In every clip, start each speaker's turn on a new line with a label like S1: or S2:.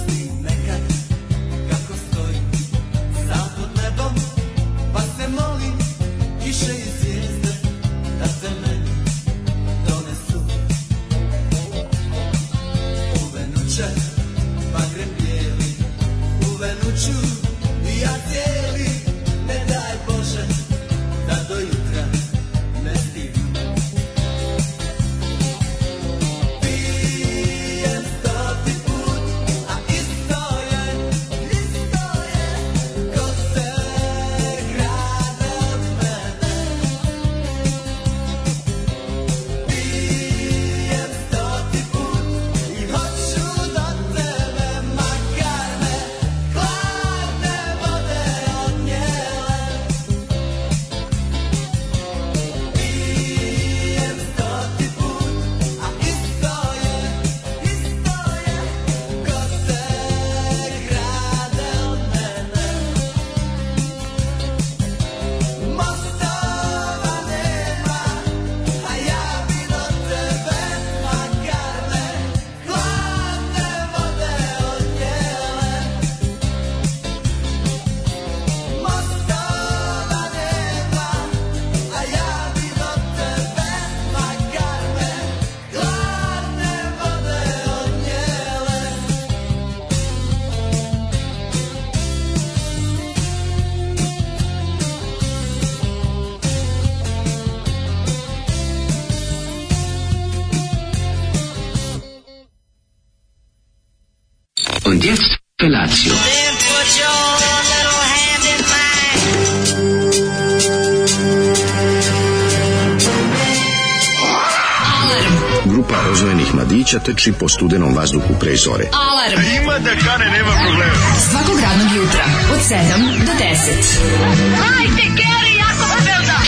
S1: pa da sunce, bakrem bijeli, uvenu ću i ja cijeli, ne daj Bože, da do jutra ne stignem. Pijem stoti put, a isto je, isto je, ko se krade od mene. Pijem stoti put i hoću do tebe, makar me hladne vode odnijele. Pijem stoti put, a isto je, isto je, ko se krade od mene. Mostova nema, a ja bi do tebe, makar me hladne vode odnijele. Mostova nema, a ja bi do tebe, makar me hladne vode odnijele.
S2: Und jetzt Felatio.
S3: Then put your little hand in mine.
S4: Grupa rozvojenih mladića teči po studenom vazduhu pre zore.
S5: Alarm. Ima da kane, nema problema. Svakog radnog jutra, od 7 do 10. Hajde, Geri, jako se belda.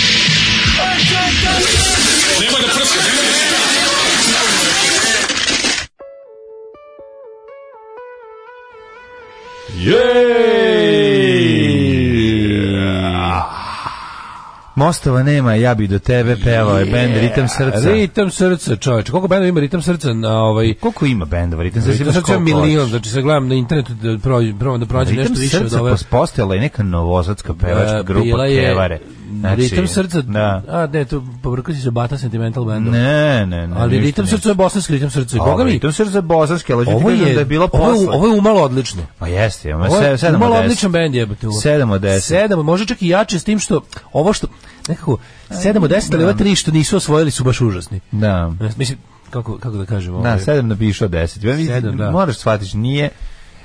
S6: Mostova nema, ja bi do tebe pevao je bend Ritam srca.
S7: Ritam srca, čoveče. Koliko bendova ima ritam srca na ovaj
S6: Koliko ima bendova? Ritam srca
S7: Ritam
S6: imaš
S7: srca
S6: koliko?
S7: ima milion, znači sad gledam na internetu da prođem, probam da pronađem
S6: Ritam
S7: nešto više od
S6: srca
S7: ove.
S6: pos- postojala je neka novosadska pevačka
S7: E,
S6: grupa
S7: bila je-
S6: Kevare. Znači,
S7: ritam srca,
S6: Da.
S7: a ne, tu pobrkao si se Bata Sentimental Bandom.
S6: Ne, ne, ne.
S7: ali
S6: ništa
S7: ritam
S6: nije.
S7: srca je bosanski ritam srca. i Boga
S6: Ovo je
S7: mi,
S6: Ritam srca bosanski, ali ću ti
S7: ovo
S6: kažem
S7: je,
S6: da je bilo
S7: ovo je,
S6: posle.
S7: ovo je umalo odlično.
S6: Pa jeste, ima
S7: Ovo je
S6: se- sedam
S7: umalo
S6: od deset.
S7: odličan bend jebote. ovo.
S6: Sedam od deset.
S7: Sedam, može čak i jače s tim što, ovo što, nekako, sedam od deset, ali ova tri što nisu osvojili su baš užasni.
S6: Da.
S7: Mislim, kako, kako da kažem ovo?
S6: Da, sedam napišao deset. Ja, mislim,
S7: Sedam, da.
S6: Moraš shvatiti, nije...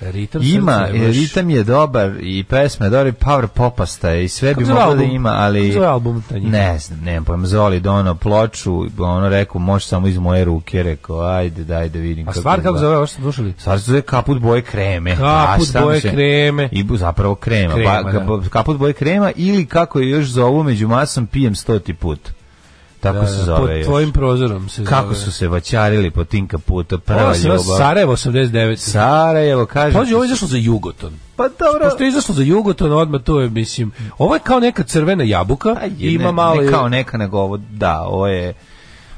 S7: Ritam
S6: Ima, e,
S7: srca je baš-
S6: ritam je dobar i pesma je dobra i power popasta je i sve bi
S7: Kako se zove
S6: moglo da
S7: album?
S6: ima, ali...
S7: Kako se zove album taj njihov?
S6: Ne znam, nemam pojma, Zoli donao ploču, ono rekao, može samo iz moje ruke, rekao, ajde, daj da vidim.
S7: A stvar kako
S6: izgleda.
S7: zove, ovo što smo slušali?
S6: Stvar se zove kaput boje kreme.
S7: Kaput
S6: A, sam
S7: boje
S6: se-
S7: kreme.
S6: I bu- zapravo krema.
S7: Krema,
S6: ba,
S7: da.
S6: ka- kaput boje krema ili kako je još zovu među masom pijem stoti put. Tako se
S7: E, Pod
S6: zove još.
S7: tvojim prozorom se
S6: Kako
S7: zove.
S6: su se vaćarili po tim kaputa, prva
S7: Ovo se zove
S6: ljubav.
S7: Sarajevo 89.
S6: Sarajevo, kaže.
S7: Pazi, ovo je izašlo za Jugoton.
S6: Pa dobro.
S7: Pošto je izašlo za Jugoton, odmah to je, mislim, ovo je kao neka crvena jabuka,
S6: Pa je,
S7: ima
S6: ne,
S7: malo...
S6: ne kao neka nego ovo da ovo je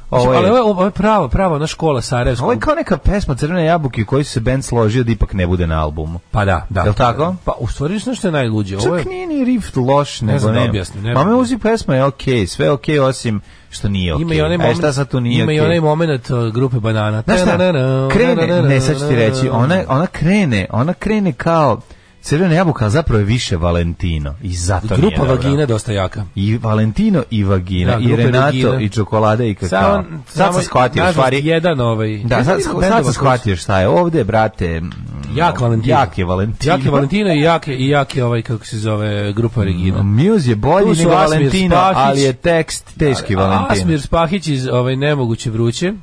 S6: ovo
S7: ovo
S6: je,
S7: ali ovo je, ovo je prava, prava ona škola Sarajevska.
S6: ovo je kao neka pesma Crvene jabuke koju se band složio da ipak ne bude na albumu
S7: Pa da, da.
S6: Jel tako?
S7: Pa u stvari znaš što je najluđe? Ovo je,
S6: Čak nije ni riff loš, nego
S7: znam da
S6: nema.
S7: objasnim, ne
S6: Ma
S7: znam.
S6: Music pesma je okej, sve je okej osim što nije okej.
S7: ima i onaj
S6: E šta sad
S7: moment,
S6: tu nije
S7: ima i
S6: okej?
S7: onaj moment uh, grupe banana.
S6: Znaš šta,
S7: Ta-na-na-na,
S6: krene,
S7: ta-na-na-na,
S6: ne sad ću ti reći, ona, ona krene, ona krene kao crvena jabuka, ali zapravo je više Valentino i zato nije
S7: Grupa
S6: dobra.
S7: vagina je dosta jaka.
S6: I Valentino i vagina,
S7: Da,
S6: i
S7: grupe
S6: Renato
S7: vagina.
S6: i čokolada i kakao.
S7: Samo,
S6: sad
S7: samo,
S6: sam shvatio, u
S7: nažalost,
S6: stvari,
S7: jedan ovaj...
S6: Da,
S7: Ne znam
S6: sad,
S7: ima
S6: sad
S7: bendova
S6: sam shvatio šta je ovde, brate. mm,
S7: Jak Valentino.
S6: Jak je Valentino.
S7: Jak je Valentino i jak je, i jak je ovaj, kako se zove, grupa Regina.
S6: Muse je bolji
S7: Tu su
S6: nego
S7: Asmir
S6: Valentino,
S7: Spahić.
S6: ali je tekst teški Valentino.
S7: Asmir Spahić iz ovaj, Nemoguće vruće.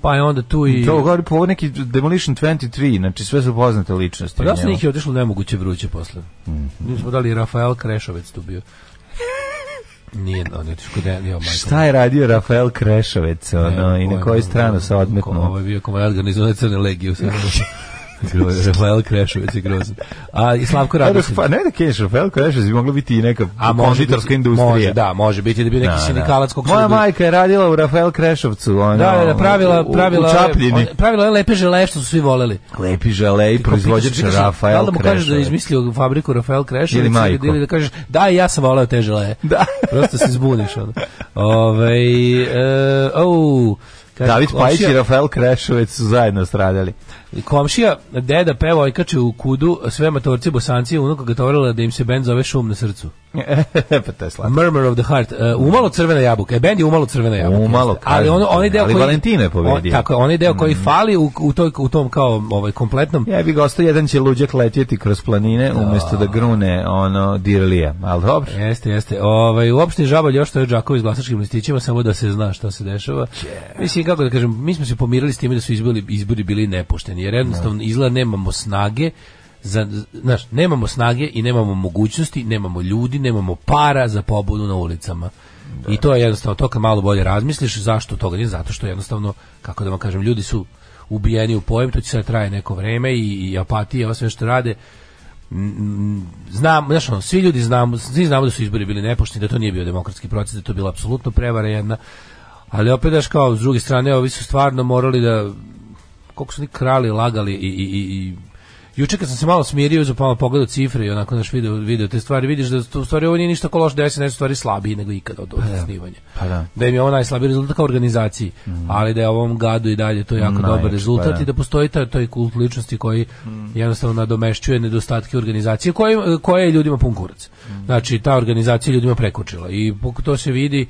S7: Pa je onda tu i...
S6: Mhm. To govori po ovo neki Demolition 23, znači sve su poznate ličnosti.
S7: Pa da su
S6: u njemu.
S7: njih je otišlo u Nemoguće vruće posle.
S6: Mhm.
S7: Mi smo dali Rafael Krešovec tu bio. Nije, on je otišao kod Dejan, jo, majko.
S6: Šta je radio Rafael Krešovec ono, i na
S7: pojma,
S6: koju stranu se
S7: Ko- Ovo
S6: odmetnuo?
S7: je bio komandant garnizona Crne legije u Sarajevu. Gro- Rafael Krešovec je grozan. A i Slavko Radosin.
S6: Pa ne da kenješ Rafael Krešovec, bi mogla biti i neka
S7: može
S6: konditorska
S7: biti-
S6: industrija.
S7: Može, da, može biti da bi neki
S6: Da, da.
S7: sindikalac kog su
S6: Moja
S7: dobili.
S6: majka je radila u Rafael Krešovcu. Ono,
S7: Da, da, da, pravila,
S6: u-
S7: pravila,
S6: U Čapljini.
S7: one- pravila one lepe žele što su svi voleli.
S6: Lepi žele i proizvođač
S7: Pitaš- pitaš- Da
S6: Rafael
S7: li da mu kažeš da je
S6: Krešovec.
S7: izmislio fabriku Rafael Krešovic
S6: Ili Majko.
S7: ili da kažeš da ja sam voleo te želeje. Da. Prosto se zbuniš onda. Ovaj e, au, Kaže,
S6: David Pajić
S7: komšija-
S6: i Rafael Krešovec su zajedno stradali.
S7: Komšija, deda peva i kače u kudu, sve matorci bosanci, unuka ga tovarila da im se bend zove Šum na srcu.
S6: pa to je slatko.
S7: Murmur of the Heart. Uh, umalo crvena jabuka. E, bend je umalo crvena jabuka.
S6: Umalo,
S7: jeste. ali
S6: kažem
S7: ono,
S6: ti,
S7: onaj deo
S6: ali
S7: koji...
S6: Valentino je pobedio. Mm.
S7: On, tako je, onaj deo koji fali u, u, toj, u tom kao ovaj, kompletnom...
S6: Ja bih ostao jedan će luđak letjeti kroz planine umjesto da grune ono dirlija. Ali dobro.
S7: Jeste, jeste. Ovaj u opštini Žabalj još to je Đaković s glasačkim listićima samo da se zna šta se dešava. Mislim kako da kažem, mi smo se pomirili s time da su izbili izbori bili nepošteni. Jer jednostavno izgleda nemamo snage za znaš, nemamo snage i nemamo mogućnosti, nemamo ljudi, nemamo para za pobudu na ulicama. I to je jednostavno, to kad malo bolje razmisliš, zašto toga nije? Zato što jednostavno, kako da vam kažem, ljudi su ubijeni u pojem, to će sad traje neko vreme i, i apatija, ovo sve što rade, znam, znaš, ono, svi ljudi znamo, svi znamo da su izbori bili nepošteni, da to nije bio demokratski proces, da je to bila apsolutno prevara jedna. Ali opet daš kao s druge strane, ovi su stvarno morali da koliko su oni krali, lagali i, i, i, i Juče kad sam se malo smirio i malo pogledao cifre i onako naš video, video te stvari, vidiš da to, u stvari ovo nije ništa ko loš deset, nešto stvari slabiji nego ikada od osnivanja.
S6: Pa da. Mhm.
S7: Da im je ovo najslabiji rezultat kao organizaciji, ali da je ovom gadu i dalje to jako dobar
S6: Najjači,
S7: rezultat
S6: pa da. Mm.
S7: i da postoji taj, taj kult ličnosti koji jednostavno nadomešćuje nedostatke organizacije koje, koje je ljudima pun kurac.
S6: Mm.
S7: Znači, ta organizacija je ljudima prekočila i pok- to se vidi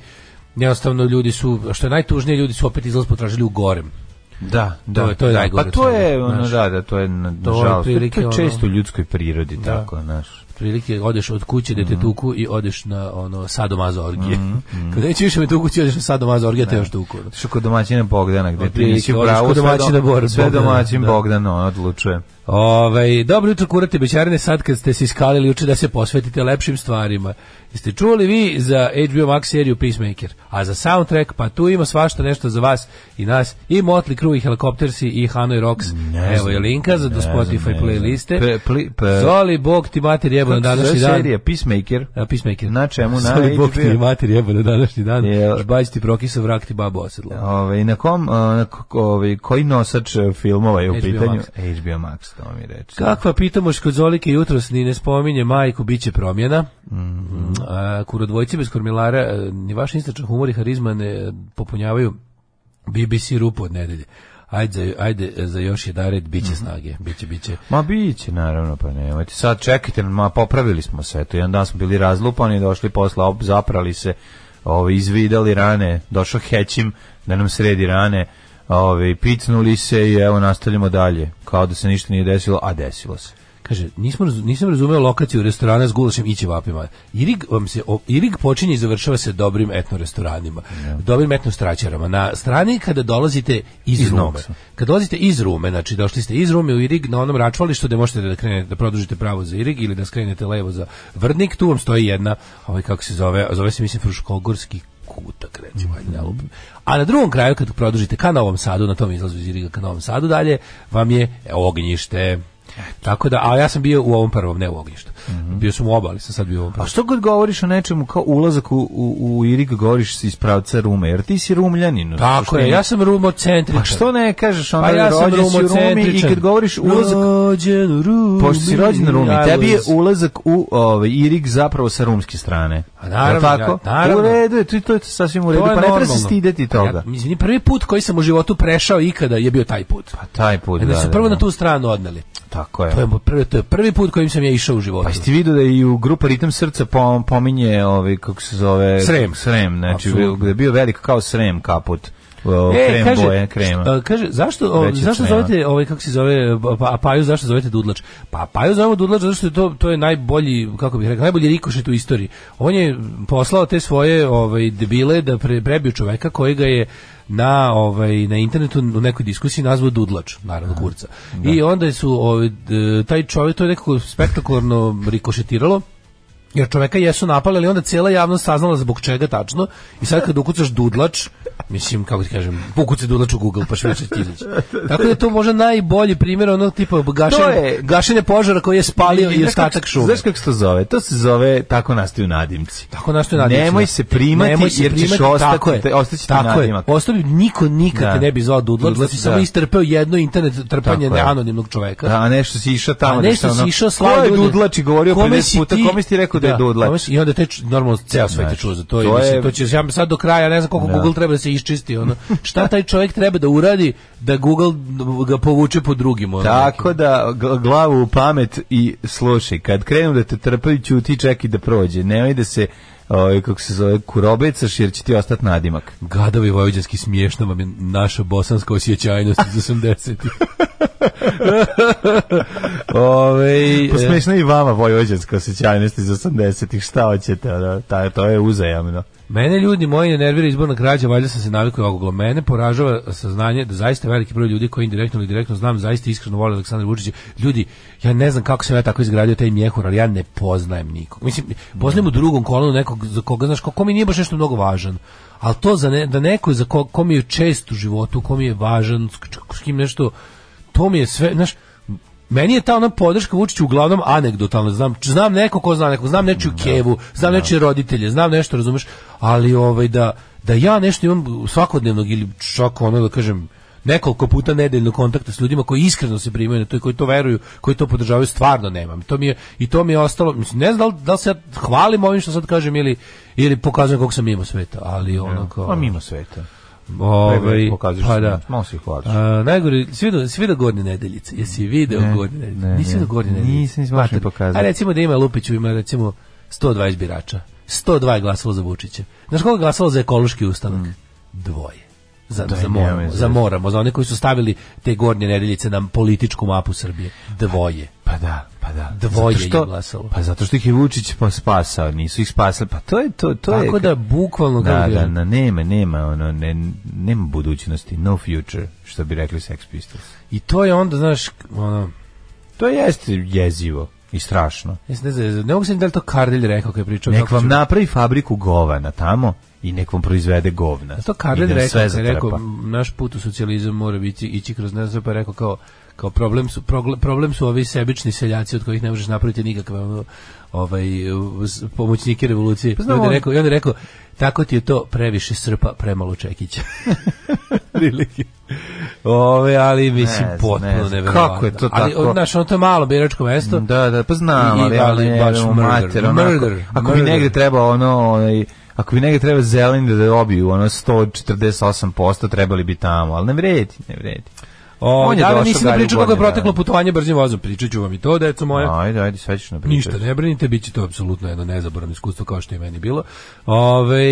S7: jednostavno ljudi su, što je najtužnije, ljudi su opet izlaz potražili u gorem.
S6: Da, da.
S7: To je- to je
S6: da.
S7: najgore
S6: Pa
S7: od
S6: to je,
S7: svega,
S6: ono,
S7: znaš.
S6: da, da, to je, na-
S7: To je
S6: nažalost, to je,
S7: otprilike
S6: to je
S7: ono- Da.
S6: često u ljudskoj prirodi, tako, znaš.
S7: prilike odeš od kuće da
S6: Mm.
S7: te tuku i odeš na ono sadomazo orgije. Kad nećeš više me tuku, ti odeš na sadomazo orgije,
S6: Da.
S7: te još tuku. ono.
S6: Što kod domaćina Bogdana, gde ti
S7: Otprilike,
S6: nisi u
S7: odeš
S6: pravu,
S7: kod
S6: sve do-
S7: domaćina Bor-
S6: sve
S7: Bogdana,
S6: domaćin
S7: da.
S6: Bogdan on odlučuje.
S7: Ovaj, dobro jutro kurate bećarine sad kad ste se iskalili uče da se posvetite lepšim stvarima. Jeste čuli vi za HBO Max seriju Peacemaker, a za soundtrack pa tu ima svašta nešto za vas i nas i Motley Crue i Helicoptersi i Hanoi Rocks.
S6: Ne
S7: Evo je
S6: znam,
S7: linka za do
S6: ne znam, ne
S7: Spotify
S6: znam. Pe-
S7: playliste.
S6: pli- pe-
S7: Zoli Bog ti mater jebano
S6: Kako se zove
S7: današnji dan.
S6: serija? Peacemaker?
S7: A, Peacemaker.
S6: Na čemu? Na
S7: Soli Bog ti
S6: HBO?
S7: mater jebo na današnji dan.
S6: Jel.
S7: Žbać ti prokisao, vrak ti babu osedla.
S6: Ove, Ovaj, na kom, a, na k- ovaj, koji nosač e, filmova je u
S7: HBO
S6: pitanju?
S7: Max.
S6: HBO Max, to mi reče.
S7: Kakva pitamoš kod Zolike jutros ni ne spominje majku, bit će promjena. A, kurodvojci bez kormilara, e, ni vaš istračan humor i harizma ne e, popunjavaju BBC rupu od nedelje. Ajde, za- ajde e, za još jedared, bit će snage, bit će, bit će.
S6: Ma biće, naravno, pa nemojte. Sad čekajte, ma popravili smo se, to jedan dan smo bili razlupani, došli posla, op, zaprali se, ove, izvidali rane, došao hećim da nam sredi rane, ove, picnuli se i evo nastavljamo dalje, kao da se ništa nije desilo, a desilo se.
S7: Kaže, nismo, razu- nisam razumeo lokaciju restorana s gulašem i ćevapima. Irig, vam se, o- Irig počinje i završava se dobrim etno restoranima, dobrim etno straćarama. Na strani kada dolazite iz,
S6: Iz
S7: Rume,
S6: Novca.
S7: kada dolazite iz Rume, znači došli ste iz Rume u Irig na onom račvalištu gde možete da krenete, da produžite pravo za Irig ili da skrenete levo za Vrdnik, tu vam stoji jedna, ovaj kako se zove, zove se mislim Fruškogorski kutak recimo, ajde
S6: Mhm.
S7: da lupim. A na drugom kraju kad produžite ka Novom Sadu, na tom izlazu iz Iriga ka Novom Sadu dalje, vam je e, ognjište. Tako da, a ja sam bio u ovom prvom, ne u ognjištu. Bio sam u oba, ali sam sad bio u ovom
S6: Mhm. A
S7: prvom.
S6: što god govoriš o nečemu kao ulazak u, u, u Irig, govoriš iz pravca Rume, jer ti si Rumljanin. u
S7: Tako je,
S6: suštini.
S7: ja sam rumocentričan.
S6: A Pa što ne kažeš ono,
S7: Pa ja sam
S6: rođen si u Rumi i
S7: rumocentričan.
S6: kad govoriš ulazak
S7: Rođen u Rumi.
S6: Pošto si rođen na Rumi,
S7: I
S6: tebi je
S7: was-
S6: ulazak u ovaj, Irig zapravo sa rumske strane.
S7: A naravno,
S6: Jel tako?
S7: ja- naravno.
S6: U redu je, to, to je sasvim u redu,
S7: To je
S6: pa ne treba se
S7: normalno.
S6: stideti toga.
S7: Ja, izvini, prvi put koji sam u životu prešao ikada je bio taj put.
S6: Pa taj put,
S7: da,
S6: da,
S7: su
S6: da,
S7: prvo
S6: da.
S7: na tu stranu odneli.
S6: Tako je.
S7: To je, moj prvi, to je prvi put kojim sam ja išao u životu.
S6: Pa jesi ti vidio da i u grupa Ritam srca pom, pominje ovaj, kako se zove...
S7: Srem.
S6: Srem, znači
S7: Apsolutno.
S6: gde je bio velik kao Srem kaput. O, krem boje, krema.
S7: E, šta- a, kaže, zašto, o,
S6: Veći
S7: zašto
S6: crema.
S7: zovete, ovaj, kako se zove, pa, Apaju, zašto zovete Dudlač? Pa Apaju zovemo Dudlač zato što je to, to je najbolji, kako bih rekao, najbolji rikošet u istoriji. On je poslao te svoje ovaj, debile da pre, prebiju čoveka koji ga je na ovaj na internetu u nekoj diskusiji nazvao Dudlač, naravno kurca.
S6: da.
S7: I onda su ovaj, d- taj čovjek to je nekako spektakularno rikošetiralo. Jer čoveka jesu napali, ali onda cijela javnost saznala zbog čega tačno. I sad kad ukucaš dudlač, mislim, kako ti kažem, ukuci dudlač u Google, pa šveće ti izaći. Tako da je to možda najbolji primjer onog tipa
S6: To
S7: gašenja,
S6: je-
S7: gašenja požara koji je spalio i
S6: Znaš
S7: ostatak
S6: kako-
S7: šume.
S6: Znaš kako se to zove? To se zove tako nastaju nadimci.
S7: Tako nastoji da. nadimci.
S6: Nemoj se primati, jer ćeš ostati-
S7: tako je,
S6: ostaći ti
S7: tako je.
S6: nadimak.
S7: Ostavi, niko nikad
S6: Da.
S7: te ne bi zvao Dudlač,
S6: Dudlač,
S7: da si samo
S6: da.
S7: istrpeo jedno internet trpanje
S6: Tako je.
S7: anonimnog čoveka.
S6: Da, a nešto si išao tamo.
S7: A nešto
S6: da šta
S7: si
S6: ono-
S7: išao
S6: Ko
S7: slao
S6: je
S7: ljude?
S6: Dudlači govorio
S7: Kome si
S6: 50 puta,
S7: ti-
S6: kome si ti rekao da te dudle.
S7: znaš, I onda te ču- normalno ceo svet te
S6: Znaš,
S7: čuo za to. i
S6: to
S7: mislim,
S6: je-
S7: to će, ja sad do kraja, ne znam koliko
S6: Da.
S7: Google treba da se iščisti. Ono. Šta taj čovjek treba da uradi da Google ga povuče po drugim? Ono,
S6: Tako da gl- glavu u pamet i slušaj, kad krenu da te trpaju, ćuti čekaj da prođe. Nemoj da se ovaj kako se zove kurobecaš jer će ti ostati nadimak.
S7: Gadovi vojvođanski smiješno vam je naša bosanska osjećajnost iz 80-ih.
S6: Ove,
S7: Posmešno
S6: Pa i vama vojvođanska osjećajnost iz 80-ih, šta hoćete, ta, to je uzajamno.
S7: Mene ljudi moji ne nervira izborna krađa, valjda sam se navikao ogoglo. Mene poražava saznanje da zaista veliki broj ljudi koji indirektno ili direktno znam zaista iskreno vole Aleksandra Vučića. Ljudi, ja ne znam kako sam ja tako izgradio taj mjehur, ali ja ne poznajem nikog. Mislim, poznajem u drugom kolonu nekog za koga, znaš, ko, ko mi nije baš nešto mnogo važan. Ali to za ne, da neko za ko, ko mi je čest u životu, ko mi je važan, s, k- s kim nešto, to mi je sve, znaš, meni je ta ona podrška Vučiću uglavnom anegdotalna. Znam, znam neko ko zna nekog, znam nečiju
S6: Da,
S7: kevu, znam nečije roditelje, znam nešto, razumeš, ali ovaj da da ja nešto imam svakodnevnog ili čak ono da kažem nekoliko puta nedeljno kontakta s ljudima koji iskreno se primaju na to i koji to veruju, koji to podržavaju, stvarno nemam. To mi je, I to mi je ostalo, mislim, ne znam da li, da li se ja hvalim ovim što sad kažem ili, ili pokazujem koliko sam mimo sveta, ali onako...
S6: Pa mimo sveta.
S7: Ovaj,
S6: pokazuješ
S7: pa
S6: se,
S7: da.
S6: malo se i hvališ.
S7: A, najgore, svi vidio, svi vidio Gornje nedeljice. Jesi video
S6: Ne,
S7: Gornje nedeljice?
S6: ne,
S7: Nisi
S6: ne.
S7: vidio Gornje
S6: Nisam,
S7: nedeljice?
S6: nisam baš mi
S7: Mater.
S6: pokazao.
S7: A recimo da ima Lupiću, ima recimo 120 birača. 102 je glasalo za Vučića. Znaš koga je glasalo za ekološki
S6: Mm.
S7: ustanak? Dvoje. Za,
S6: Daj,
S7: za,
S6: nemoj
S7: moramo,
S6: zezati.
S7: za moramo, za one koji su stavili te gornje nedeljice na političku mapu Srbije. Dvoje.
S6: Pa da, pa da.
S7: Dvoje
S6: Zato što-
S7: je glasalo.
S6: Pa zato što ih je Vučić pa spasao, nisu ih spasali. Pa to je to, to je.
S7: Tako da bukvalno kako
S6: Da,
S7: bi
S6: da,
S7: rekao,
S6: na, nema, nema, ono, ne, nema budućnosti, no future, što bi rekli Sex Pistols.
S7: i to je onda, znaš, ono,
S6: To jeste jezivo i strašno.
S7: ja se ne, znam, ne mogu se da li to Kardelj rekao kad je pričao.
S6: Nek
S7: kako
S6: vam
S7: će-
S6: napravi fabriku govana tamo i nek vam proizvede govna.
S7: A to
S6: I
S7: Kardelj
S6: da vam
S7: rekao,
S6: sve
S7: kad je rekao
S6: zatrpa.
S7: "M, naš put u socijalizam mora biti ići kroz ne znam, pa je rekao kao kao problem su progle- problem su ovi sebični seljaci od kojih ne možeš napraviti nikakve ono, ovaj uh, s- pomoćnike revolucije. I
S6: Pa znam,
S7: onda je
S6: on-
S7: rekao, i onda je rekao tako ti je to previše srpa, premalo čekića. Otprilike. Ove, ali mislim
S6: Ne znam,
S7: potpuno
S6: ne znam.
S7: neverovatno.
S6: Kako je to
S7: ali,
S6: tako?
S7: Znaš, ono to je malo biračko mesto.
S6: Da, da, pa znam,
S7: I-
S6: ali, ali,
S7: ali baš
S6: baš
S7: murder,
S6: mater, onako,
S7: murder,
S6: ako
S7: murder.
S6: bi negde treba ono, onaj, ako bi negde treba zeleni da dobiju ono 148%, trebali bi tamo, ali ne vredi, ne vredi.
S7: O,
S6: On je
S7: da,
S6: došao
S7: nisam
S6: Gari
S7: pričao kako je
S6: godine,
S7: proteklo
S6: da.
S7: putovanje brzim vozom. Pričat ću vam i to, deco moja.
S6: Ajde, ajde, sad ćeš napričati.
S7: Ništa, ne brinite, bit će to apsolutno jedno nezaboravno iskustvo kao što je meni bilo. Ove,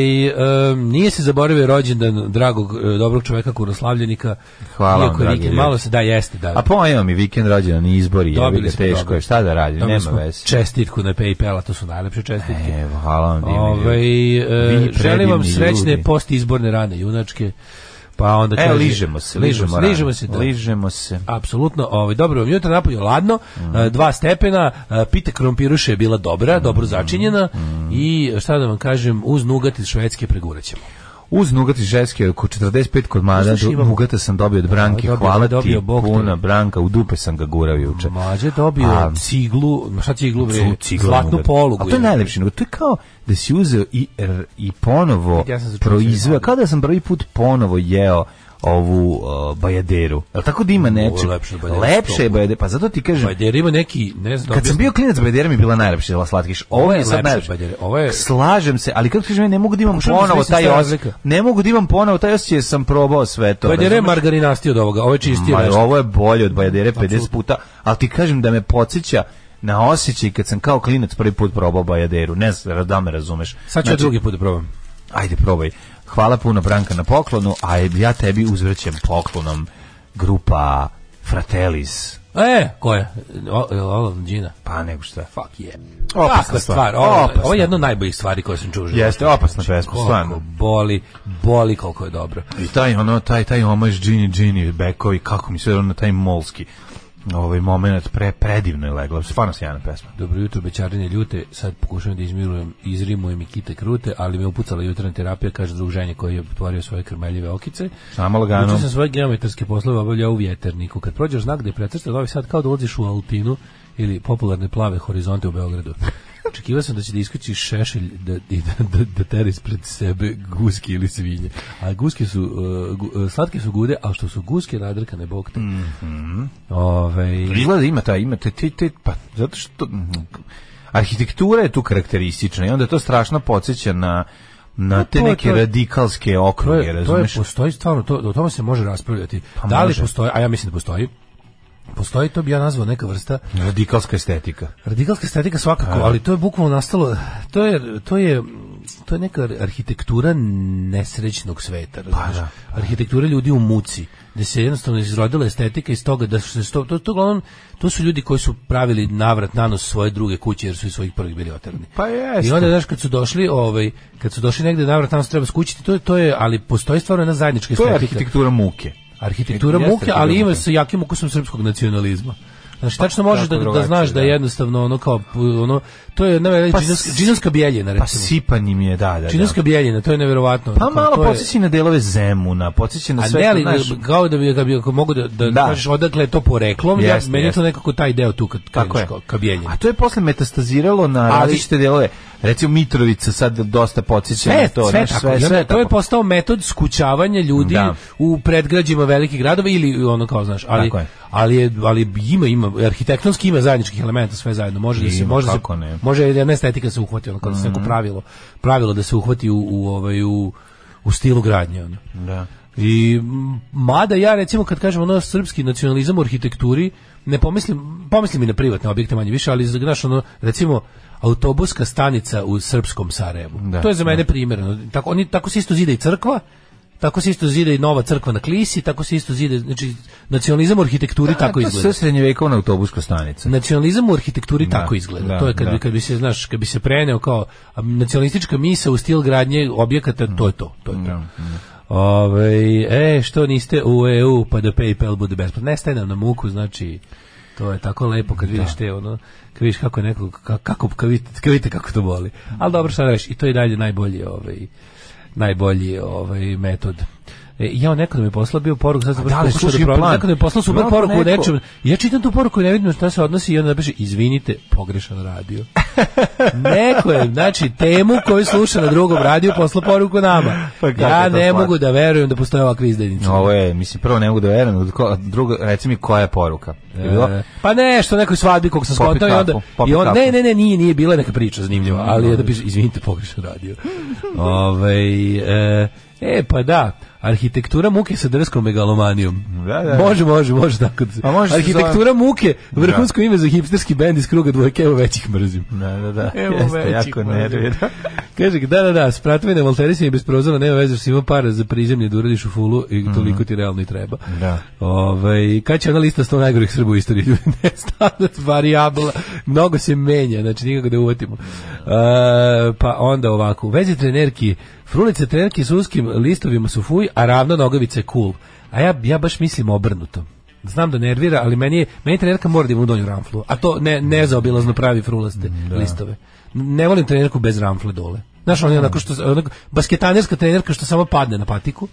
S7: nije se zaboravio rođendan dragog, e, dobrog čoveka, kuroslavljenika.
S6: Hvala vam,
S7: Iako je
S6: dragi
S7: vikend,
S6: ljudi.
S7: malo se, da, jeste, da.
S6: A pa, pojeo mi vikend rođendan i izbori, jebi
S7: Dobili
S6: ga,
S7: smo,
S6: teško
S7: dobili.
S6: je, šta da radim,
S7: Dobili
S6: nema
S7: smo
S6: veze.
S7: Čestitku na PayPal-a, to su najlepše čestitke.
S6: Evo, hvala vam, divni
S7: Ove,
S6: ljudi. Vi
S7: želim vam
S6: predivni
S7: srećne
S6: ljudi.
S7: postizborne rane junačke. Pa onda
S6: E,
S7: kaže-
S6: ližemo se, ližemo,
S7: se,
S6: rano.
S7: ližemo se, da.
S6: Ližemo se.
S7: Apsolutno, ovaj dobro vam jutro napolju ladno,
S6: Mm.
S7: e, dva stepena, e, pita krompiruše je bila dobra, dobro začinjena
S6: Mm.
S7: i šta da vam kažem, uz nugat iz Švedske preguraćemo.
S6: Uz nugat i žeske, oko 45 kod mada,
S7: Slušaj, imam-
S6: nugata sam dobio od Branke,
S7: Dobio,
S6: hvala
S7: dobio,
S6: ti,
S7: Bog te.
S6: puna Branka, u dupe sam ga gurao juče.
S7: Mlađe dobio
S6: A-
S7: ciglu, ma šta ciglu bre,
S6: Cu- cigla
S7: zlatnu
S6: nugat.
S7: polugu.
S6: A to je najlepši nugat. To je kao da si uzeo i, r- i ponovo
S7: Ja sam se čuo
S6: proizveo,
S7: za-
S6: kao da sam prvi put ponovo jeo ovu uh, bajaderu. Jel tako da ima nečeg?
S7: lepše od bajadere,
S6: Lepše je
S7: sto.
S6: bajadera. Pa zato ti kažem,
S7: Pa jer ima neki, ne znam,
S6: Kad sam bio klinac Bajdera mi je bila najlepša jela slatkiš. Ovo je sad
S7: lepše,
S6: najlepše.
S7: Bajdere, ovo je-
S6: Slažem se, ali kako ti kažem, ja ne mogu da imam
S7: Pokušavam da
S6: ponovo
S7: smislim
S6: taj
S7: šta je
S6: osjećaj.
S7: razlika.
S6: Ne mogu da imam ponovo taj osjećaj jer sam probao sve to.
S7: Pa jer je
S6: razumeš?
S7: margarinasti od ovoga, ovo je čistije.
S6: Ma,
S7: veš.
S6: ovo je bolje od Bajdere 50 puta, ali ti kažem da me podsjeća na osjećaj kad sam kao klinac prvi put probao Bajaderu. Ne znam da me razumeš.
S7: Sad ću ja
S6: Znači,
S7: drugi put da probam.
S6: Ajde, probaj. Hvala puno Branka na poklonu, a ja tebi uzvraćam poklonom grupa Fratellis.
S7: E, ko je? O, o, Gina.
S6: Pa nego šta.
S7: Fuck yeah.
S6: Opasna
S7: Kakva
S6: stvar,
S7: Ovo,
S6: opasna.
S7: ovo je jedno od najboljih stvari koje sam čuo. u životu.
S6: Jeste, opasna pesma,
S7: Koliko
S6: stvarno.
S7: boli, boli koliko je dobro.
S6: I taj ono taj taj omaž Gini Gini Bekovi kako mi se ono taj molski ovaj momenat pre predivno je legla stvarno sjajna pesma
S7: Dobro jutro, bećarine ljute, sad pokušavam da izmirujem, izrimujem i kite krute, ali me upucala jutarnja terapija, kaže drug ženje koji je otvorio svoje krmeljive okice.
S6: Samo lagano.
S7: Juče sam svoje geometarske poslove obavljao u vjeterniku. Kad prođeš znak gde precrta, ovaj sad kao da ulaziš u Altinu ili popularne plave horizonte u Beogradu. Očekivao sam da će da iskući šešelj da, i da, da, da tera ispred sebe guski ili svinje. A guske su, uh, gu- uh, slatke su gude, a što su guske nadrkane bog te. Ovaj,
S6: izgleda ima taj ima te ti ti pa zato što mm, arhitektura je tu karakteristična i onda to strašno podsjeća na na
S7: Pa
S6: te
S7: to je-
S6: neke
S7: to je-
S6: radikalske
S7: To
S6: okruge,
S7: je, to je
S6: razumeš?
S7: postoji stvarno, to, o tome se može raspravljati.
S6: Pa
S7: da li
S6: može.
S7: postoji, a ja mislim da postoji, postoji, to bi ja nazvao neka vrsta
S6: Radikalska estetika.
S7: Radikalska estetika svakako, ali to je bukvalno nastalo, to je, to je, to je neka arhitektura nesrećnog sveta, razumiješ?
S6: da.
S7: Arhitektura ljudi u muci, gde se jednostavno izrodila estetika iz toga da su se sto, to, to, uglavnom, to su ljudi koji su pravili navrat nanos svoje druge kuće jer su iz svojih prvih bili oterani.
S6: Pa jeste.
S7: I onda znaš kad su došli, ovaj, kad su došli negde navrat nanos treba skućiti, to je, to je, ali postoji stvarno jedna zajednička
S6: To je
S7: estetika.
S6: arhitektura muke.
S7: Arhitektura
S6: Jeste
S7: muke, ali
S6: arhitektura
S7: ima
S6: muke.
S7: sa jakim ukusom srpskog nacionalizma. Znači, tačno možeš
S6: kako
S7: da, da
S6: drugačije,
S7: znaš da
S6: da.
S7: je jednostavno ono kao, p- ono, to je nevjerojatno,
S6: Pa
S7: pa,
S6: s-
S7: džinovska bijeljina,
S6: Pa
S7: recimo.
S6: sipanjem je, da, da, da.
S7: džinovska bijeljina, to je nevjerovatno.
S6: Pa
S7: Ono kao,
S6: malo
S7: to je-
S6: podsjeća i na delove Zemuna, podsjeća na
S7: A
S6: sve
S7: ne,
S6: što,
S7: ali
S6: znaš,
S7: kao da bi, da bi ako mogu da, da,
S6: Da.
S7: kažeš odakle je to poreklom, ja,
S6: Jeste,
S7: meni je
S6: jeste.
S7: to nekako taj deo tu kad
S6: Tako je.
S7: kreneš kao, ka bijeljini.
S6: A to je posle metastaziralo na
S7: Ali-
S6: različite delove. Recimo Mitrovica sad dosta podsjeća na
S7: sve,
S6: to.
S7: sve,
S6: znaš,
S7: tako. I onda to je postao metod skućavanja ljudi
S6: Da.
S7: u predgrađima velikih gradova ili ono kao znaš, ali
S6: Tako je.
S7: ali je, ali ima ima arhitektonski ima zajedničkih elemenata sve zajedno. Može da se
S6: Ima,
S7: može da se
S6: kako ne.
S7: može jedna estetika se uhvati ono kao da se neko pravilo, pravilo da se uhvati u u ovaj u, u stilu gradnje ono.
S6: Da.
S7: I m, mada ja recimo kad kažem ono srpski nacionalizam u arhitekturi, ne pomislim, pomislim i na privatne objekte manje više, ali znaš ono recimo autobuska stanica u srpskom Sarajevu.
S6: Da,
S7: to je za mene primjer. ono, Tako, oni, tako se isto zida i crkva, tako se isto zida i nova crkva na Klisi, tako se isto zida, znači nacionalizam u arhitekturi tako
S6: Pa, Da, to je sve
S7: izgleda.
S6: srednjevekovna autobuska stanica.
S7: Nacionalizam u arhitekturi tako izgleda.
S6: da,
S7: to je kad,
S6: da.
S7: bi, kad bi se, znaš, kad bi se preneo kao a, nacionalistička misa u stil gradnje objekata, to je to. To je to.
S6: Da,
S7: Ovaj, e, što niste u EU pa da PayPal bude besplatno. Ne staje nam na muku, znači to je tako lepo
S6: Da.
S7: kad vidiš te ono, kad vidiš kako je nekog, ka- kako, kad vidite, kad vidite kako to boli. Ali dobro, šta da reš, i to je i dalje najbolji, ovaj, najbolji ovaj, metod. E, ja nekad mi je poslao bio poruku, sad sam baš
S6: da li
S7: pokušao
S6: slušaj
S7: pronađem,
S6: plan?
S7: Nekad mi je poslao super
S6: Verovatno
S7: poruku o
S6: neko-
S7: nečem. Ja čitam tu poruku i ne vidim šta se odnosi i onda napiše, izvinite, pogrešan radio. Neko je, znači, temu koju sluša na drugom radiju posla poruku nama.
S6: Pa kako
S7: ja
S6: je to
S7: ne
S6: slatko.
S7: mogu da verujem da postoje ovakve izdajnice.
S6: Ovo je, mislim, prvo ne mogu da verujem, ko- drugo, reci mi koja je poruka. Je bilo?
S7: E, Pa nešto, nekoj svadbi kog sam
S6: Popi
S7: skontao i onda...
S6: kapu, popi
S7: I on,
S6: kapu.
S7: ne, ne, ne, nije, nije bila neka priča zanimljiva, ali je da piše, izvinite, pogrešan radio. Ove, e, e, pa da, arhitektura muke sa drskom megalomanijom.
S6: Da, da, da.
S7: Može, može, može tako da se.
S6: Pa može se
S7: arhitektura muke, vrhunsko ime za hipsterski bend iz kruga dvojke, evo većih mrzim.
S6: Da, da, da.
S7: Evo
S6: Jeste,
S7: većih
S6: jako
S7: mrzim.
S6: nervira.
S7: Kaže, da, da, da, spratvene, Valteri si je bez prozora, nema veze, što si imao para za prizemlje da uradiš u fulu i toliko ti realno i treba.
S6: Da.
S7: Ove, Ovaj, kad će ona lista 100 najgorih Srba u istoriji? ne stana varijabla, mnogo se menja, znači nikako da uvatimo. E, pa onda ovako, u vezi trenerki, frulice trenerki s uskim listovima su fuj, a ravno nogavice cool. A ja, ja baš mislim obrnuto. Znam da nervira, ali meni, je, meni trenerka mora da ima u donju ramflu, a to ne, nezaobilazno pravi frulaste listove. Ne volim trenerku bez ramfle dole. Znaš, on je onako što, onako, basketanerska trenerka što samo padne na patiku,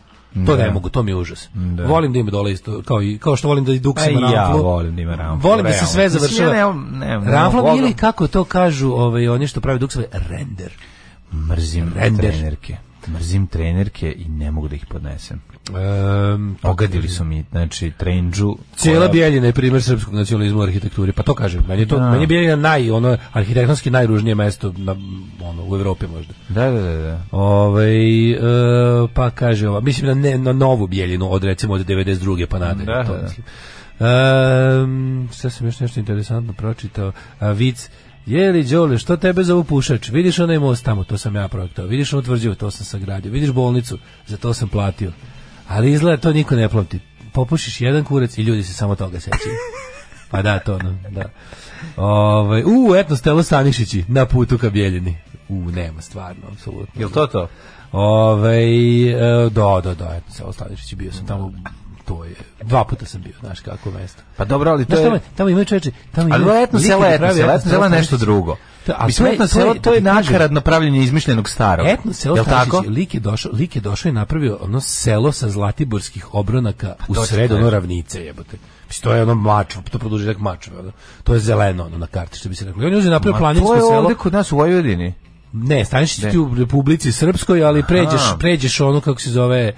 S7: to ne mogu, to mi je užas. Volim da ima dole isto, kao, i, kao što volim da i duk
S6: Pa i
S7: ima
S6: ja
S7: ramflu.
S6: volim da ima ramflu,
S7: Volim da se
S6: realno.
S7: sve
S6: Mislim,
S7: završava.
S6: ja nemam- nemam- nemam
S7: ramflom
S6: volim.
S7: ili kako to kažu ovaj, oni što pravi duksove, render.
S6: Mrzim
S7: Render.
S6: trenerke. Mrzim trenerke i ne mogu da ih podnesem.
S7: Um,
S6: Ogadili su mi, znači, trenđu.
S7: Cijela
S6: koja-
S7: Bijeljina je primer srpskog nacionalizma u arhitekturi, pa to kažem, meni je, to,
S6: Da.
S7: meni je Bijeljina naj, ono, arhitektonski najružnije mesto na, ono, u Evropi možda.
S6: Da, da, da, da.
S7: Ove, Ovaj, e, pa kaže ova, mislim na, ne, na novu Bijeljinu od recimo od 92. pa nadalje,
S6: Da,
S7: to
S6: da.
S7: mislim. Um, sad sam još nešto interesantno pročitao, a, vic, Jeli Đole, što tebe zovu pušač? Vidiš onaj most tamo, to sam ja projektao. Vidiš onu tvrđavu, to sam sagradio. Vidiš bolnicu, za to sam platio. Ali izgleda to niko ne plati. Popušiš jedan kurac i ljudi se samo toga sećaju. Pa da, to ono, da. Ove, u, etno stelo Stanišići, na putu ka Bijeljini. U, nema, stvarno, apsolutno.
S6: Jel to to?
S7: Ove, da, da, da, eto, Selo Stanišić, bio sam tamo, to je, dva puta sam bio, znaš kako mesto.
S6: Pa dobro, ali to
S7: Znaš,
S6: je...
S7: tamo, tamo imaju čoveče, tamo imaju...
S6: Ali letno
S7: lik
S6: selo
S7: koji
S6: je etno
S7: pravi
S6: selo, etno selo je nešto
S7: Stanišić.
S6: drugo.
S7: To- Da, a
S6: Mislim,
S7: to je-
S6: etno
S7: to je-
S6: selo to je
S7: ti kažem-
S6: nakaradno pravljenje izmišljenog starog.
S7: Etno selo
S6: Jel
S7: Stanišić,
S6: tako?
S7: lik je, došao, lik je došao i napravio ono selo sa zlatiborskih obronaka u
S6: to ti
S7: sred ono
S6: kažem.
S7: ravnice jebote. Mislim, to je ono mačvo, to produžitak mačve. Ono. To je zeleno ono, na karti, što bi se reklo. I on je uzeo i napravio
S6: Ma,
S7: planinsko
S6: to je
S7: selo.
S6: ovde kod nas u Vojvodini.
S7: Ne, Stanišić ti u Republici Srpskoj, ali pređeš, pređeš ono kako se zove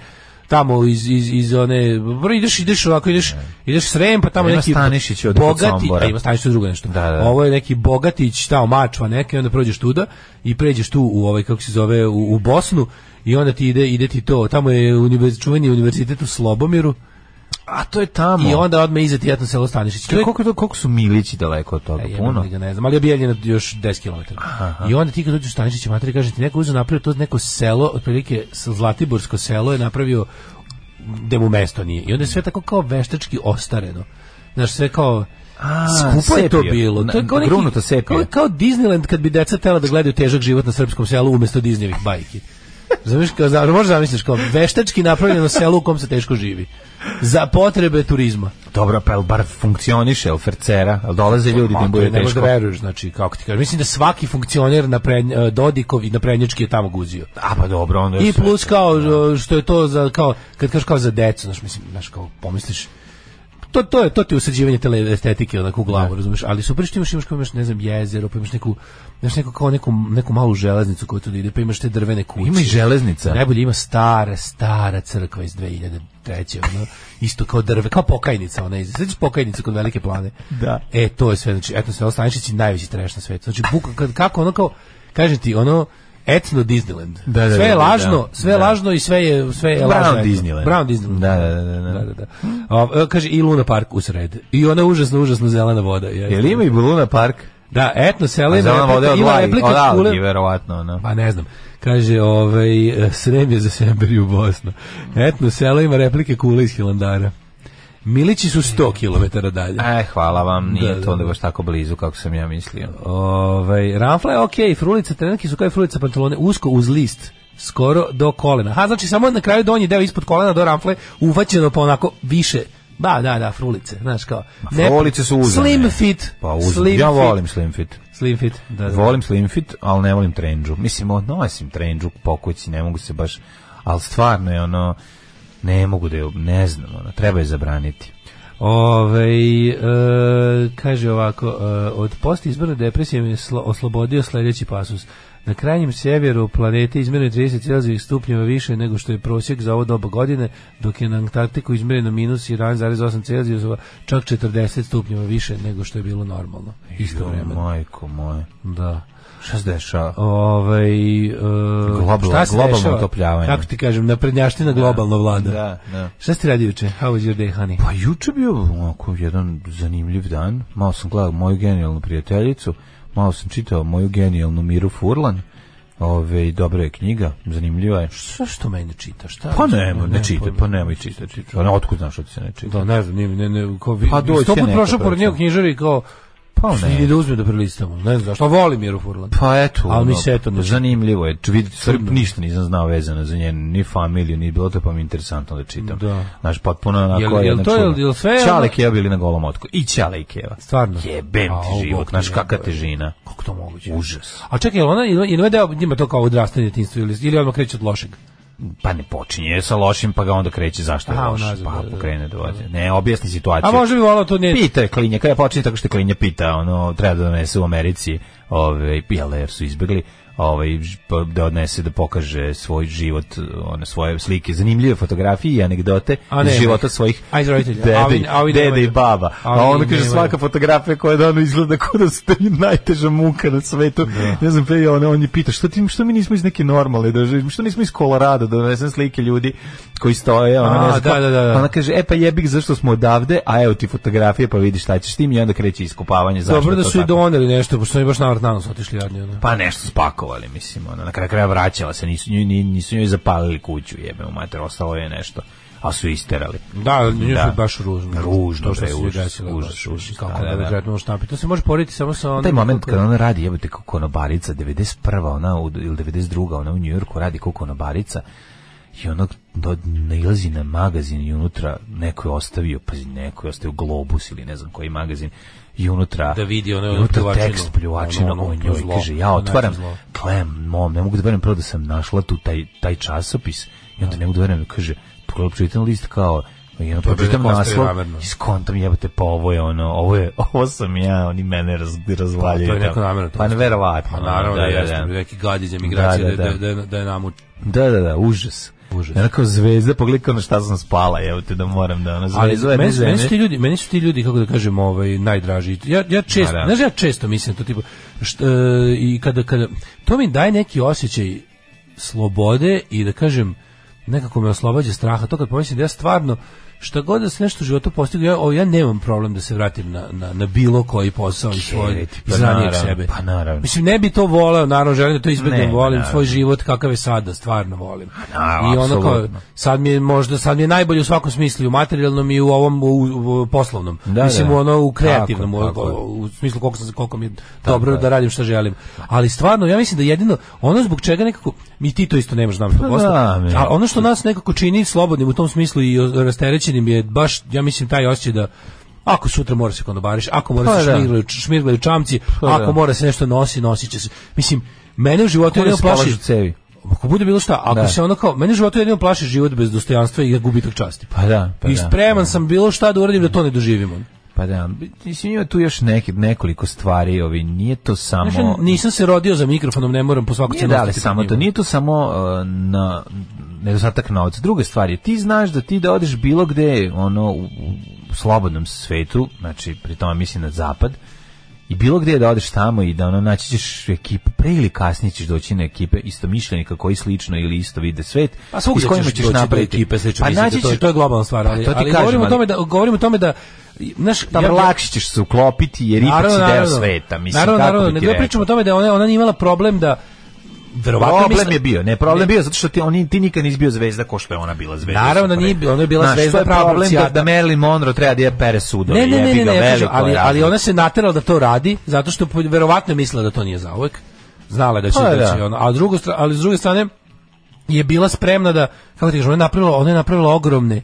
S7: tamo iz, iz, iz one, bro, ideš, ideš ovako, ideš, ideš srem, pa tamo
S6: Ima
S7: neki
S6: Stanišić od
S7: bogati,
S6: Sombora.
S7: a ima Stanišić od drugo nešto.
S6: Da, da.
S7: Ovo je neki bogatić, tamo mačva neka, i onda prođeš tuda i pređeš tu u ovaj, kako se zove, u, u Bosnu, i onda ti ide, ide ti to, tamo je univerz, čuveni univerzitet u Slobomiru,
S6: A to je tamo.
S7: i onda odme iza ti jedno selo Stanišić. To
S6: Čekaj,
S7: je
S6: koliko, je to, koliko su Milići daleko od toga?
S7: E, jebem
S6: Pa Puno.
S7: li ga, ne znam, ali je bijeljeno još 10 km. I onda ti kad dođeš u Stanišića materi, kaže ti neko uzeo napravio to neko selo, otprilike s- Zlatiborsko selo je napravio gde mu mesto nije. I onda je sve tako kao veštački ostareno. Znaš, sve kao
S6: A,
S7: skupo je to
S6: sepio.
S7: bilo. To je
S6: Na-
S7: kao neki,
S6: grunuto sepio.
S7: Kao, kao Disneyland kad bi deca tela da gledaju težak život na srpskom selu umesto Disneyvih bajki. Zamiš kao, za, možeš zamisliš kao veštački napravljeno selo u kom se teško živi. Za potrebe turizma.
S6: Dobro, pa jel bar funkcioniše, jel fercera, jel dolaze ljudi da im
S7: Pa,
S6: bude
S7: ne možeš
S6: teško.
S7: da veruješ, znači, kako ti kažem. Mislim da svaki funkcioner na prednj- eh, Dodikov i na prednjački je tamo guzio.
S6: A pa dobro, onda je
S7: I
S6: sve. Da.
S7: plus kao eh, što je to za kao kad kažeš kao za decu, znaš, mislim, znaš kao pomisliš to, to je to ti je usađivanje tele estetike onako u
S6: Da.
S7: glavu, razumeš? Ali super što imaš imaš kao imaš ne znam jezero, pa imaš neku znaš neku kao neku neku malu železnicu koja tu ide, pa imaš te drvene kuće.
S6: Ima i železnica.
S7: Najbolje ima stara, stara crkva iz 2003. Ono, isto kao drve, kao pokajnica ona iz. Sećaš pokajnice kod Velike plane?
S6: Da.
S7: E, to je sve, znači, etno selo Stanišić je najveći treš na svetu. Znači, buka, kad, kako ono kao, kažem ti, ono, etno Disneyland.
S6: Da, da,
S7: sve je
S6: da, da,
S7: lažno,
S6: da.
S7: sve je lažno i sve je, sve je
S6: Brown
S7: lažno. etno.
S6: Disneyland.
S7: Brown Disneyland.
S6: Da, da, da, da.
S7: da, da, da. A, e, kaže, i Luna Park u sred. I ona užasno, užasno zelena voda. jeste.
S6: Jel ima i Luna Park?
S7: Da, etno selo
S6: Pa
S7: ima
S6: zelena voda
S7: replika,
S6: je od
S7: ima
S6: lagi,
S7: replika
S6: od
S7: Kule-
S6: algi, verovatno. Ona.
S7: pa ne znam. Kaže, ovaj, eh, Srem je za Semberi u Bosnu. Etno selo ima replike kule iz Hilandara. Milići su 100 km dalje.
S6: E, hvala vam, nije
S7: Da, da,
S6: to onda
S7: da.
S6: baš tako blizu kako sam ja mislio.
S7: Ovaj, ramfla je okej, frulica, trenutki su kao i frulica pantalone, usko uz list, skoro do kolena. Ha, znači samo na kraju donji deo ispod kolena do ramfle, uvaćeno pa onako više Da, da, da, frulice, znaš kao. ne-
S6: Frolice su uzane.
S7: Slim fit.
S6: Pa uzem.
S7: Slim
S6: ja
S7: fit.
S6: volim slim fit.
S7: Slim fit, da, da.
S6: Volim slim fit, ali ne volim trendžu. Mislim, odnosim trendžu po kući, ne mogu se baš... Ali stvarno je ono... Ne mogu da je, ne znam, ono, treba je zabraniti.
S7: Ove, e, kaže ovako, e, od postizborne depresije me je slo- oslobodio sledeći pasus. Na krajnjem sjeveru planete izmjereno je 30 celzijevih stupnjeva više nego što je prosjek za ovo doba godine, dok je na Antarktiku izmjereno minus 11,8 celzijeva, čak 40 stupnjeva više nego što je bilo normalno. Isto
S6: Joj,
S7: vremena.
S6: Majko moje.
S7: Da.
S6: Šta se dešava?
S7: Ove,
S6: Global-
S7: šta se
S6: globalno
S7: dešava?
S6: otopljavanje.
S7: Kako ti kažem, naprednjaština globalno vlada.
S6: Da, da.
S7: Šta si radio juče? How was your day, honey?
S6: Pa juče bio onako jedan zanimljiv dan. Malo sam gledao moju genijalnu prijateljicu, malo sam čitao moju genijalnu Miru Furlan. Ove, i dobra je knjiga, zanimljiva je.
S7: Sve što meni čita, šta?
S6: Pa nema, ne
S7: Nemam
S6: čita,
S7: Znači, pojma.
S6: pa nemoj čitati. Ono, otkud znaš da se ne čita?
S7: Da, ne znam, nije, mi- ne, ne, kao vi,
S6: Pa
S7: pa
S6: doći će
S7: sto put
S6: neko
S7: prošao pored
S6: prošao.
S7: njega u knjižari i kao, pa
S6: ne.
S7: ne. Ide da uzme da prelistamo, ne znam zašto, a volim Miru Furlan.
S6: Pa eto,
S7: Ali mi
S6: ono,
S7: se eto znači, ne
S6: zanimljivo je. Ču- vidi, stvari ništa nisam znao vezano za njenu, ni familiju, ni bilo to, pa mi je interesantno da čitam.
S7: Da.
S6: Znaš, potpuno onako
S7: Jel- jel
S6: jedna
S7: to, jel-
S6: čudna.
S7: jel sve,
S6: Čale
S7: ono-
S6: i Keva bili na golom otku. I Čale i Keva.
S7: Stvarno?
S6: Jebem
S7: A, o,
S6: ti život,
S7: Bog
S6: znaš
S7: mi,
S6: kakva
S7: da.
S6: težina.
S7: Kako to moguće?
S6: Užas.
S7: A čekaj, jel ona, ili ima deo, njima to kao odrastanje djetinstvo ili, ili odmah kreće od lošeg?
S6: Pa ne počinje sa lošim, pa ga onda kreće zašto je
S7: Aha,
S6: loš.
S7: unazad,
S6: pa
S7: da, da,
S6: pokrene da vođe. Ne, objasni situaciju.
S7: A možda bi volao to nije...
S6: Pita je klinja, kada počinje tako što je klinja pita, ono, treba da donese u Americi, ovaj, ove, jel, jer su izbjegli, ove, ž- pa da odnese, da pokaže svoj život, one svoje slike, zanimljive fotografije i anegdote
S7: A
S6: iz
S7: ne,
S6: života svojih
S7: A iz roditelja.
S6: dede,
S7: A ovi- a ovi
S6: dede
S7: nemaju.
S6: i baba.
S7: A
S6: A,
S7: ovi
S6: ono kaže
S7: nemaju.
S6: svaka fotografija koja je dano izgleda kao da ste najteža muka na svetu.
S7: Da.
S6: Ne znam, pa i on, on je pita, što, ti, što mi nismo iz neke normalne države, što nismo iz Kolorada, da donesem slike ljudi koji stoje, ono,
S7: A,
S6: ne znam,
S7: da, da, da, da.
S6: ona kaže, e pa jebik, zašto smo odavde, a evo ti fotografije, pa vidi šta ćeš s tim i onda kreće iskopavanje. zašto
S7: Dobro da
S6: to
S7: su i
S6: tako?
S7: doneli nešto, pošto su oni baš navrat na nos otišli jadni. Ono.
S6: Pa nešto spakovali, mislim, ono, na kraju kraja vraćala se, nisu, njoj, ni- nisu njoj zapalili kuću, jebe u mater, ostalo je nešto, a su isterali.
S7: Da, nju
S6: Da.
S7: su baš ružno.
S6: Ružno,
S7: to što
S6: bre,
S7: se
S6: užas,
S7: desilo,
S6: užas,
S7: baš,
S6: užas,
S7: mislim, Kako
S6: da,
S7: da,
S6: da,
S7: da,
S6: da.
S7: To se može porediti samo sa onim...
S6: Taj moment
S7: kako-
S6: kada ona radi, jebote, kao konobarica, 91. ona, u, ili 92. ona u Njujorku radi kao konobarica, i ono do, nailazi na magazin i unutra neko je ostavio, pazi, neko je ostavio Globus ili ne znam koji magazin, i unutra
S7: Da vidi ono-
S6: i
S7: ono
S6: unutra
S7: pljuvačinu.
S6: tekst pljuvačina
S7: Ono- ono
S6: o njoj
S7: zlo,
S6: kaže ja
S7: ono
S6: otvaram
S7: najveće zlo.
S6: klem mom ne mogu da verujem prvo da sam našla tu taj taj časopis i onda ne mogu da verujem kaže pogledaj pročitam list kao i ono
S7: je da
S6: pročitam
S7: pretpostavio
S6: naslov
S7: namerno.
S6: i skontam jebote pa ovo je ono ovo je ovo sam ja oni mene raz, razvaljuju
S7: Pa to je neko
S6: tamo.
S7: namerno to
S6: pa ne verovatno
S7: Pa naravno da,
S6: da,
S7: jeste,
S6: da,
S7: neki gadi iz emigracije
S6: Da, da,
S7: da,
S6: da.
S7: da, da, da je namuč.
S6: da, da, da, užas
S7: Užas.
S6: Ona kao zvezda, pogledaj kao na šta sam spala, evo te da moram da ona
S7: Ali
S6: zvezda jedne
S7: meni, su- meni su ti
S6: zemlje.
S7: ljudi, meni su ti ljudi kako da kažem, ovaj najdraži. Ja ja često,
S6: Ma da.
S7: znaš ja često mislim to tipa šta, e, i kada kada to mi daje neki osjećaj slobode i da kažem nekako me oslobađa straha. To kad pomislim da ja stvarno šta god da se nešto u životu postigu, ja, o, ja nemam problem da se vratim na, na, na bilo koji posao i svoj
S6: Keriti, pa
S7: iz ranijeg
S6: naravno,
S7: sebe.
S6: pa naravno.
S7: Mislim, ne bi to voleo, naravno, želim da to izbjegnem,
S6: Ne, pa
S7: volim
S6: naravno.
S7: svoj život kakav je sada, stvarno volim.
S6: naravno,
S7: I ono kao,
S6: apsolutno.
S7: sad mi je možda sad mi je najbolje u svakom smislu i u materijalnom i u ovom u, u- poslovnom
S6: Da,
S7: mislim
S6: da.
S7: u ono u kreativnom
S6: Tako,
S7: u-
S6: tako je.
S7: u, u smislu koliko sam koliko mi je dobro da radim šta želim ali stvarno ja mislim da jedino ono zbog čega nekako mi ti to isto nemaš znam
S6: Pa
S7: 100%
S6: da, mi.
S7: a ono što nas nekako čini slobodnim u tom smislu i o- rasterećenim je baš ja mislim taj osjećaj da Ako sutra mora se konobariš, ako mora
S6: Pa
S7: se
S6: da.
S7: šmirglaju, šmirglaju čamci,
S6: Pa da.
S7: ako mora se nešto nosi, nosit će se. Mislim, mene u životu
S6: Kako da
S7: jedino
S6: se
S7: plaši...
S6: polažu cevi?
S7: Ako bude bilo šta, ako
S6: Da.
S7: se ono kao, mene u životu jedino plaši život bez dostojanstva i gubitak časti.
S6: Pa da, pa
S7: I
S6: da.
S7: spreman sam bilo šta da uradim da to ne doživimo.
S6: Pa da, mislim ima tu još neke, nekoliko stvari, ovi, nije to samo...
S7: Znaš, ja nisam se rodio za mikrofonom, ne moram po svaku
S6: Nije
S7: cenu.
S6: da, ali
S7: Pa ostati
S6: samo
S7: pred
S6: to,
S7: njim.
S6: nije to samo uh, na nedostatak novca. Druga stvar je, ti znaš da ti da odeš bilo gde, ono, u, u slobodnom svetu, znači, pri tome mislim na zapad, i bilo gde da odeš tamo i da ono, naći ćeš ekipu, pre ili kasnije ćeš doći na ekipe istomišljenika koji slično ili isto vide svet,
S7: Pa svugde
S6: i s kojima
S7: ćeš doći do
S6: napraviti.
S7: ekipe slično
S6: pa
S7: mislite,
S6: naći
S7: to, je-
S6: ćeš-
S7: to je globalna stvar, ali,
S6: Pa to ti
S7: ali
S6: kažem,
S7: govorimo, o
S6: ali-
S7: tome da, govorimo o tome da, i, znaš,
S6: Tamo lakše ćeš se uklopiti jer ipak si deo sveta. Mislim,
S7: naravno,
S6: kako
S7: naravno,
S6: bi ti
S7: nego ja
S6: rekao?
S7: pričam o tome da ona, ona nije imala problem da, verovatno
S6: Problem
S7: misle-
S6: je bio, ne, problem je bio zato što ti oni ti nikad nisi bio zvezda ko što je ona bila zvezda.
S7: Naravno,
S6: Super.
S7: nije bi- ona je bila
S6: Znaš,
S7: zvezda
S6: to je problem da,
S7: pravcijata.
S6: da Marilyn Monroe treba da je pere sudove.
S7: Ne, ne, ne,
S6: jebi
S7: ne,
S6: ga,
S7: ne, ja kažem,
S6: veliko
S7: ali,
S6: je
S7: ali
S6: razlika.
S7: ona se naterala da to radi, zato što po- verovatno je mislila da to nije zauvek. Znala je da će
S6: Pa,
S7: da.
S6: da.
S7: ono, a drugo, stra- ali s druge strane je bila spremna da kako ti kažem, ona je napravila, ona je napravila ogromne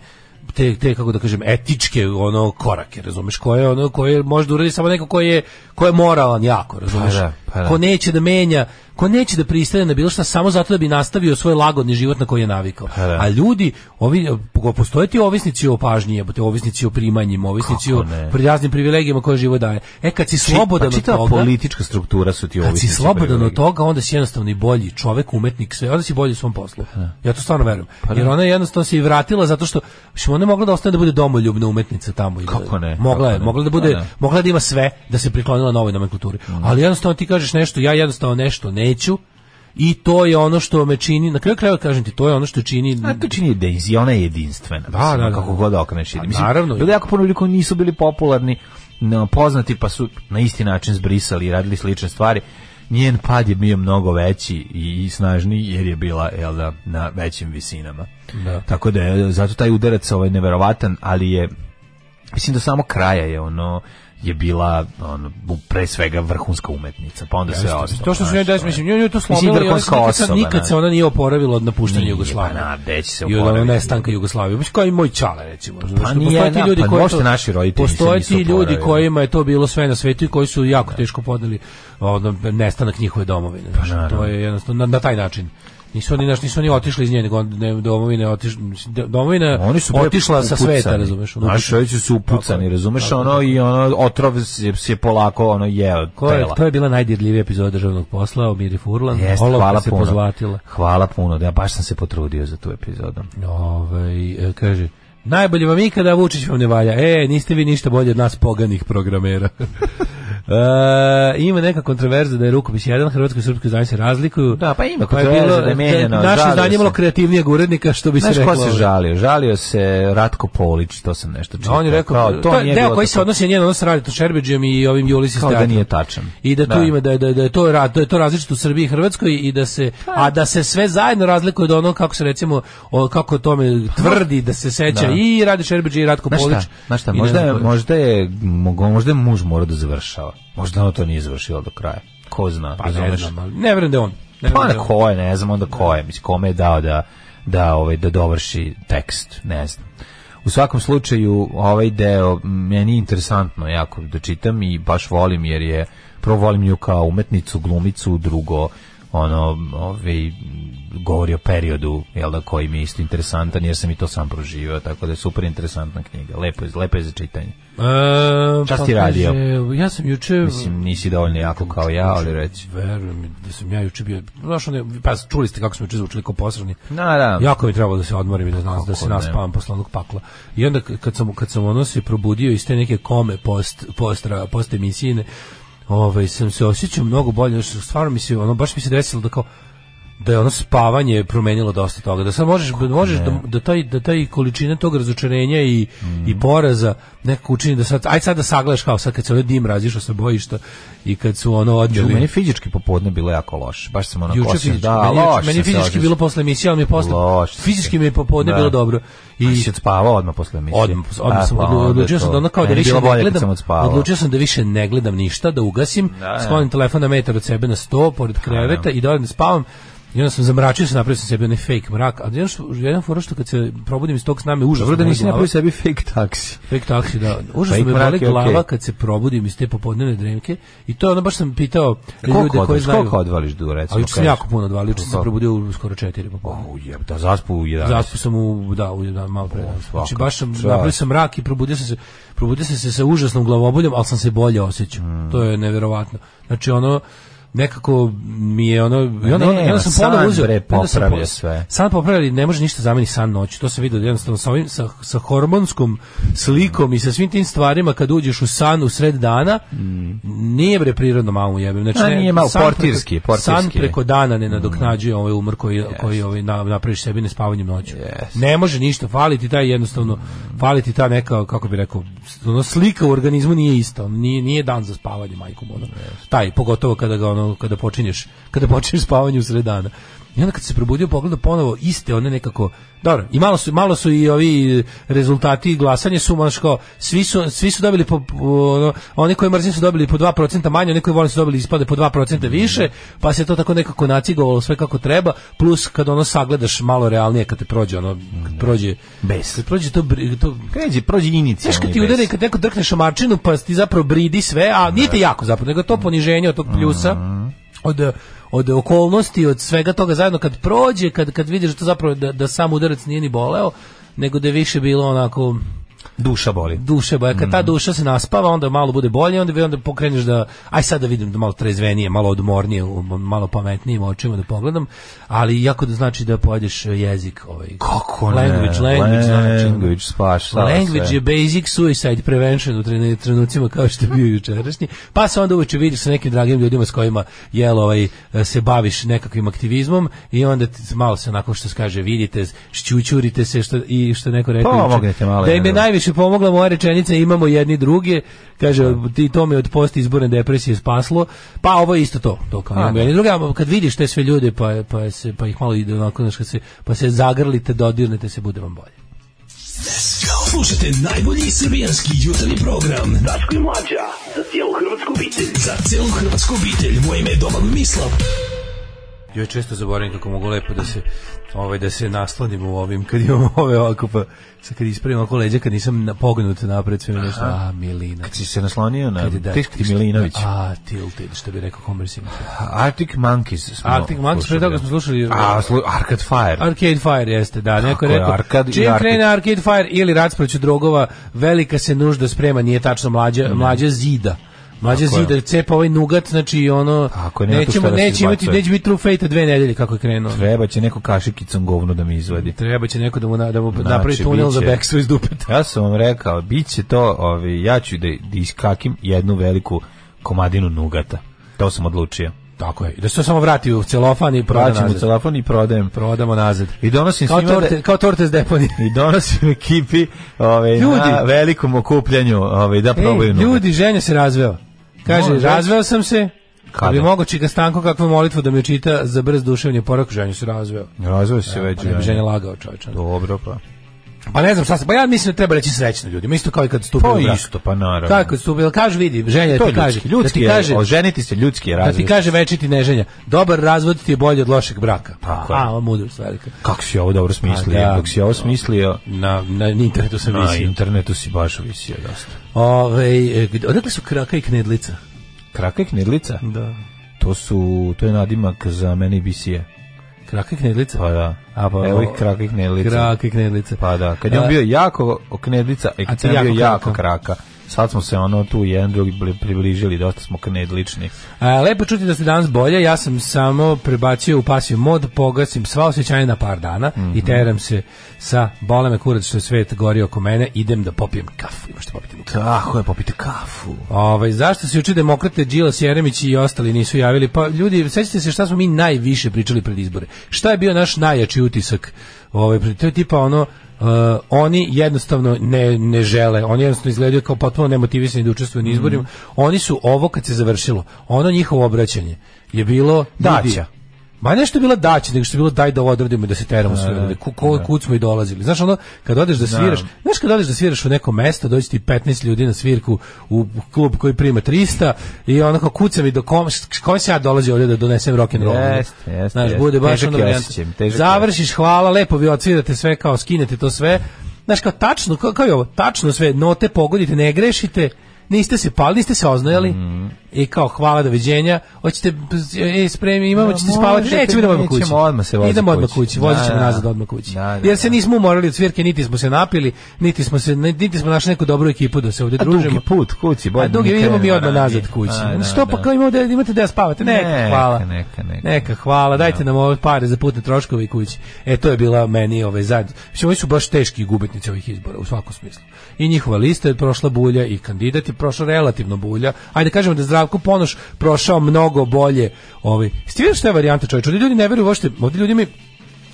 S7: te, te kako da kažem etičke ono korake razumeš koje ono koje može da uradi samo neko ko je ko je moralan jako razumeš
S6: Pa da, pa da.
S7: ko neće da menja ko neće da pristane na bilo šta samo zato da bi nastavio svoj lagodni život na koji je navikao
S6: Pa da.
S7: a ljudi ovi pogo- postoje ti ovisnici o pažnji jebote ovisnici o primanjima ovisnici
S6: Kako
S7: o
S6: Pa ne?
S7: pri raznim privilegijama koje život daje e kad si
S6: Čit-
S7: slobodan
S6: pa
S7: od
S6: čitava
S7: toga
S6: politička struktura su ti ovi.
S7: kad si slobodan od toga, onda si jednostavno i bolji čovek, umetnik, sve, onda si bolji u svom poslu. Ja to stvarno verujem.
S6: Pa
S7: Jer
S6: da.
S7: ona je jednostavno se i vratila zato što što ona je mogla da ostane da bude domoljubna umetnica tamo. i da-
S6: Kako ne,
S7: Mogla je,
S6: kako ne.
S7: mogla da bude,
S6: Pa da.
S7: mogla da ima sve, da se priklonila novoj nomenklaturi. Ali jednostavno ti kažeš nešto, ja jednostavno nešto neću, I to je ono što me čini, na kraju krajeva kažem ti, to je ono što čini...
S6: A to čini da je- ona je jedinstvena. Da,
S7: da, da.
S6: Kako god okreneš.
S7: Pa,
S6: Mislim,
S7: naravno.
S6: Bilo je jako puno ljudi koji nisu bili popularni, no, poznati pa su na isti način zbrisali i radili slične stvari. Njen pad je bio mnogo veći i, i snažniji jer je bila jel da, na većim visinama.
S7: Da.
S6: Tako da je zato taj udarac ovaj neverovatan, ali je mislim do samo kraja je ono je bila ono, pre svega vrhunska umetnica, pa onda sve ostalo.
S7: To što su njoj
S6: znaš,
S7: desilo,
S6: ovaj.
S7: mislim, njoj je to
S6: Mislim,
S7: slomilo i ona se
S6: vrhunska
S7: nikad, se-
S6: osoba,
S7: nikad se
S6: znaš.
S7: ona nije oporavila od napuštanja
S6: Nije,
S7: Jugoslavije.
S6: pa na, gde će
S7: I
S6: se
S7: od ono
S6: oporaviti?
S7: nestanka Jugoslavije. Mislim, kao i moj čale, recimo. Znaš,
S6: Pa
S7: da
S6: nije,
S7: postoje ti
S6: da,
S7: ljudi
S6: pa
S7: koji
S6: možda
S7: to-
S6: naši roditelji se
S7: Postoje
S6: nisu
S7: ti ljudi
S6: oporavili. Da.
S7: kojima je to bilo sve na svetu i koji su jako teško podneli ono, nestanak njihove domovine. Znaš,
S6: Pa naravno.
S7: to je jednostavno na, na taj način. Nisu oni, znaš, nisu oni otišli iz nje, nego ne, domovine, otiš, mislim, domovina
S6: Oni su bre
S7: otišla sa
S6: upucani.
S7: sveta, razumeš? ono,
S6: Naši roditelji su
S7: Tako
S6: upucani,
S7: je.
S6: razumeš, ono i ono otrov se, se polako ono jeo od
S7: To je,
S6: tela.
S7: to je bila najdirljivija epizoda državnog posla o Miri Furlan.
S6: Jeste,
S7: Olovka
S6: hvala
S7: se
S6: puno.
S7: pozlatila.
S6: Hvala puno, da, baš sam se potrudio za tu epizodu.
S7: Ovaj, e, kaže, najbolje vam ikada, a Vučić vam ne valja. E, niste vi ništa bolje od nas poganih programera. E, ima neka kontroverza da je rukopis jedan, hrvatsko i srpsko znanje se razlikuju.
S6: Da, pa ima
S7: Pa je
S6: kontroverza
S7: bilo-
S6: da je menjano,
S7: Naše
S6: žalio
S7: znanje
S6: se.
S7: imalo kreativnijeg urednika, što bi
S6: Znaš
S7: se
S6: ko
S7: reklo. ovaj.
S6: se žalio? Žalio se Ratko Polić, to sam nešto čitao.
S7: A Da, on je rekao,
S6: Kao,
S7: to, je
S6: nije
S7: deo
S6: bilo
S7: koji
S6: tako-
S7: se odnosi na njen odnos sa Raditom Šerbeđem i ovim Julisis
S6: Kao da
S7: teatrom.
S6: nije tačan.
S7: I da tu
S6: Da.
S7: ima da, da, da je to ra- da je to različito u Srbiji i Hrvatskoj i da se a da se sve zajedno razlikuje od onog kako se recimo o, kako tome tvrdi da se seća
S6: Da.
S7: i Radi Šerbeđ i Ratko
S6: Znaš
S7: Polić.
S6: šta, znaš šta,
S7: i ne
S6: možda,
S7: znam
S6: je,
S7: ko-
S6: možda, je, mogo- možda je muž mora da završava. Možda ono to nije završilo do kraja. Ko zna,
S7: pa ne
S6: razumeš?
S7: znam, ali ne verujem da je on. Ne
S6: Pa
S7: verujem da
S6: onda
S7: je on.
S6: ko je, ne znam onda ko je, mislim, kome je dao da, da, ovaj, da dovrši tekst, ne znam. U svakom slučaju, ovaj deo m, meni je interesantno jako da čitam i baš volim jer je, prvo volim nju kao umetnicu, glumicu, drugo ono ovaj govori o periodu jel da koji mi je isto interesantan jer sam i to sam proživio tako da je super interesantna knjiga lepo je lepo je za čitanje
S7: E,
S6: Šta
S7: pa
S6: si radio?
S7: kaže, Ja sam juče...
S6: mislim nisi dovoljno jako kao ja ali reći
S7: Verujem mi da sam ja juče bio... Znaš, one, pa čuli ste kako smo juče zvučili kao posrani.
S6: da da
S7: Jako mi je trebalo da se odmorim i da znam da se
S6: ne?
S7: naspavam posle onog pakla. I onda k- kad sam, kad sam ono se probudio iz te neke kome post, postra, post emisijine, ovaj, sam se osjećao mnogo bolje. Znaš, stvarno mi se, ono, baš mi se desilo da kao da je ono spavanje promenilo dosta toga da sad možeš da možeš da, da taj da taj količina tog razočarenja i
S6: Mm.
S7: i poraza nekako učini da sad aj sad da sagledaš kao sad kad se ovaj dim razišao sa bojišta i kad su ono
S6: Ju,
S7: odjeli
S6: meni je fizički popodne bilo jako loše baš sam ono
S7: Juče
S6: osjećao-
S7: fizički,
S6: da,
S7: meni, je-
S6: loše
S7: meni je
S6: sam se
S7: fizički
S6: osjećao.
S7: bilo posle emisije, ali mi je posle,
S6: Loše sam
S7: fizički
S6: se-
S7: mi je popodne
S6: Da.
S7: bilo dobro.
S6: i
S7: I
S6: se odspavao odmah posle emisije.
S7: odmah, odmah sam
S6: E, pa
S7: odlu-
S6: onda
S7: odlučio
S6: to.
S7: sam da ono kao da
S6: Meni je
S7: više
S6: bilo
S7: ne
S6: bolje kad sam
S7: gledam,
S6: odspavao.
S7: odlučio sam da više ne gledam ništa, da ugasim,
S6: Da, Pa,
S7: sklonim telefon na metar od sebe na sto, pored kreveta i da odem da spavam. I onda sam zamračio se, napravio sam sebi onaj fake mrak, a jedan, što- jedan fora što kad se probudim iz tog sna me užasno
S6: Dobro da
S7: boli
S6: nisi
S7: glava.
S6: napravio sebi fake taksi.
S7: Fake taksi, da. Užasno
S6: Fake
S7: me
S6: mrak
S7: boli
S6: je okej.
S7: glava kad se probudim iz te popodnevne dremke i to je ono baš sam pitao ljude
S6: Koliko
S7: koji
S6: odvališ,
S7: znaju.
S6: koliko odvališ du, recimo?
S7: Ali juče sam
S6: kažeš?
S7: jako puno odvalio, juče sam se
S6: Dobro.
S7: probudio u skoro 4 popodne.
S6: O, jeb, da zaspu u 11.
S7: Zaspao sam u da, u jedan malo pre. Znači
S6: svaka
S7: baš sam
S6: čast.
S7: napravio sam mrak i probudio sam se probudio sam se sa užasnom glavoboljom, ali sam se bolje osjećao.
S6: Mm.
S7: To je neverovatno. Znači ono nekako mi je ono i onda,
S6: nema,
S7: onda, onda sam
S6: san,
S7: ponovo uzeo
S6: bre,
S7: i onda sam po-
S6: popravlja sve.
S7: san popravlja ali ne može ništa zameniti san noću to se vidi jednostavno sa ovim sa, sa hormonskom slikom i sa svim tim stvarima kad uđeš u san u sred dana nije bre prirodno malo ujebem znači
S6: A
S7: ne,
S6: Mm. nije malo,
S7: san preko-
S6: portirski, portirski
S7: san
S6: je.
S7: preko dana ne nadoknađuje ovaj umor koji koji ovaj na, napraviš sebi ne spavanjem noću
S6: Yes.
S7: ne može ništa faliti taj jednostavno faliti ta neka kako bi rekao s- ono slika u organizmu nije ista ono, nije nije dan za spavanje majkom ono taj pogotovo kada ga ono kada počinješ kada počinješ spavanje u sred dana I onda kad se probudio pogledao ponovo iste one nekako dobro i malo su malo su i ovi rezultati glasanje su baš kao svi su svi su dobili po, po- ono, oni koji mrzim su dobili po 2% manje oni koji vole su dobili ispade po 2% više pa se to tako nekako nacigovalo sve kako treba plus kad ono sagledaš malo realnije kad te prođe ono kad prođe
S6: Bes.
S7: kad prođe to bri- to
S6: Kređi, prođi inicijalni
S7: Znaš kad ti udari, kad neko drkne šamarčinu, pa ti zapravo bridi sve, a nije
S6: Da.
S7: te jako zapravo, nego to poniženje od tog pljusa,
S6: Mhm.
S7: od, od okolnosti, od svega toga zajedno, kad prođe, kad, kad vidiš da to zapravo da, da sam udarac nije ni boleo, nego da je više bilo onako
S6: Duša boli.
S7: duše boja. Kad
S6: Mhm.
S7: ta duša se naspava, onda malo bude bolje, onda, onda pokreneš da, aj sad da vidim da malo trezvenije, malo odmornije, u- malo pametnijim očima da pogledam, ali jako da znači da pojedeš jezik. Ovaj.
S6: Kako ne?
S7: Language, language, znači.
S6: Language, spaš, šta
S7: Language je basic suicide prevention u trenu- trenucima kao što je bio jučerašnji. Pa se onda uveče vidiš sa nekim dragim ljudima s kojima jel, ovaj, se baviš nekakvim aktivizmom i onda ti, malo se onako što se kaže vidite, šćućurite se što, i što je neko rekao. juče,
S6: Pomognete malo
S7: Da im
S6: jedno
S7: je
S6: drugo.
S7: najviše pomogla moja rečenica imamo jedni druge. Kaže,
S6: Da.
S7: ti to me od post izborne depresije spaslo. Pa ovo je isto to. To kao imamo
S6: da.
S7: jedni druge. A kad vidiš te sve ljude pa, pa, se, pa ih malo ide onako, znaš, kad se, pa se zagrlite, dodirnete se, bude vam bolje.
S2: Slušajte najbolji srbijanski jutarnji program Daško i Mlađa za cijelu hrvatsku obitelj. Za cijelu hrvatsku obitelj. Moje ime je Domagoj Mislav.
S7: Ja često zaboravim kako mogu lepo da se ovaj da se naslonim u ovim kad imam ove ovako pa sa kad ispravim oko leđa kad nisam na- pognut napred sve mi nešto a Milina
S6: Si se naslonio na
S7: Kad je da-
S6: Tiški Milinović. Pa,
S7: a Tilted što bi rekao Homer Simpson
S6: Arctic Monkeys smo
S7: Arctic Monkeys, pre
S6: slušali. da.
S7: toga smo slušali-
S6: A, slu, Arcade Fire.
S7: Arcade Fire jeste, da, neko je
S6: je,
S7: rekao.
S6: Arcade i
S7: čim
S6: Arcade.
S7: krene Arcade Fire ili rat protiv drogova, velika se nužda sprema, nije tačno mlađa, mlađa zida. Mlađa
S6: Tako je.
S7: zida, cepa ovaj nugat, znači ono,
S6: Tako je, nema tu
S7: nećemo,
S6: šta da se
S7: neće, imati,
S6: izbacuje.
S7: neće biti True Fate dve nedelje kako je krenuo.
S6: Treba će neko kašikicom govno da mi izvadi.
S7: Treba će neko da mu, na- da mu napravi
S6: Znači,
S7: tunel za
S6: biće-
S7: bekstvo iz dupeta.
S6: Ja sam vam rekao, bit će to, ovaj, ja ću da, da iskakim jednu veliku komadinu nugata. To sam odlučio.
S7: Tako je. I Da se to samo vrati u celofan i proda
S6: Vraćam u
S7: nazad.
S6: telefon i prodajem.
S7: Prodamo nazad.
S6: I donosim
S7: Kao
S6: svima
S7: torte,
S6: da-
S7: kao torte s deponije.
S6: i donosim ekipi ovaj, na
S7: Ljudi!
S6: velikom okupljanju ovaj, da
S7: Ej,
S6: probaju nugat.
S7: ljudi, ženja se razveo. Kaže,
S6: Može.
S7: razveo sam se,
S6: Kada?
S7: Kada? bi mogo čika stanko kakvu molitvu da mi čita za brz duševni porak, ženju se razveo.
S6: Razvoj se već.
S7: Pa ne bi
S6: ja.
S7: ženja lagao čovječan.
S6: Dobro, pa.
S7: Pa ne znam šta se, pa ja mislim da treba reći srećno ljudima, isto kao i kad stupi
S6: Pa
S7: u brak.
S6: isto, pa naravno.
S7: Tako, stupi, jel kaže, vidi, ženja
S6: To
S7: ti
S6: je
S7: kaže,
S6: ljudski. Ljudski
S7: da ti
S6: je,
S7: kaže,
S6: oženiti se ljudski je
S7: da
S6: razvoj.
S7: ti kaže večiti neženja, dobar razvod ti je bolji od lošeg braka.
S6: Tako je.
S7: A, ova mudrost velika.
S6: Kako si ovo dobro smislio?
S7: A, da.
S6: Dok si ovo smislio,
S7: Na, na, na internetu sam
S6: na
S7: visio.
S6: internetu si baš visio dosta.
S7: e, Ove, odakle su kraka i knedlica?
S6: Kraka i knedlica?
S7: Da.
S6: To su, to je nadimak za mene BC-a.
S7: Kraka i knedlica?
S6: Pa da.
S7: A, pa,
S6: Evo ih kraka i knedlica.
S7: Kraka i knedlica.
S6: Pa da, kad je on
S7: A,
S6: bio jako knedlica, e,
S7: a
S6: kad
S7: ti
S6: sam bio
S7: jako
S6: jako
S7: kraka.
S6: kraka. Sad smo se ono tu jedan drugi bli- približili, dosta smo knedlični.
S7: A, lepo čuti da ste danas bolje, ja sam samo prebacio u pasiv mod, pogasim sva osjećanja na par dana
S6: Mhm.
S7: i teram se sa boleme kurac što je svet gori oko mene, idem da popijem kafu. Imaš da popiti mu kafu.
S6: Tako je, popite kafu.
S7: Ovaj, zašto se juče demokrate Đilas, Jeremić i ostali nisu javili? Pa ljudi, sećate se šta smo mi najviše pričali pred izbore. Šta je bio naš najjači utisak? Ovaj, pred- to je tipa ono, uh, oni jednostavno ne, ne žele, oni jednostavno izgledaju kao potpuno nemotivisani da učestvuju na izborima. Oni su ovo kad se završilo, ono njihovo obraćanje je bilo
S6: Daća.
S7: ljudi, Ma nešto je bila daća, nego što je bilo daj da ovo odradimo i da se teramo sve ovde. Ku, ko,
S6: da.
S7: kud smo i dolazili. Znaš ono, kad odeš da sviraš, znaš kad odeš da sviraš u neko mesto, dođe ti 15 ljudi na svirku u klub koji prima 300 i onako kucam i do kom, s kom se ja dolazi ovdje da donesem rock and roll.
S6: Jeste, jeste,
S7: Znaš,
S6: jeste.
S7: bude baš
S6: Težak
S7: ono
S6: je
S7: varijanta.
S6: osjećaj, težak je
S7: Završiš, hvala, lepo vi odsvirate sve kao skinete to sve. Znaš kao tačno, kao, kao i ovo, tačno sve, note pogodite, ne grešite, niste se pali, niste se oznojali.
S6: Mhm.
S7: I kao hvala doviđenja. Hoćete e, spremi, imamo,
S6: Da,
S7: hoćete spavati,
S6: možete,
S7: nećemo idemo odmah kući.
S6: nećemo, odmah se voziti
S7: Idemo odmah
S6: kući.
S7: kući, vozit ćemo
S6: Da, da.
S7: nazad odmah kući.
S6: Da, da,
S7: Jer se
S6: da.
S7: nismo umorali od svirke, niti smo se napili, niti smo se niti smo našli neku dobru ekipu da se ovdje
S6: A
S7: družimo.
S6: dugi put kući, bolje
S7: A dugi
S6: da ne
S7: idemo mi
S6: krenemo
S7: odmah
S6: ranije.
S7: nazad kući.
S6: A, da,
S7: Što
S6: da.
S7: pa kao imamo da imate da spavate?
S6: Neka,
S7: Neka, hvala.
S6: neka, neka. Da.
S7: Neka, hvala. Dajte nam ove pare za putne troškove i kući. E to je bila meni ovaj zad. Mislim oni su baš teški gubitnici ovih izbora u svakom smislu. I njihova lista je prošla bulja i kandidat je prošao relativno bulja. Ajde kažemo da je Zdravko Ponoš prošao mnogo bolje. Ovaj Ste vidjeli šta je varijanta čoveče? Ovdje ljudi ne veruju uopšte. Ovdje ljudi mi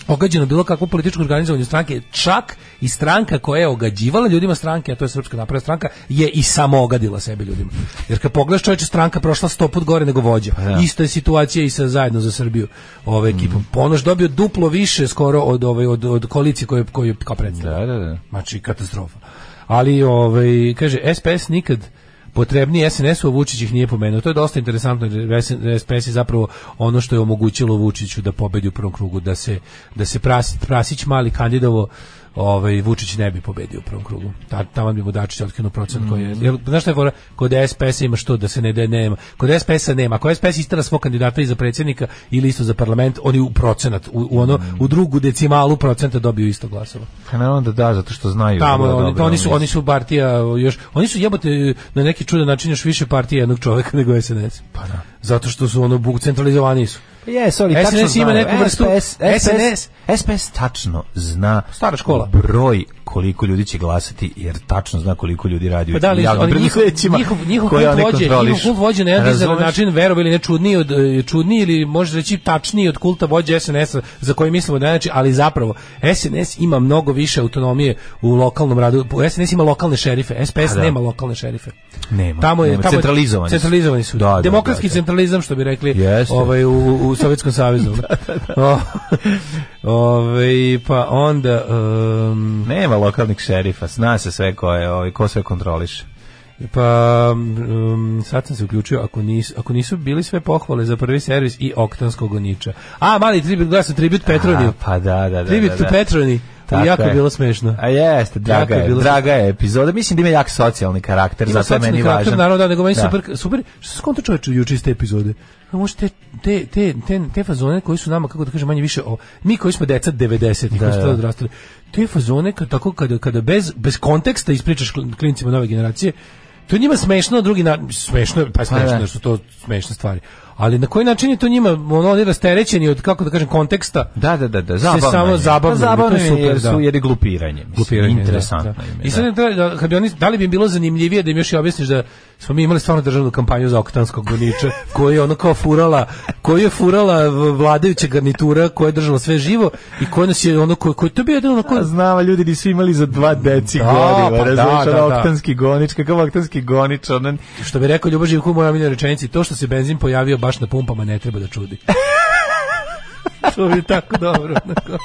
S7: ogađeno bilo kakvo političko organizovanje stranke, čak i stranka koja je ogađivala ljudima stranke, a to je Srpska napredna stranka, je i samo ogadila sebe ljudima. Jer kad pogledaš čovječe, stranka prošla sto put gore nego vođa. Ista je situacija i sa zajedno za Srbiju ove ekipom. Ponoš dobio duplo više skoro od, ove, od, od koalicije koju, koju kao predstavlja.
S6: Da, da, da.
S7: Znači, katastrofa. Ali, ovaj, kaže, SPS nikad potrebni SNS-u, a Vučić ih nije pomenuo. To je dosta interesantno, jer SPS je zapravo ono što je omogućilo Vučiću da pobedi u prvom krugu, da se, da se Prasić, Prasić mali kandidovo ovaj, Vučić ne bi pobedio u prvom krugu. Ta, tamo bi mu Dačić otkrenuo procent koji je... Jer, znaš šta je fora? Kod SPS-a imaš to da se ne da nema. Kod SPS-a nema. Ako SPS istara svog kandidata i za predsjednika ili isto za parlament, oni u procenat, u, u ono, u drugu decimalu procenta dobiju isto glasova
S6: Pa naravno da da, zato što znaju.
S7: tamo
S6: vrlo
S7: oni,
S6: dobro,
S7: oni su
S6: mislim.
S7: oni su partija još oni su jebote na neki čudan način još više partija jednog čovjeka nego SNS. Pa da. Zato što su ono buk centralizovani su.
S6: Pa Jes, ali
S7: SNS
S6: tačno
S7: ima
S6: znaju.
S7: neku vrstu-
S6: SPS,
S7: SNS.
S6: SPS tačno zna
S7: Stara škola.
S6: broj koliko ljudi će glasati, jer tačno zna koliko ljudi radi
S7: Pa da
S6: u
S7: li
S6: javnim
S7: oni njihov
S6: preduzećima
S7: njihov njihov
S6: koje
S7: kult
S6: oni
S7: vođe, njihov
S6: kontrolišu.
S7: kult vođe na jedan dizaran
S6: Razumeš?
S7: način verovali ili ne čudniji od e, čudniji ili može reći tačniji od kulta vođe SNS-a za koji mislimo da je najjači, ali zapravo SNS ima mnogo više autonomije u lokalnom radu. SNS ima lokalne šerife, SPS
S6: Pa da.
S7: nema lokalne šerife.
S6: Nema.
S7: Tamo je
S6: nema.
S7: tamo je-
S6: centralizovani. su.
S7: Centralizovani su.
S6: Da, da,
S7: Demokratski
S6: da, da.
S7: centralizam što bi rekli
S6: Jeste. Da,
S7: ovaj u, u- u Sovjetskom savezu. O, ovaj pa onda em,
S6: Nema lokalnih šerifa, zna se sve ko je, ovaj, ko sve kontroliše.
S7: pa em, sad sam se uključio ako nisu, ako nisu bili sve pohvale za prvi servis i Oktanskog goniča. A mali tribut glasa tribut Petroniju.
S6: A, Pa da, da, da.
S7: tribut
S6: da, da.
S7: Petroni.
S6: Tako
S7: jako je
S6: je.
S7: bilo smešno.
S6: A
S7: Jako
S6: jeste, draga
S7: je
S6: je,
S7: bilo-
S6: draga je epizoda. Mislim da ima jak socijalni karakter,
S7: Ima
S6: zato je
S7: socijalni
S6: meni
S7: karakter,
S6: važan.
S7: Naravno da, nego meni super, super, što se skonto čoveče juče iz te epizode? A možda te, te, te, te, te fazone koji su nama, kako da kažem, manje više, o, mi koji smo deca 90-ih,
S6: Da,
S7: koji smo tada odrastali, te fazone, kad, tako kada, kada bez, bez konteksta ispričaš klin- klincima nove generacije, to je njima smešno, a drugi na, smešno, je, pa je smešno,
S6: da.
S7: jer su to smešne stvari. Ali na koji način je to njima, ono, oni rasterećeni od, kako da kažem, konteksta,
S6: Da, da, da, da,
S7: Se
S6: zabavno.
S7: samo
S6: je.
S7: zabavno
S6: Pa
S7: im je,
S6: zabavno
S7: to je
S6: im je
S7: super,
S6: jer su
S7: da.
S6: jer je glupiranje, mislim,
S7: glupiranje.
S6: interesantno
S7: da, da.
S6: im je,
S7: I
S6: da.
S7: sad, da, da, kad bi oni, da li bi im bilo zanimljivije da im još i objasniš da smo mi imali stvarno državnu kampanju za oktanskog goniča, koji je ono kao furala, koji je furala v- vladajuća garnitura, koja je držala sve živo i koja nas je ono, koji, koji to bi jedan ono
S6: Pa
S7: ko...
S6: znava, ljudi nisu imali za dva deci
S7: Da,
S6: goriva,
S7: pa da,
S6: razumiješ,
S7: da,
S6: ono
S7: da.
S6: oktanski gonič, kakav oktanski gonič, ono,
S7: Što bi rekao Ljubo Živko u mojoj omiljenoj rečenici, to što se benzin pojavio baš na pumpama ne treba da čudi. to bi tako dobro. onako.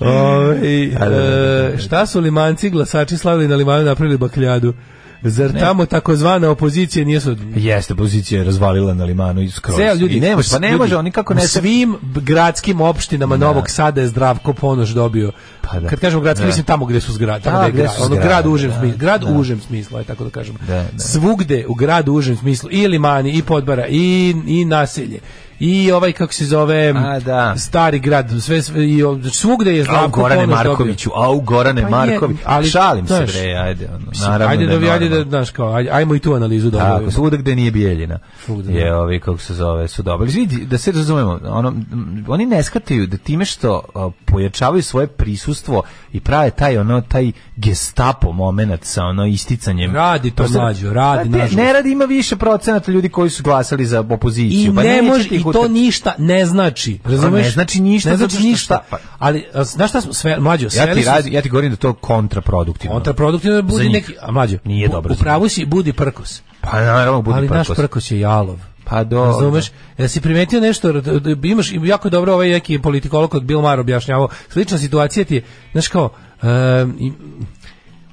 S7: Ovaj,
S6: da, da, da, da.
S7: e, šta su limanci glasači slavili na limanu napravili bakljadu? Zar
S6: Ne.
S7: tamo takozvana opozicija nije su...
S6: Jeste, pozicija je razvalila na limanu i skroz.
S7: Ceo ljudi,
S6: I ne može, pa ne
S7: ljudi,
S6: može, on nikako ne
S7: u
S6: sve...
S7: svim b- gradskim opštinama Novog Sada je Zdravko Ponoš dobio.
S6: Pa da.
S7: Kad kažemo gradski,
S6: Da.
S7: mislim tamo gde su zgrade, tamo
S6: Da,
S7: da, gde je
S6: gde
S7: grad,
S6: su
S7: ono
S6: zgrade,
S7: grad u užem
S6: da,
S7: smislu, grad
S6: da.
S7: u užem smislu, aj tako da kažemo.
S6: Da, da.
S7: Svugde u gradu u užem smislu i Limani i Podbara i i naselje. I ovaj kako se zove
S6: A, da.
S7: stari grad, sve, sve i o- svugde je
S6: Au
S7: Zdravko
S6: Gorane
S7: Ponoš dobio.
S6: Markoviću, au Gorane
S7: Pa je,
S6: Marković.
S7: ali,
S6: Šalim se
S7: znaš,
S6: bre, ajde. Ono,
S7: Mislim,
S6: naravno
S7: ajde
S6: da,
S7: da,
S6: je
S7: vi- ajde da,
S6: normalno.
S7: znaš kao, ajde, ajmo i tu analizu da
S6: Tako,
S7: obavimo.
S6: svuda gde nije bijeljina.
S7: Svugde,
S6: je
S7: da.
S6: ovi kako se zove, su dobili. Vidi, da se razumemo, ono, m, oni ne skataju da time što a, pojačavaju svoje prisustvo i prave taj ono taj gestapo momenat sa ono isticanjem.
S7: Radi to,
S6: Prosto-
S7: mlađo, radi,
S6: Pa te-
S7: nažalost.
S6: Ne radi, ima više procenata ljudi koji su glasali za
S7: I
S6: opoziciju. pa
S7: ne
S6: neće
S7: može
S6: ti
S7: i
S6: ih
S7: to
S6: utrpati.
S7: ništa ne znači. Razumeš?
S6: ne znači ništa,
S7: Ne
S6: zato
S7: znači
S6: što
S7: ništa.
S6: šta- pa-
S7: Ali a, znaš šta smo sve mlađo, sve
S6: Ja ti, radi, ja ti govorim da to je kontraproduktivno.
S7: kontraproduktivno je
S6: Za
S7: budi
S6: njih.
S7: neki a mlađo.
S6: Nije
S7: bu-
S6: dobro
S7: U
S6: za
S7: pravu si, budi prkos.
S6: Pa naravno, budi
S7: ali naš
S6: prkos.
S7: prkos je jalov.
S6: Pa do...
S7: Razumeš? Ja si primetio nešto, da- da- da imaš jako dobro ovaj neki politikolog od Bill Maher objašnjavao. Slična situacija ti je, znaš kao, em, i-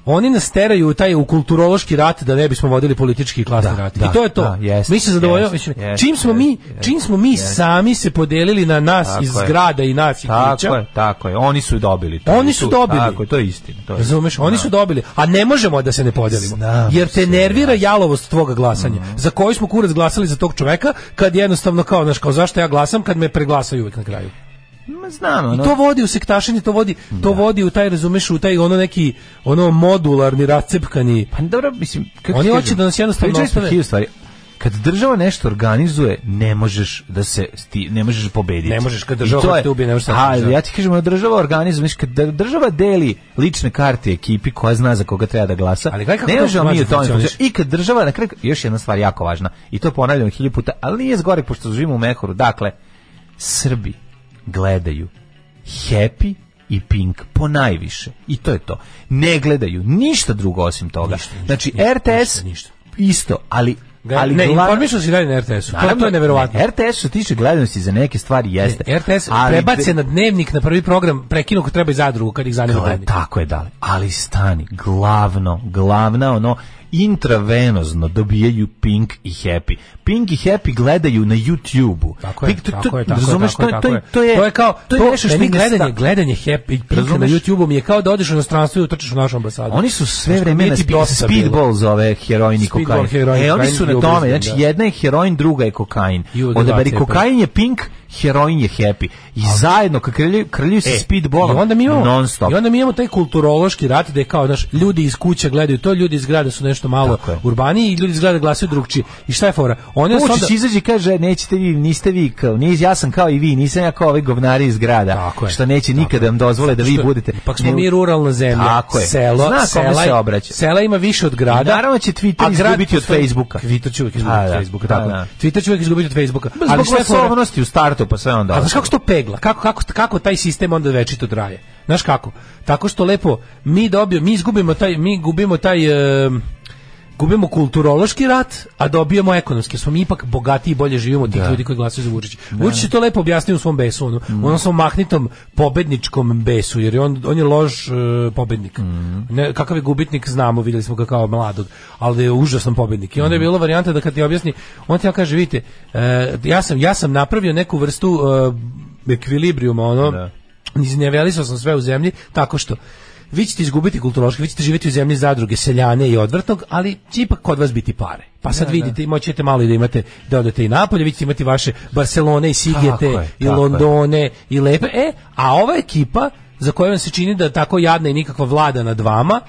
S7: oni nas teraju u taj u kulturološki rat da ne bismo vodili politički i klasni
S6: Da,
S7: rat.
S6: da,
S7: I to je to.
S6: da, jest,
S7: mi se zadovoljavamo,
S6: jest,
S7: mislim,
S6: jest,
S7: čim smo
S6: jest,
S7: mi,
S6: jest,
S7: čim smo mi
S6: jest.
S7: sami se podelili na nas
S6: Tako
S7: iz
S6: je.
S7: grada i nas i kuća.
S6: Tako je, tako je. Oni su dobili. to.
S7: Oni su dobili.
S6: Tako je, to je istina. To je
S7: Razumeš, oni su dobili, a ne možemo da se ne podelimo.
S6: Pa, da. Znam Mhm.
S7: jer te nervira jalovost tvoga glasanja. Za koji smo kurac glasali za tog čoveka, kad jednostavno kao, znaš, kao zašto ja glasam kad me preglasaju uvek na kraju.
S6: Ma znam,
S7: I
S6: ono. Da.
S7: to vodi u sektašenje, to vodi, to vodi u taj, razumeš, u taj ono neki ono modularni racepkani.
S6: Pa dobro, mislim, kako
S7: Oni
S6: ti
S7: hoće
S6: kažem,
S7: da nas jednostavno
S6: pričali smo
S7: ostave-
S6: hiljadu stvari. Kad država nešto organizuje, ne možeš da se sti, ne možeš pobediti.
S7: Ne možeš, kad država
S6: I to
S7: hoće
S6: je-
S7: te ubije, ne možeš sam
S6: A,
S7: država.
S6: ja ti kažem, ono, država organizuje, znači kad država deli lične karte ekipi koja zna za koga treba da glasa.
S7: Ali gledaj kako
S6: ne
S7: to
S6: možemo mi
S7: mlađe
S6: u tome
S7: funkcioniše.
S6: funkcioniš. I kad država na kraju još jedna stvar jako važna i to ponavljam hiljadu puta, ali nije zgore pošto živimo u Mehoru. Dakle, Srbi gledaju Happy i Pink po najviše. I to je to. Ne gledaju ništa drugo osim toga. znači RTS
S7: ništa.
S6: isto, ali
S7: Ga-
S6: ali
S7: ne,
S6: glavna-
S7: informišu se i dalje na RTS-u. To,
S6: Naravno,
S7: to je neverovatno.
S6: ne, RTS što se tiče gledanosti za neke stvari jeste.
S7: RTS
S6: ali-
S7: prebace na dnevnik, na prvi program, prekinu ko treba i zadrugu kad ih zanima
S6: To je,
S7: dnevnik.
S6: tako je dali. Ali stani, glavno, glavna ono intravenozno dobijaju Pink i Happy. Pink i Happy gledaju na YouTube-u.
S7: Tako je,
S6: Pink- to- to-
S7: tako je, tako je,
S6: razumeš,
S7: tako je,
S6: to,
S7: tako
S6: je, to je,
S7: to je kao, to,
S6: je nešto što
S7: meni
S6: ide
S7: gledanje,
S6: sta-
S7: gledanje happy pinka na
S6: Razumeš?
S7: YouTube-u mi je kao da odeš u inostranstvo i utrčeš u našu ambasadu.
S6: Oni su sve
S7: Pa Znaš,
S6: vreme
S7: nije
S6: na
S7: ti
S6: spi-
S7: dosta bilo.
S6: speedball zove heroin i
S7: Speedball,
S6: kokain.
S7: heroin,
S6: e, oni
S7: kokain
S6: su
S7: i
S6: na tome,
S7: obrisni,
S6: znači
S7: da.
S6: jedna je heroin, druga je kokain.
S7: I udarac
S6: Odaberi
S7: je
S6: kokain je pink, heroin je happy. I zajedno kad krljaju, krljaju se
S7: E,
S6: speedballom
S7: I onda mi imamo,
S6: non stop.
S7: I onda mi imamo taj kulturološki rat da je kao, znaš, ljudi iz kuće gledaju to, ljudi iz grada su nešto malo
S6: Tako je.
S7: urbaniji i ljudi iz grada glasaju drugčije. I šta je fora? Oni nas onda-
S6: Vučić izađe i kaže "E, nećete vi, niste vi kao, nis, ja sam kao i vi, nisam ja kao ovi govnari iz grada,
S7: Tako je.
S6: što neće nikada vam dozvole da vi
S7: Što-
S6: budete.
S7: Ipak smo
S6: Nego-
S7: mi ruralna zemlja.
S6: Tako je.
S7: Selo,
S6: Zna kome
S7: sela,
S6: se obraća.
S7: Sela ima više od grada.
S6: I naravno će Twitter
S7: a grad
S6: izgubiti od
S7: postoji-
S6: Facebooka.
S7: Twitter će uvijek izgubiti
S6: A,
S7: od
S6: da.
S7: Facebooka.
S6: Da,
S7: Tako.
S6: da.
S7: Twitter će uvijek izgubiti od Facebooka. Ali
S6: Zbog
S7: šta je fora?
S6: masovnosti u startu, pa sve onda.
S7: A znaš kako se to pegla? Kako, kako, kako taj sistem onda večito traje? Znaš kako? Tako što lepo mi dobio, mi izgubimo taj, mi gubimo taj em, gubimo kulturološki rat, a dobijemo ekonomski. Smo mi ipak bogatiji i bolje živimo od tih ljudi koji glasaju za Vučića. Vučić je to lepo objasnio u svom besu, ono, u onom svom mahnitom pobedničkom besu, jer je on, on je lož e, pobednik. Ne, kakav je gubitnik znamo, vidjeli smo ga kao mladog, ali je užasan pobednik. I onda je bilo varijanta da kad ti objasni, on ti ja kaže, vidite, e, ja, sam, ja sam napravio neku vrstu e, ekvilibrijuma, ono,
S6: Da.
S7: iznevelisao sam sve u zemlji tako što vi ćete izgubiti kulturološki, vi ćete živjeti u zemlji zadruge, seljane i odvrtnog, ali će ipak kod vas biti pare. Pa sad vidite, moći ćete malo i da imate, da odete i napolje, vi ćete imati vaše Barcelone i Sigete
S6: Tako je,
S7: i
S6: tako je.
S7: Londone i Lepe. E, a ova ekipa za koju vam se čini da je tako jadna i nikakva vlada nad vama,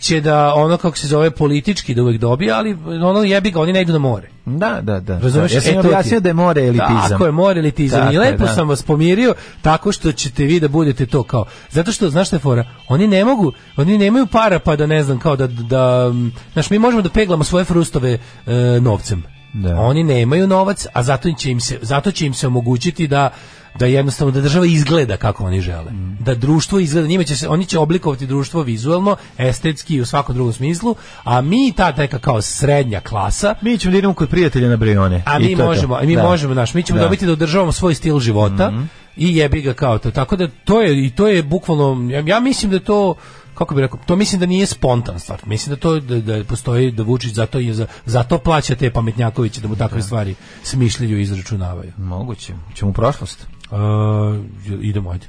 S7: će da ono kako se zove politički da uvek dobije, ali ono jebi ga, oni ne idu na more.
S6: Da, da, da.
S7: Razumeš?
S6: Ja sam
S7: E, to ti je.
S6: objasnio da je more elitizam.
S7: Tako je, more elitizam. I
S6: Tako je,
S7: lepo
S6: da.
S7: sam vas pomirio tako što ćete vi da budete to kao. Zato što, znaš šta je fora? Oni ne mogu, oni nemaju para pa da ne znam, kao da, da mm, znaš, mi možemo da peglamo svoje frustove e, novcem.
S6: Da.
S7: Oni nemaju novac, a zato će im se, zato će im se omogućiti da da jednostavno da država izgleda kako oni žele.
S6: Mm.
S7: Da društvo izgleda, njima će se, oni će oblikovati društvo vizuelno, estetski i u svakom drugom smislu, a mi ta neka kao srednja klasa
S6: Mi ćemo da idemo kod prijatelja na Brione.
S7: a
S6: I
S7: mi
S6: to je to.
S7: možemo, mi
S6: Da.
S7: možemo, naš, mi ćemo
S6: Da. Mhm.
S7: dobiti da održavamo svoj stil života i jebi ga kao to. Tako da to je i to je bukvalno ja, ja mislim da to kako bi rekao, to mislim da nije spontan stvar. Mislim da to da, da postoji da Vučić zato je za, zato plaća te pametnjakoviće da mu takve stvari smišljaju i izračunavaju.
S6: Moguće. Ćemo u prošlost.
S7: Uh, idemo ajde.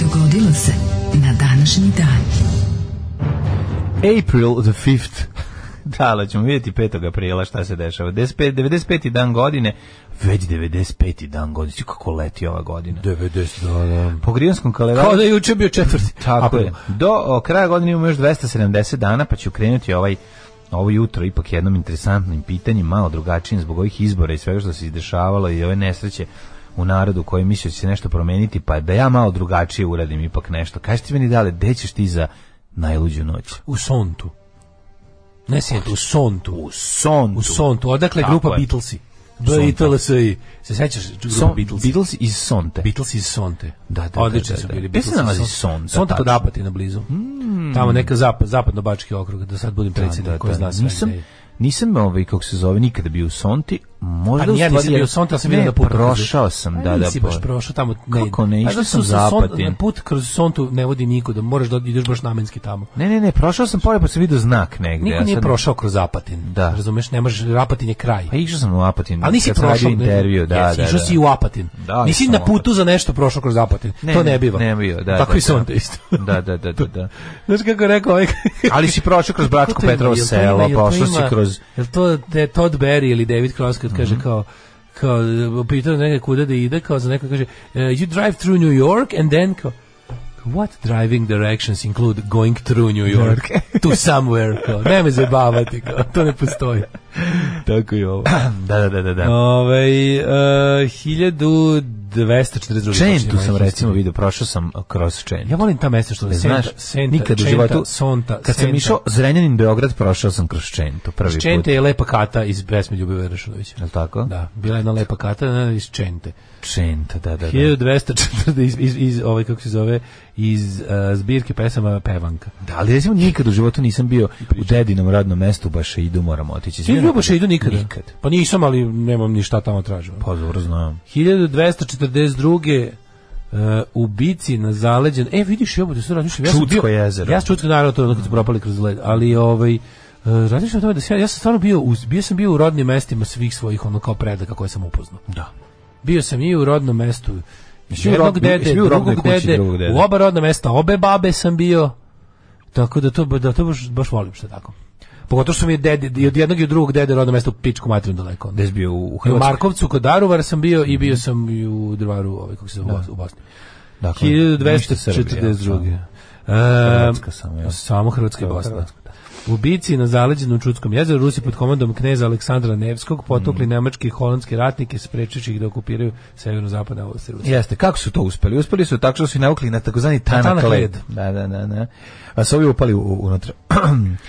S8: Dogodilo se na današnji dan.
S6: April the 5th. da, ali ćemo vidjeti 5. aprila šta se dešava. 95, 95. dan godine, već 95. dan godine. Svi kako leti ova godina.
S7: 90 dana.
S6: Po grijanskom kalendaru...
S7: Kao da je juče bio četvrti.
S6: Tako je.
S7: April.
S6: Do o, kraja godine imamo još 270 dana, pa ću krenuti ovaj ovo jutro ipak jednom interesantnim pitanjem, malo drugačijim zbog ovih izbora i svega što se izdešavalo i ove nesreće u narodu koji misle da će se nešto promeniti, pa da ja malo drugačije uradim ipak nešto. Kaži ti meni dale, gde ćeš ti za najluđu noć?
S7: U Sontu. Ne Sentu, u Sontu. U
S6: Sontu.
S7: U Sontu, odakle je
S6: Tako
S7: grupa
S6: je. da.
S7: Beatlesi.
S6: Sonta.
S7: B-I-T-L-S-I. Se sećaš grupa
S6: Son,
S7: Beatlesi?
S6: Beatles iz Sonte.
S7: Beatles iz Sonte.
S6: Da, da, da,
S7: Odlični
S6: da,
S7: su
S6: da.
S7: bili.
S6: Gde se
S7: Beatlesi iz
S6: nalazi
S7: Sonte? Sonta
S6: Sonta
S7: kod
S6: tačno? Mm.
S7: Apatina blizu. Tamo neka zapad, zapadno-bački okrug, da sad budem predsjednik koji zna sve. da.
S6: nisam,
S7: ideje.
S6: nisam ovaj, kako se zove, nikada bio u Sonti. Možda
S7: Pa ni ja
S6: u stvari
S7: nisam bio u Sonti, ali sam
S6: ne,
S7: vidio da put kroz-
S6: prošao sam,
S7: A
S6: da, da.
S7: Nisi
S6: po-
S7: baš prošao tamo.
S6: Kako ne,
S7: Pa
S6: išao
S7: da
S6: sam
S7: su sa Son-
S6: zapadin.
S7: Put kroz Sontu ne vodi nikuda, moraš da ideš baš namenski tamo.
S6: Ne, ne, ne, prošao sam pored, pa sam vidio znak negde.
S7: Niko
S6: a
S7: nije
S6: Da, sad-
S7: prošao kroz Apatin.
S6: Da.
S7: Razumeš, ne možeš, Apatin je kraj.
S6: Pa išao sam u Apatin.
S7: Ali nisi
S6: kad sam
S7: prošao
S6: radio intervju, da, da,
S7: jesi,
S6: da.
S7: Išao si u Apatin.
S6: Da,
S7: nisi
S6: išao
S7: na
S6: sam u
S7: putu za nešto prošao kroz Apatin. to ne biva.
S6: Ne biva, da.
S7: Tako
S6: da,
S7: i
S6: da.
S7: Sonta isto.
S6: Da, da, da, da, da.
S7: Znaš kako je rekao ovaj...
S6: Ali si prošao kroz Bračko Petrovo selo, prošao si kroz... Mhm.
S7: Jel to de, Todd Berry ili David Cross kad kaže kao kao e, pitao neka kuda da ide, kao za neko kaže e, you drive through New York and then kao What driving directions include going through New York to somewhere? Kao. Ne me zabavati, kao. to ne postoji.
S6: Tako i ovo. Da, da, da, da. da.
S7: Ove, e, 1242.
S6: Čentu sam
S7: Majke
S6: recimo
S7: Hristove.
S6: vidio, prošao sam kroz Čentu.
S7: Ja volim ta mesta što
S6: Ne
S7: je
S6: znaš,
S7: Senta, Senta,
S6: nikad u
S7: Čenta,
S6: životu,
S7: Sonta,
S6: kad sam
S7: Senta.
S6: išao Zrenjanin Beograd, prošao sam kroz Čentu prvi put.
S7: Čente je lepa kata iz pesme Ljubive Rašunovića.
S6: Jel tako?
S7: Da, bila je jedna lepa kata ne, iz Čente.
S6: Čenta, da, da, da.
S7: 1240 iz, iz, iz ovaj, kako se zove, iz uh, zbirke pesama Pevanka.
S6: Da, ali recimo nikad u životu nisam bio u dedinom radnom mestu, baš idu, moram otići.
S7: Ti ljubo še idu nikada?
S6: Nikad.
S7: Pa nisam, ali nemam ni šta tamo tražio.
S6: Pa, dobro znam.
S7: 1242. Uh, u Bici na zaleđen. E, vidiš, jebote, sad razmišljam. Ja sam
S6: Čudsko
S7: bio-
S6: jezero.
S7: Ja sam Čudsko, naravno, to je ono kad su propali kroz led. Ali, ovaj, uh, razmišljam o tome da sam ja, ja sam stvarno bio, u, bio sam bio u rodnim mestima svih svojih, ono, kao predaka koje sam upoznao.
S6: Da.
S7: Bio sam i u rodnom mestu
S6: u
S7: jednog
S6: rod- jesi
S7: dede,
S6: bio u rodnoj
S7: drugog
S6: kući
S7: dede,
S6: drugog dede?
S7: u oba rodna mesta, obe babe sam bio. Tako da to, da to baš, baš volim što je tako. Pogotovo što mi je dede, i od jednog i od drugog dede rodno mesto u pičku materinu daleko.
S6: Gde si Da bio u, u
S7: I u
S6: Hrvatskoj?
S7: Markovcu kod Daruvara sam bio i bio sam i u Drvaru, ovaj, kako se zove,
S6: Da.
S7: u Bosni.
S6: Dakle, ništa Srbija, samo.
S7: 1242.
S6: da. Hrvatska samo, jel?
S7: Samo Hrvatska i
S6: Samo
S7: Bosna.
S6: Hrvatska, da.
S7: U Bici na zaleđenom Čudskom jezeru Rusi pod komandom kneza Aleksandra Nevskog potukli
S6: Mm.
S7: nemačke i holandske ratnike sprečeći ih da okupiraju severno-zapadne oblasti Rusije.
S6: Jeste, kako su to uspeli? Uspeli su tako što su i navukli na takozvani tanak,
S7: tanak led.
S6: led. Da, da, da, da. A su ovi upali u, unutra.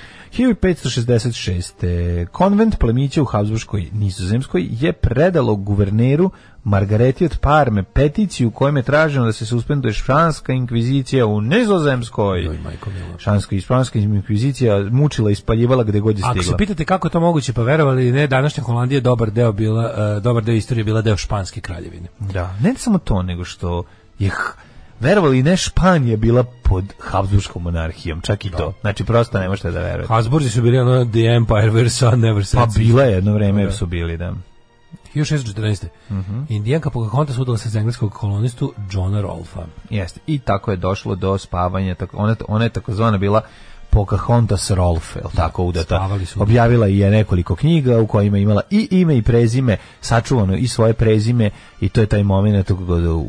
S6: 1566. Konvent plemića u Habsburgskoj Nizozemskoj je predalo guverneru Margareti od Parme peticiju u kojem je traženo da se suspenduje španska inkvizicija u Nizozemskoj.
S7: Joj, majko mila.
S6: Španska i španska inkvizicija mučila i spaljivala gde god je
S7: Ako se
S6: stigla.
S7: pitate kako je to moguće, pa verovali ili ne, današnja Holandija je dobar deo bila, e, dobar deo istorije bila deo španske kraljevine.
S6: Da, ne samo to, nego što je h- verovali ne Španija bila pod Habsburgskom monarhijom, čak
S7: Da.
S6: i to. Znači, prosto ne možete da verujete.
S7: Habsburgi su bili ono the empire where sun never sets.
S6: Pa bila je jedno vreme jer su bili, da.
S7: 1614.
S6: Mhm.
S7: Indijanka Pocahontas udala se za engleskog kolonistu Johna Rolfa.
S6: Jeste. I tako je došlo do spavanja. Tako, ona, ona je takozvana bila Pocahontas Rolf, je li tako udata.
S7: Da, spavali su.
S6: Objavila je nekoliko knjiga u kojima je imala i ime i prezime, sačuvano i svoje prezime i to je taj moment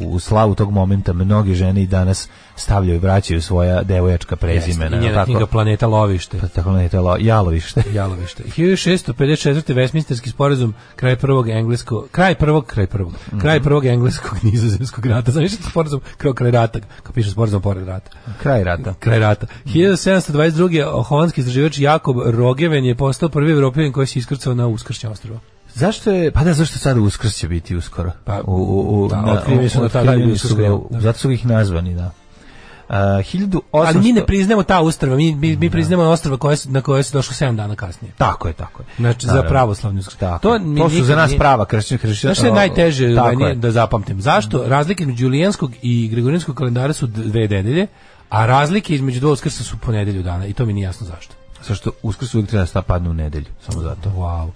S6: u slavu tog momenta mnoge žene i danas stavljaju i vraćaju svoja devojačka prezimena.
S7: I
S6: je li
S7: njena
S6: tako?
S7: knjiga Planeta lovište.
S6: Pa tako ne je telo jalovište.
S7: Jalovište. 1654. Westminsterski sporazum kraj prvog engleskog kraj prvog kraj prvog
S6: Mhm.
S7: kraj prvog engleskog nizozemskog rata. Zamislite sporazum kraj kraj rata, kao piše sporazum pored rata.
S6: Kraj rata.
S7: Kraj rata.
S6: Mhm.
S7: 1722. holandski istraživač Jakob Rogeven je postao prvi evropljanin koji se iskrcao na Uskršnje ostrvo.
S6: Zašto je, pa da, zašto sad Uskrs će biti uskoro?
S7: Pa,
S6: u, u, u,
S7: da,
S6: na-
S7: otkriveni su
S6: u-
S7: na tada
S6: otkriveni
S7: bili
S6: su
S7: uskrs,
S6: ga, u-
S7: da.
S6: zato su ih nazvani, da. Uh, 1800...
S7: Ali mi ne priznamo ta ostrva, mi, mi,
S6: Da.
S7: mi priznamo ostrva koje su, na koje su došlo 7 dana kasnije.
S6: Tako je, tako je.
S7: Znači, za
S6: Naravno.
S7: pravoslavnu uskrs-
S6: Tako
S7: To
S6: je.
S7: mi
S6: to su za
S7: nikad
S6: nas
S7: nije-
S6: prava kršćanska kršćanska.
S7: Znaš što je najteže
S6: Tako
S7: meni
S6: je.
S7: da zapamtim? Zašto? Razlike između julijanskog i gregorijanskog kalendara su dve nedelje, a razlike između dva uskrsa su po nedelju dana i to mi nije jasno zašto.
S6: Sa što uskrs uvijek treba da sta padne u nedelju, samo zato.
S7: Wow.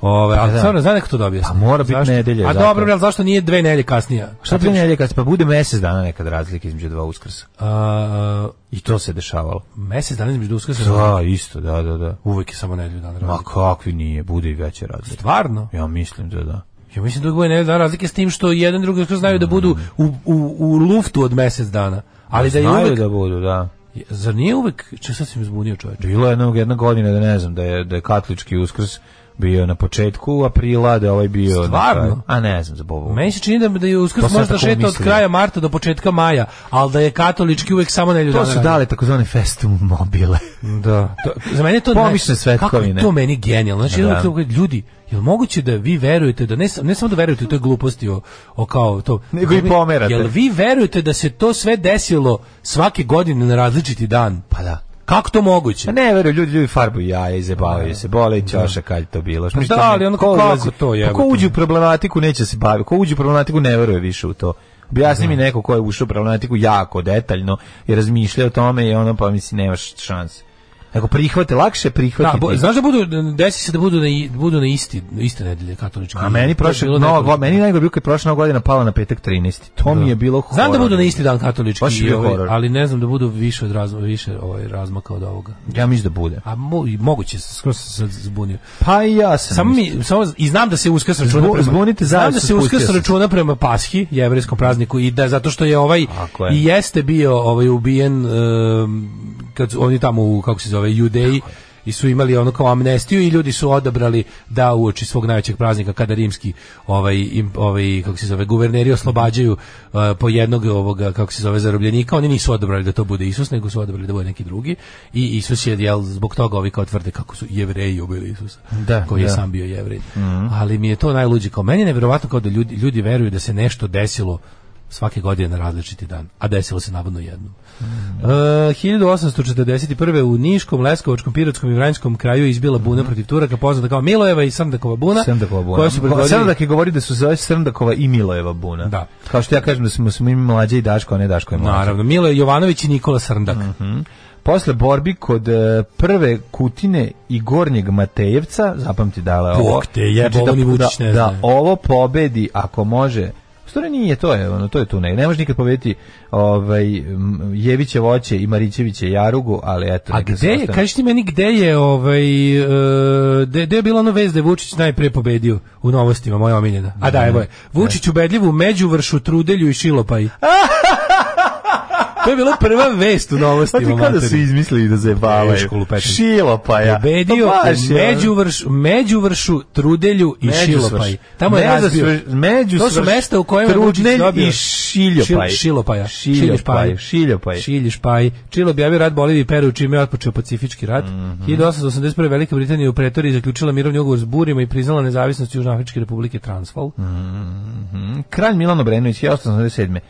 S7: Ove,
S6: Pa
S7: ali
S6: da.
S7: stvarno, znaš neko to da objasni?
S6: Pa mora biti
S7: Zašto?
S6: nedelja,
S7: A
S6: zato.
S7: dobro, bre, ali zašto nije dve nedelje kasnije?
S6: Šta bi nedelje kad pa bude mesec dana nekad razlike između dva uskrsa.
S7: A,
S6: I to se dešavalo.
S7: mesec dana između uskrsa
S6: Da, isto, da, da, da.
S7: uvek je samo nedelju dana
S6: Ma
S7: razlike.
S6: kakvi nije, bude i veće razlike.
S7: Stvarno?
S6: Ja mislim da da.
S7: Ja mislim da uvek nedelju dana razlike s tim što jedan drugi uskrs znaju da budu u, u, u luftu od mesec dana. Ali da je
S6: Znaju
S7: uvek...
S6: da budu, da.
S7: Zar nije uvek... Če, sad sam izbunio čoveče.
S6: Bilo je jednog jedna godina da ne znam da je da je katolički uskrs bio na početku aprila, da je ovaj bio na
S7: Stvarno?
S6: kraju. A ne znam za Bobu.
S7: Meni se čini da, da je
S6: To
S7: uskrs
S6: sam
S7: možda
S6: Pa tako
S7: šeta od
S6: mislio.
S7: kraja marta do početka maja, ali da je katolički uvek samo nedelju
S6: To da,
S7: dana
S6: su
S7: ranije.
S6: dale takozvane festum mobile.
S7: Da. To, za mene je to
S6: Pomične
S7: Kako je
S6: svetkovine.
S7: to meni genijalno. Znači,
S6: Da.
S7: da. ljudi, jel moguće da vi verujete da ne, sa- ne samo da verujete u toj gluposti o, o kao to.
S6: Nego i
S7: Jel vi-
S6: pomerate.
S7: Jel vi verujete da se to sve desilo svake godine na različiti dan?
S6: Pa da.
S7: Kako to moguće?
S6: Pa ne, veruju ljudi, ljudi farbuju jaja i zabavaju se, bole i čoša kalj to bilo.
S7: Da.
S6: Što
S7: Pa
S6: mi
S7: da,
S6: to ne-
S7: ali ono
S6: ko
S7: kako
S6: ulazi-
S7: to
S6: Pa
S7: jebote?
S6: ko uđe u problematiku neće se baviti, ko uđe u problematiku ne veruje više u to. Objasni
S7: Da.
S6: mi neko ko je ušao u problematiku jako detaljno i razmišlja o tome i ono pa misli nemaš šanse. Ako prihvate, lakše
S7: Da,
S6: prihvatiti.
S7: bo- znaš da budu, desi se da budu na, i- budu na isti, iste nedelje katoličke.
S6: A Pa meni prošle nova godina, meni najgore bilo kad je prošla nova godina pala na petak 13. To mi je bilo horor.
S7: Znam da budu na isti dan katolički,
S6: Baš je
S7: i
S6: bio
S7: ovaj,
S6: horor.
S7: ali ne znam da budu više od razma, više ovaj razmaka od ovoga.
S6: Ja mislim da bude.
S7: A mo, i moguće, skroz sam se zbunio.
S6: Pa i ja sam.
S7: Samo
S6: mislio.
S7: mi samo i znam da se Uskrs računa
S6: Zbu-
S7: prema
S6: zbunite
S7: znam
S6: zajedno,
S7: da se Uskrs
S6: spustio sam se.
S7: računa prema Pashi, jevrejskom prazniku i da zato što je ovaj
S6: Tako je.
S7: i jeste bio ovaj ubijen em, kad su oni tamo u kako se zove Judeji i su imali ono kao amnestiju i ljudi su odabrali da uoči svog najvećeg praznika kada rimski ovaj im, ovaj kako se zove guverneri oslobađaju eh, po jednog ovoga kako se zove zarobljenika oni nisu odabrali da to bude Isus nego su odabrali da bude neki drugi i Isus je jel zbog toga ovi kao tvrde kako su jevreji ubili Isusa
S6: Da,
S7: koji je
S6: da. Mhm.
S7: sam bio jevrin. Ali mi je to najluđe kao meni je neverovatno kao da ljudi ljudi veruju da se nešto desilo svake godine na različiti dan, a desilo se navodno jednom.
S6: Mhm.
S7: E, 1841. u Niškom, Leskovačkom, Pirotskom i Vranjskom kraju izbila buna protiv Turaka, poznata kao Milojeva i Srndakova buna.
S6: Mhm. Srndakova buna.
S7: koja su predvodili-
S6: Srndak je govori da su zove Srndakova i Milojeva buna.
S7: Da.
S6: Kao što ja kažem da smo, smo mi mlađe i Daško, a ne Daško je mlađe.
S7: Naravno, Miloje Jovanović i Nikola Srndak.
S6: Mhm. Posle borbi kod e, prve Kutine i Gornjeg Matejevca, zapamti dale ovo.
S7: Bog te jebe, ovo ni
S6: da,
S7: Vučić ne
S6: da,
S7: zna.
S6: ovo pobedi ako može U stvari nije, to je, ono, to je tu ne. Ne može nikad pobediti ovaj, m, Jeviće voće i Marićeviće jarugu, ali eto.
S7: A
S6: neka
S7: gde je,
S6: ostane.
S7: kaži ti meni gde je ovaj, e, gde, gde je bila ono vez da je Vučić najprije pobedio u novostima, moja omiljena. A da, evo je. Vučić ubedljiv u Međuvršu, Trudelju i Šilopaj. to je bila prva vest u
S6: Pa ti
S7: novostima.
S6: kao da su
S7: materi.
S6: izmislili da zajebavaju.
S7: Teško lupetam.
S6: Šilo pa ja.
S7: Pobedio
S6: Pa baš
S7: u
S6: je ono.
S7: Međuvrš, Međuvršu, Trudelju i Šilopaj. Tamo je razbio.
S6: Među
S7: To su mesta u kojima je Vučić
S6: Trudne
S7: dobio-
S6: i Šiljopaj.
S7: Šil- Šilopaja.
S6: Šiljopaj. Šiljopaj.
S7: Šilješpaj. Čile objavio rat Boliviji i Peru, čime je otpočeo Pacifički rat.
S6: Mhm.
S7: 1881. Velika Britanija u Pretoriji zaključila mirovni ugovor s Burima i priznala nezavisnost Južnoafričke republike Transvaal.
S6: Kralj Milan Obrenović, 1887.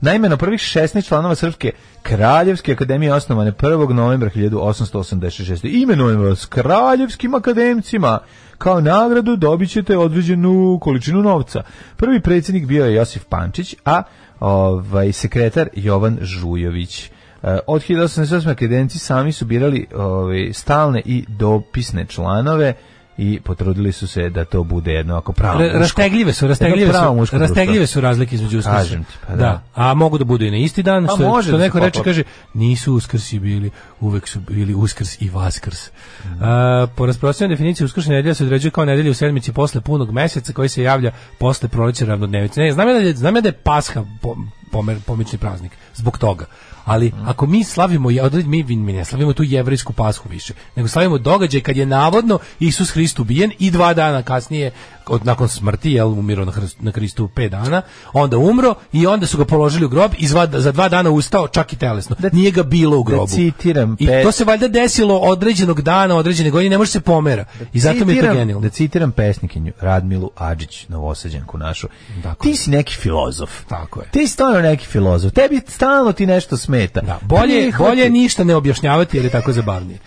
S6: Naime, na prvih 16 članova Srpske Kraljevske akademije osnovane 1. novembra 1886. Imenujem vas kraljevskim akademcima. Kao nagradu dobit ćete određenu količinu novca. Prvi predsjednik bio je Josif Pančić, a ovaj, sekretar Jovan Žujović. E, Od 1888. akademci sami su birali ovaj, stalne i dopisne članove i potrudili su se da to bude jedno ako pravo.
S7: Ra-
S6: muško.
S7: Rastegljive su, rastegljive
S6: Jedno pravo
S7: su,
S6: muško društvo.
S7: rastegljive su razlike između uskrsa.
S6: Kažem ti, pa da.
S7: A mogu da budu i na isti dan,
S6: A
S7: što,
S6: može
S7: što
S6: da se
S7: neko reče,
S6: poklopi.
S7: kaže, nisu uskrsi bili, uvek su bili uskrs i vaskrs.
S6: Mhm.
S7: A, po rasprostavljenoj definiciji uskršnja nedelja se određuje kao nedelja u sedmici posle punog meseca koji se javlja posle proleća ravnodnevice. Ne, znam ja da je, znam ja da je Pasha po- pomer, pomični praznik, zbog toga. Ali ako mi slavimo, je- odred- mi, mi ne slavimo tu jevrijsku pashu više, nego slavimo događaj kad je navodno Isus Hrist ubijen i dva dana kasnije, od, nakon smrti, jel umirao na, Hrst- na Hristu pet dana, onda umro i onda su ga položili u grob i zva- za dva dana ustao čak i telesno. Nije ga bilo u grobu.
S6: Da- citiram
S7: I
S6: Pet-
S7: to se valjda desilo određenog dana, određene godine, ne može se pomera. I zato mi je to
S6: Da Citiram-
S7: genijalno.
S6: Da citiram pesnikinju Radmilu Adžić, novosađanku našu.
S7: Tako je.
S6: Ti si neki filozof.
S7: Tako je.
S6: Ti si stvarno neki filozof. Tebi stalno ti nešto smeta.
S7: Da, bolje,
S6: Prihvati.
S7: bolje ništa ne objašnjavati jer je tako zabavnije.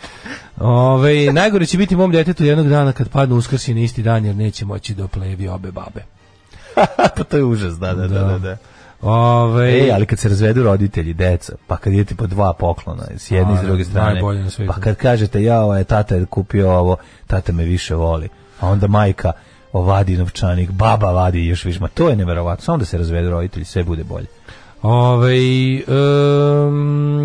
S7: Ove, najgore će biti mom djetetu jednog dana kad padnu uskrsi na isti dan jer neće moći da oplevi obe babe.
S6: pa to je užas, da, da, da, da. da.
S7: Ove,
S6: Ej, ali kad se razvedu roditelji, deca, pa kad idete po dva poklona, s jedne i s
S7: A,
S6: druge strane,
S7: najbolje na svetu.
S6: pa kad kažete, ja, ovaj, tata je kupio ovo, tata me više voli, a onda majka ovadi novčanik, baba vadi još više, ma to je neverovatno, samo da se razvedu roditelji, sve bude bolje.
S7: Ove, um,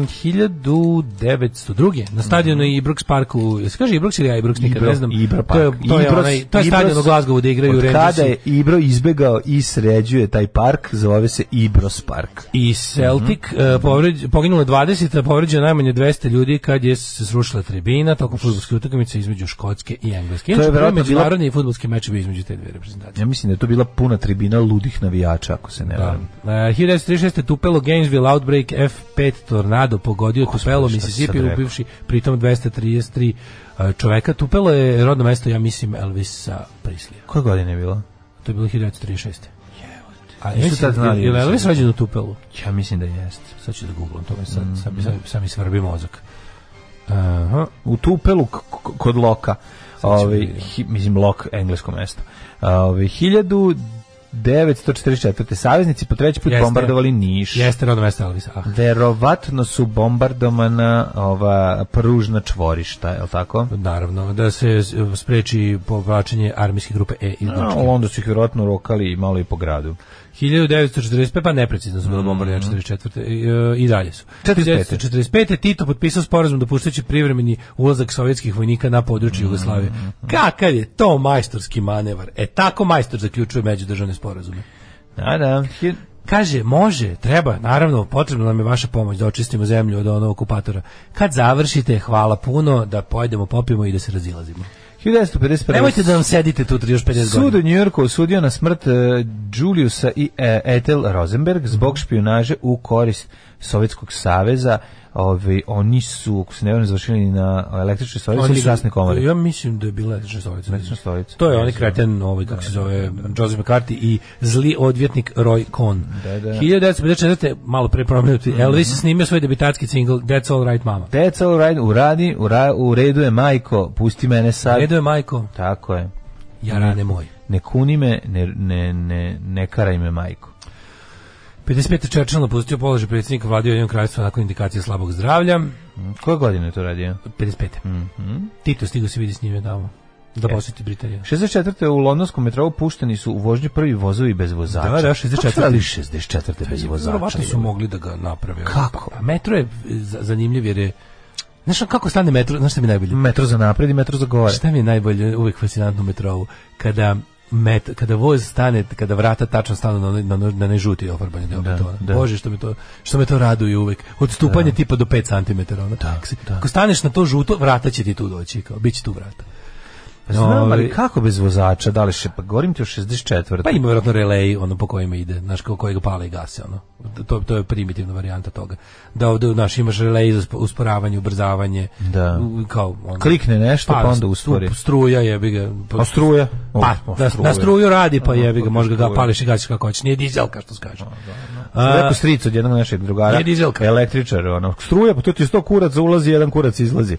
S7: 1902. Na stadionu Ibrox Parku, se kaže Ibrox ili Ibrox nikad,
S6: Mm. Ibro-
S7: ne znam.
S6: Ibro
S7: to je,
S6: park.
S7: to je,
S6: Ibros-
S7: onaj, to je stadion
S6: Ibros-
S7: u Glasgowu da igraju
S6: Od
S7: Rangersi.
S6: kada je Ibro izbegao i sređuje taj park, zove se Ibros park.
S7: I Celtic,
S6: Mhm.
S7: mm poginulo je 20, a povređeno najmanje 200 ljudi kad je se srušila tribina tokom fudbalske utakmice između Škotske i Engleske. Inače, to je
S6: verovatno bila-
S7: međunarodni i fudbalski meč bio između te dve reprezentacije.
S6: Ja mislim da je to bila puna tribina ludih navijača, ako se ne
S7: Da.
S6: varam.
S7: Uh, 1936. je Tupelo Gainesville Outbreak F5 tornado pogodio Tupelo,
S6: šta si
S7: Mississippi,
S6: sad rekao?
S7: ubivši pritom 233 uh, čoveka. Tupelo je rodno mesto, ja mislim, Elvisa Prislija.
S6: Koje godine je bilo?
S7: To je bilo 1936. A
S6: Nisu tad znali
S7: Je li
S6: Elvisa.
S7: Elvis rođen u Tupelu?
S6: Ja mislim da jeste.
S7: Sad ću da googlam, to me sad, sad,
S6: Mm.
S7: mi- sad, sad mi svrbi mozak. Aha.
S6: u Tupelu k- k- kod Loka.
S7: Sad ćemo
S6: Ovaj
S7: vidjeti.
S6: hi- mislim Lok englesko mesto. Ovaj 1944. saveznici po treći put
S7: Jeste.
S6: bombardovali Niš.
S7: Jeste rodno mesto Elvisa. Ah.
S6: Verovatno su bombardovana ova pružna čvorišta, je li tako?
S7: Naravno, da se s- spreči povlačenje armijske grupe E iz
S6: A,
S7: Grčke.
S6: u Londonu su ih vjerojatno rokali i malo i po gradu.
S7: 1945, pa neprecizno su bilo bombardovanje 44. i- i dalje su.
S6: 45..
S7: 1945. Tito potpisao sporazum dopuštajući privremeni ulazak sovjetskih vojnika na područje Jugoslavije. Kakav je to majstorski manevar? E tako majstor zaključuje međudržavne sporazume.
S6: A da, hi-
S7: Kaže, može, treba, naravno, potrebna nam je vaša pomoć da očistimo zemlju od onog okupatora. Kad završite, hvala puno, da pojedemo, popijemo i da se razilazimo.
S6: 1951.
S7: Nemojte da nam sedite tu tri- još 50
S6: Sud
S7: godina.
S6: u Njujorku osudio na smrt e, Juliusa i e, Ethel Rosenberg
S7: Mhm.
S6: zbog špionaže u korist Sovjetskog saveza. Ovi, oni su, ako se ne varam, završili na električnoj stolici ili gasne komori.
S7: Ja mislim da je bila električna stolica.
S6: Električna stolica.
S7: To je
S6: Ne
S7: onaj
S6: znam.
S7: kreten, ovaj, kako se zove, Joseph McCarthy i zli odvjetnik Roy Cohn.
S6: Da, da.
S7: 1954. malo pre promenuti, Elvis je snimio svoj debitatski single That's All Right Mama.
S6: That's all right, uradi, ura, u redu je majko, pusti mene sad.
S7: Edo je majko,
S6: Tako je.
S7: jarane moj.
S6: Ne kuni me, ne, ne, ne, ne karaj me majko.
S7: 55. Churchill napustio položaj predsjednika vlade Ujedinjenog kraljevstva nakon indikacije slabog zdravlja.
S6: Koje godine je to radio?
S7: 55. Mhm. Tito stigao se vidi s njime tamo da posjeti Britaniju.
S6: 64. u londonskom metrou pušteni su u vožnju prvi vozovi bez vozača.
S7: Da, da, 64..
S6: Kako su radili 64. bez vozača?
S7: Verovatno su mogli da ga naprave.
S6: Kako?
S7: Pa, Metro je e, za- zanimljiv jer je Znaš kako stane metro, znaš šta mi je najbolje?
S6: Metro za napred i metro za gore.
S7: Šta mi je najbolje uvijek fascinantno u metrovu? Kada met, kada voz stane, kada vrata tačno stanu na, onaj- na, onaj- na, onaj žuti ofarbani deo betona.
S6: da.
S7: Bože, što me to, što me to raduje uvek. Odstupanje tipa do 5 cm. Ono.
S6: Da,
S7: Ako se- Ako staneš na to žuto, vrata će ti tu doći. Kao, bit će tu vrata.
S6: Pa Znam, ali
S7: Ovaj,
S6: kako bez vozača? Da li še, pa govorim ti o 64.
S7: Pa ima vjerojatno releji ono po kojima ide, znaš kao kojega pale i gase ono. To, to je primitivna varijanta toga. Da ovde znaš imaš releji za uspo- usporavanje, ubrzavanje.
S6: Da.
S7: u- Kao ono.
S6: Klikne nešto, pa
S7: stu-
S6: onda uspori.
S7: Struja jebi ga. Pa,
S6: A struja? O,
S7: Pa,
S6: o,
S7: da,
S6: struja.
S7: na struju radi pa jebi ga,
S6: pa
S7: možda ga
S6: struja. da.
S7: pališ i gasiš kako hoćeš. Nije dizelka što se kaže.
S6: Sam
S7: A,
S6: Rekao stric od jednog našeg drugara.
S7: Nije dizelka.
S6: Električar, ono. Struja, pa to ti je sto kurac ulazi, jedan kurac izlazi.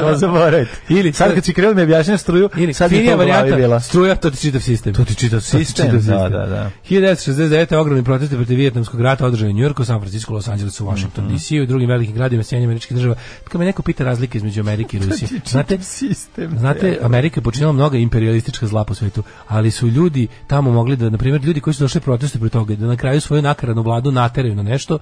S6: Samo zaboravite.
S7: Ili-
S6: sad kad si krenuo da mi objašnjati struju,
S7: Ili
S6: sad mi je
S7: finija
S6: to u glavi
S7: varijanta,
S6: bila.
S7: struja, to ti čitav sistem.
S6: To ti čitav sistem,
S7: čitav
S6: da, da, da.
S7: 1969. ogromni protesti protiv vijetnamskog rata održani u Njurku, San Francisco, Los Angelesu,
S6: Mhm.
S7: Washington, DC i u drugim velikim gradima Sjedinjenih američkih država. Kad me neko pita razlike između Amerike i Rusije, znate,
S6: sistem.
S7: Znate, Amerika je počinila mnoga imperialistička zla po svetu, ali su ljudi tamo mogli da, na primjer, ljudi koji su došli protesti protiv toga, da na kraju svoju nakaranu vladu nateraju na nešto,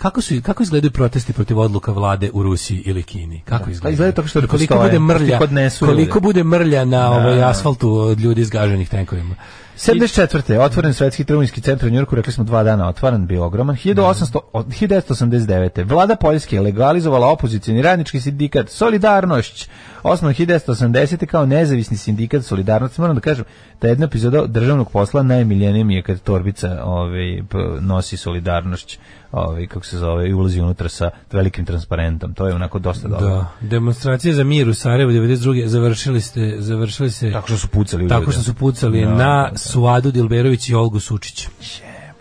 S7: Kako su kako izgledaju protesti protiv odluka vlade u Rusiji ili Kini? Kako izgledaju?
S6: izgledaju tako pa što ne
S7: koliko
S6: postoje, da
S7: bude
S6: što
S7: mrlja,
S6: ih odnesu
S7: koliko
S6: ljudi.
S7: bude mrlja na ovaj
S6: da.
S7: asfaltu od ljudi izgaženih tenkovima.
S6: 74. otvoren svetski trgovinski centar u Njurku, rekli smo dva dana otvoren, bio ogroman. 1800, od 1989. Vlada Poljske je legalizovala opozicijni radnički sindikat Solidarnošć, osnovan 1980. kao nezavisni sindikat Solidarnost. Moram da kažem da jedna epizoda državnog posla najmiljenija mi je kad torbica ovaj, p- nosi Solidarnošć, ovaj, kako se zove, i ulazi unutra sa velikim transparentom. To je onako dosta dobro.
S7: Da. Demonstracije za mir u Sarajevu 92. završili ste završili se
S6: Tako što su pucali u
S7: tako
S6: ljude.
S7: što su pucali
S6: Da,
S7: na
S6: da, da.
S7: Suadu Dilberović i Olgu Sučić.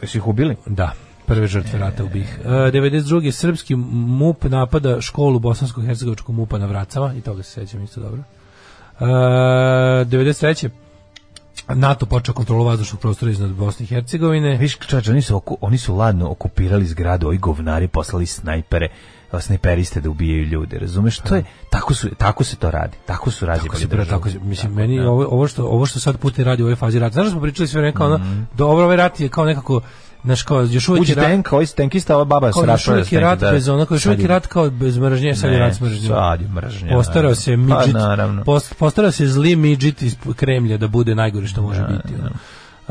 S6: Jesu ih ubili?
S7: Da, prve žrtve rata u BiH. E, 92. srpski MUP napada školu bosansko-hercegovačkog MUPA na Vracama i toga se sećam isto dobro. E, 93. NATO počeo kontrolu vazdušnog prostora iznad Bosne i Hercegovine.
S6: Viš, čač, oni su, oku- oni su ladno okupirali zgradu, ovi govnari poslali snajpere, a, snajperiste da ubijaju ljude, razumeš? To je, tako, su, tako se to radi, tako su razjebali
S7: Da. Tako se bre,
S6: državu.
S7: tako se, mislim, meni ovo, ovo, što, ovo što sad Putin radi u ovoj fazi rata, znaš da smo pričali sve vreme kao ono, dobro, ovaj rat je kao nekako, znaš, kao, još uvijek
S6: Uđe
S7: je rat,
S6: tank, ovaj tenkista, ova baba
S7: kao
S6: se
S7: još
S6: rašao.
S7: uvijek je rat bez onako, još uvijek je rat kao bez mržnje, sad je
S6: da. Ne,
S7: rat s mržnjom.
S6: sad je mržnja,
S7: Postarao se
S6: naravno. Pa,
S7: midžit,
S6: naravno.
S7: post- postarao se zli midžit iz Kremlja da bude najgore što može biti. ono.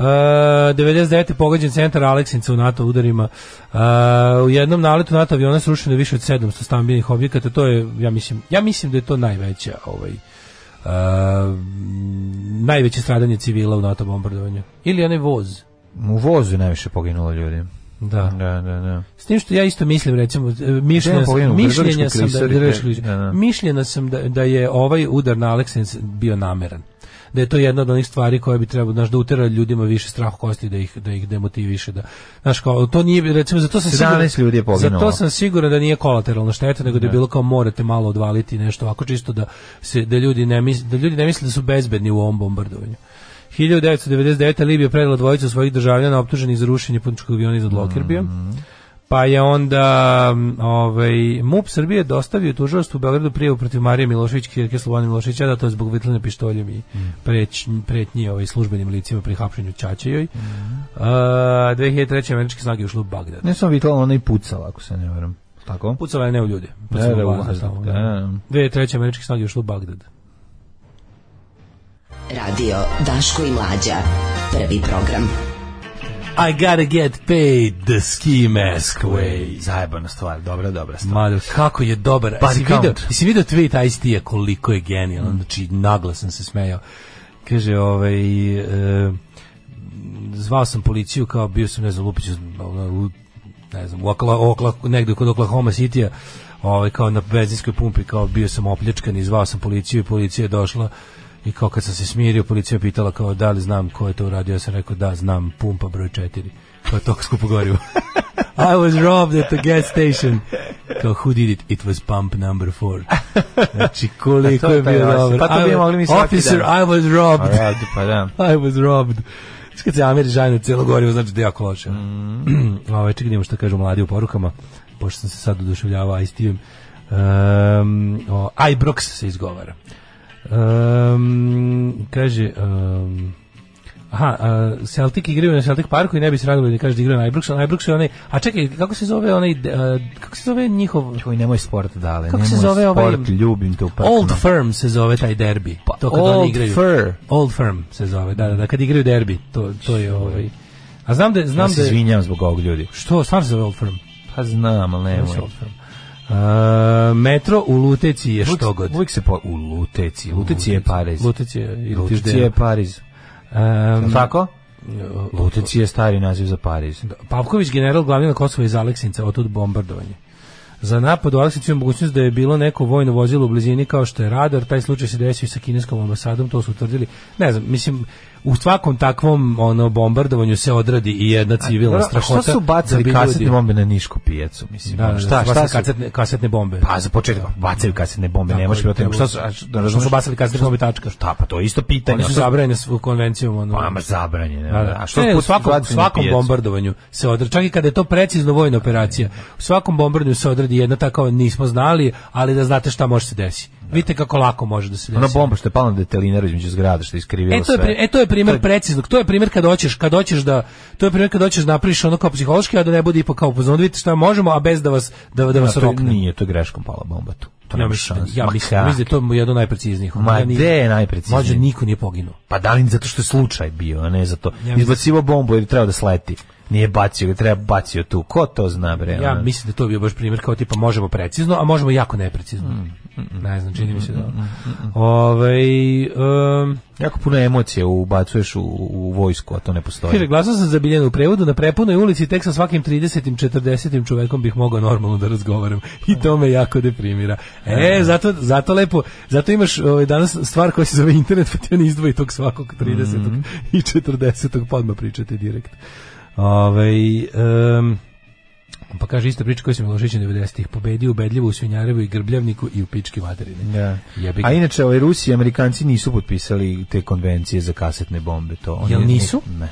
S7: Uh, 99. pogođen centar Aleksinca u NATO udarima. Uh, u jednom naletu NATO aviona srušeno je više od 700 stambenih objekata. To je, ja mislim, ja mislim da je to najveća ovaj, uh, najveće stradanje civila u NATO bombardovanju. Ili onaj voz.
S6: U vozu je najviše poginulo ljudi.
S7: Da.
S6: Da, da, da.
S7: S tim što ja isto mislim recimo e,
S6: Gde
S7: mišljenja
S6: je poginuo?
S7: sam,
S6: U
S7: mišljenja
S6: Grdeličkoj
S7: sam da,
S6: klisari,
S7: Grdeličkoj klisari.
S6: da, da.
S7: mišljenja sam da, da je ovaj udar na Aleksens bio nameran. Da je to jedna od onih stvari koja bi trebalo znaš, da utera ljudima više strah u kosti da ih da ih demotiviše da znaš kao to nije recimo zato sam
S6: 17 ljudi je poginulo.
S7: Zato sam siguran da nije kolateralna šteta nego da je bilo kao morate malo odvaliti nešto ovako čisto da se da ljudi ne misle da ljudi ne misle da su bezbedni u ovom bombardovanju. 1999. Libija predala dvojicu svojih državljana optuženih za rušenje putničkog aviona iznad Lokerbija.
S6: Mm.
S7: Pa je onda m, ovaj, MUP Srbije dostavio tužilaštvu u Beogradu prijavu protiv Marije Milošević, Kirke Slobodana Miloševića, da to je zbog vitlene pištoljem i preć, pretnji ovaj, službenim licima pri hapšenju Čačejoj. A, 2003. američke snage ušle u Bagdad.
S6: Ne sam vitala, ona i pucala, ako se ne varam. Tako?
S7: Pucala je ne u ljude.
S6: Da, da, u vazduh,
S7: samo,
S6: da, da.
S7: 2003. američke snage ušle u Bagdad.
S8: Radio Daško i Mlađa. Prvi program.
S7: I gotta get paid the ski mask way.
S6: Zajebana stvar, dobra, dobra stvar.
S7: Mada, kako je dobar.
S6: Body
S7: Jesi video,
S6: count.
S7: jesi video tweet Ice-T-a koliko je genijalan? Znači, naglo sam se smejao. Kaže, ovaj... e, zvao sam policiju kao bio sam ne znam Lupiću ono, u, ne znam u Okla, Okla, negde kod Oklahoma Citya ovaj kao na benzinskoj pumpi kao bio sam opljačkan i zvao sam policiju i policija je došla i kao kad sam se smirio policija je pitala kao da li znam ko je to uradio ja sam rekao da znam pumpa broj 4 kao toliko skupo gorivo I was robbed at the gas station kao who did it it was pump number 4 znači koliko
S6: A to je
S7: je
S6: taj
S7: bio
S6: osjećaj.
S7: dobro
S6: Pa to bi
S7: I was-
S6: mogli mi svaki
S7: officer
S6: dan.
S7: I was robbed
S6: Rad, pa da.
S7: I was robbed. Znači kad se Ameri žajne cijelo gorivo, znači da je jako loše. Mm. Ove, čekaj, da vidimo što kažu mladi u porukama, pošto sam se sad oduševljavao Ice-T-em. Um, o, Ibrox se izgovara. Um, kaže... Um, Aha, a, Celtic igraju na Celtic Parku i ne bi se radilo da kaže da igraju na Ibroxu. Na Ibroxu je onaj... A čekaj, kako se zove onaj... a, kako se zove njihov...
S6: Čuj, nemoj sport dale,
S7: Kako
S6: nemoj
S7: se zove ovaj-
S6: sport, ljubim te u paknu.
S7: Old Firm se zove taj derbi.
S6: da. Pa,
S7: to kad
S6: Old
S7: oni igraju.
S6: Fir.
S7: Old Firm se zove, da, da, da, kad igraju derbi, to, to je ovaj. A znam da,
S6: Ja
S7: znam
S6: se
S7: da, je-
S6: izvinjam zbog ovog ljudi.
S7: što, stvarno se zove Old Firm?
S6: Pa znam, ali
S7: Zove
S6: nemoj.
S7: se Old Firm. A, metro u Luteci je što
S6: Uvijek-
S7: god.
S6: Uvijek se po... U Luteci, Luteci je Pariz.
S7: Luteci je, ili Mm.
S6: Luteci
S7: Tiždena.
S6: je Pariz.
S7: Em,
S6: Jel' Tako? Luteci je stari naziv za Pariz.
S7: Da. Pavković, general glavni na Kosovo iz Aleksinca, otud bombardovanje. Za napad u Aleksincu je mogućnost da je bilo neko vojno vozilo u blizini kao što je radar, taj slučaj se desio i sa kineskom ambasadom, to su utvrdili. Ne znam, mislim, u svakom takvom ono bombardovanju se odradi i jedna civilna
S6: Dobro, a
S7: strahota.
S6: Šta su
S7: da bi
S6: bacili
S7: ljudi-
S6: kasetne bombe na Nišku pijecu, mislim?
S7: Da, da, da, su
S6: šta, šta
S7: bacili
S6: su?
S7: kasetne, kasetne bombe.
S6: Pa za početak bacaju kasetne bombe, ne
S7: Tako
S6: možeš
S7: je,
S6: protiv. Šta su, a, da,
S7: što Da, su
S6: razumeš?
S7: bacili kasetne bombe tačka.
S6: Šta, pa to je isto pitanje.
S7: Oni su
S6: Šta-
S7: zabranjeni s konvencijom. Ono.
S6: Pa, ma zabranjene.
S7: Da, da.
S6: A što
S7: Ne, u
S6: pucaju
S7: svakom,
S6: bacaju na
S7: svakom
S6: pijacu?
S7: bombardovanju se odradi, čak i kada je to precizno vojna operacija, u svakom bombardovanju se odradi jedna takva, nismo znali, ali da znate šta može se desiti. Vidite kako lako može da se desi.
S6: Ona bomba što je pala na detelinaru između zgrada, što je iskrivila
S7: E to je,
S6: sve.
S7: pri- e to je primjer preciznog. To je primjer kad hoćeš, kad hoćeš da to je primjer kad hoćeš da napraviš ono kao psihološki, a da ne bude ipak kao pozvano vidite šta možemo, a bez da vas da, da vas
S6: to je-
S7: rokne.
S6: Nije, to je greškom pala bomba tu. To
S7: Ja
S6: nema
S7: mislim, da-
S6: šanse.
S7: ja
S6: Ma
S7: mislim,
S6: kako?
S7: mislim da je to jedno od najpreciznijih.
S6: Ma
S7: Ja ni-
S6: gde je
S7: Mlađe,
S6: najpreciznije?
S7: niko nije poginuo.
S6: Pa da li zato što je slučaj bio, a ne zato.
S7: mislim-
S6: Izbacivo bombu jer treba da sleti. Nije bacio, ga, treba bacio tu. Ko to zna, bre?
S7: Ja
S6: ono?
S7: mislim da je to bio baš primjer kao tipa možemo precizno, a možemo jako neprecizno. Ne znam, čini mi se da. Ovaj um,
S6: Jako puno emocije ubacuješ u, u vojsku, a to ne
S7: kaže
S6: postoji.
S7: glasao sam za Biljanu u prevodu na prepunoj ulici tek sa svakim 30 40 čovekom bih mogao normalno da razgovaram i to me jako deprimira. E, zato zato lepo, zato imaš ovaj danas stvar koja se zove internet, pa ti on izdvoji tog svakog 30 i 40 pa odmah pričate direkt. Ovaj em, pa kaže ista priča koju sam Milošićem 90-ih. Pobedio ubedljivo u Svinjarevu i Grbljavniku i u Pički materine.
S6: Da.
S7: Jebi ga.
S6: A inače, ovaj Rusi i Amerikanci nisu potpisali te konvencije za kasetne bombe. To. Oni
S7: Jel nisu?
S6: Ne.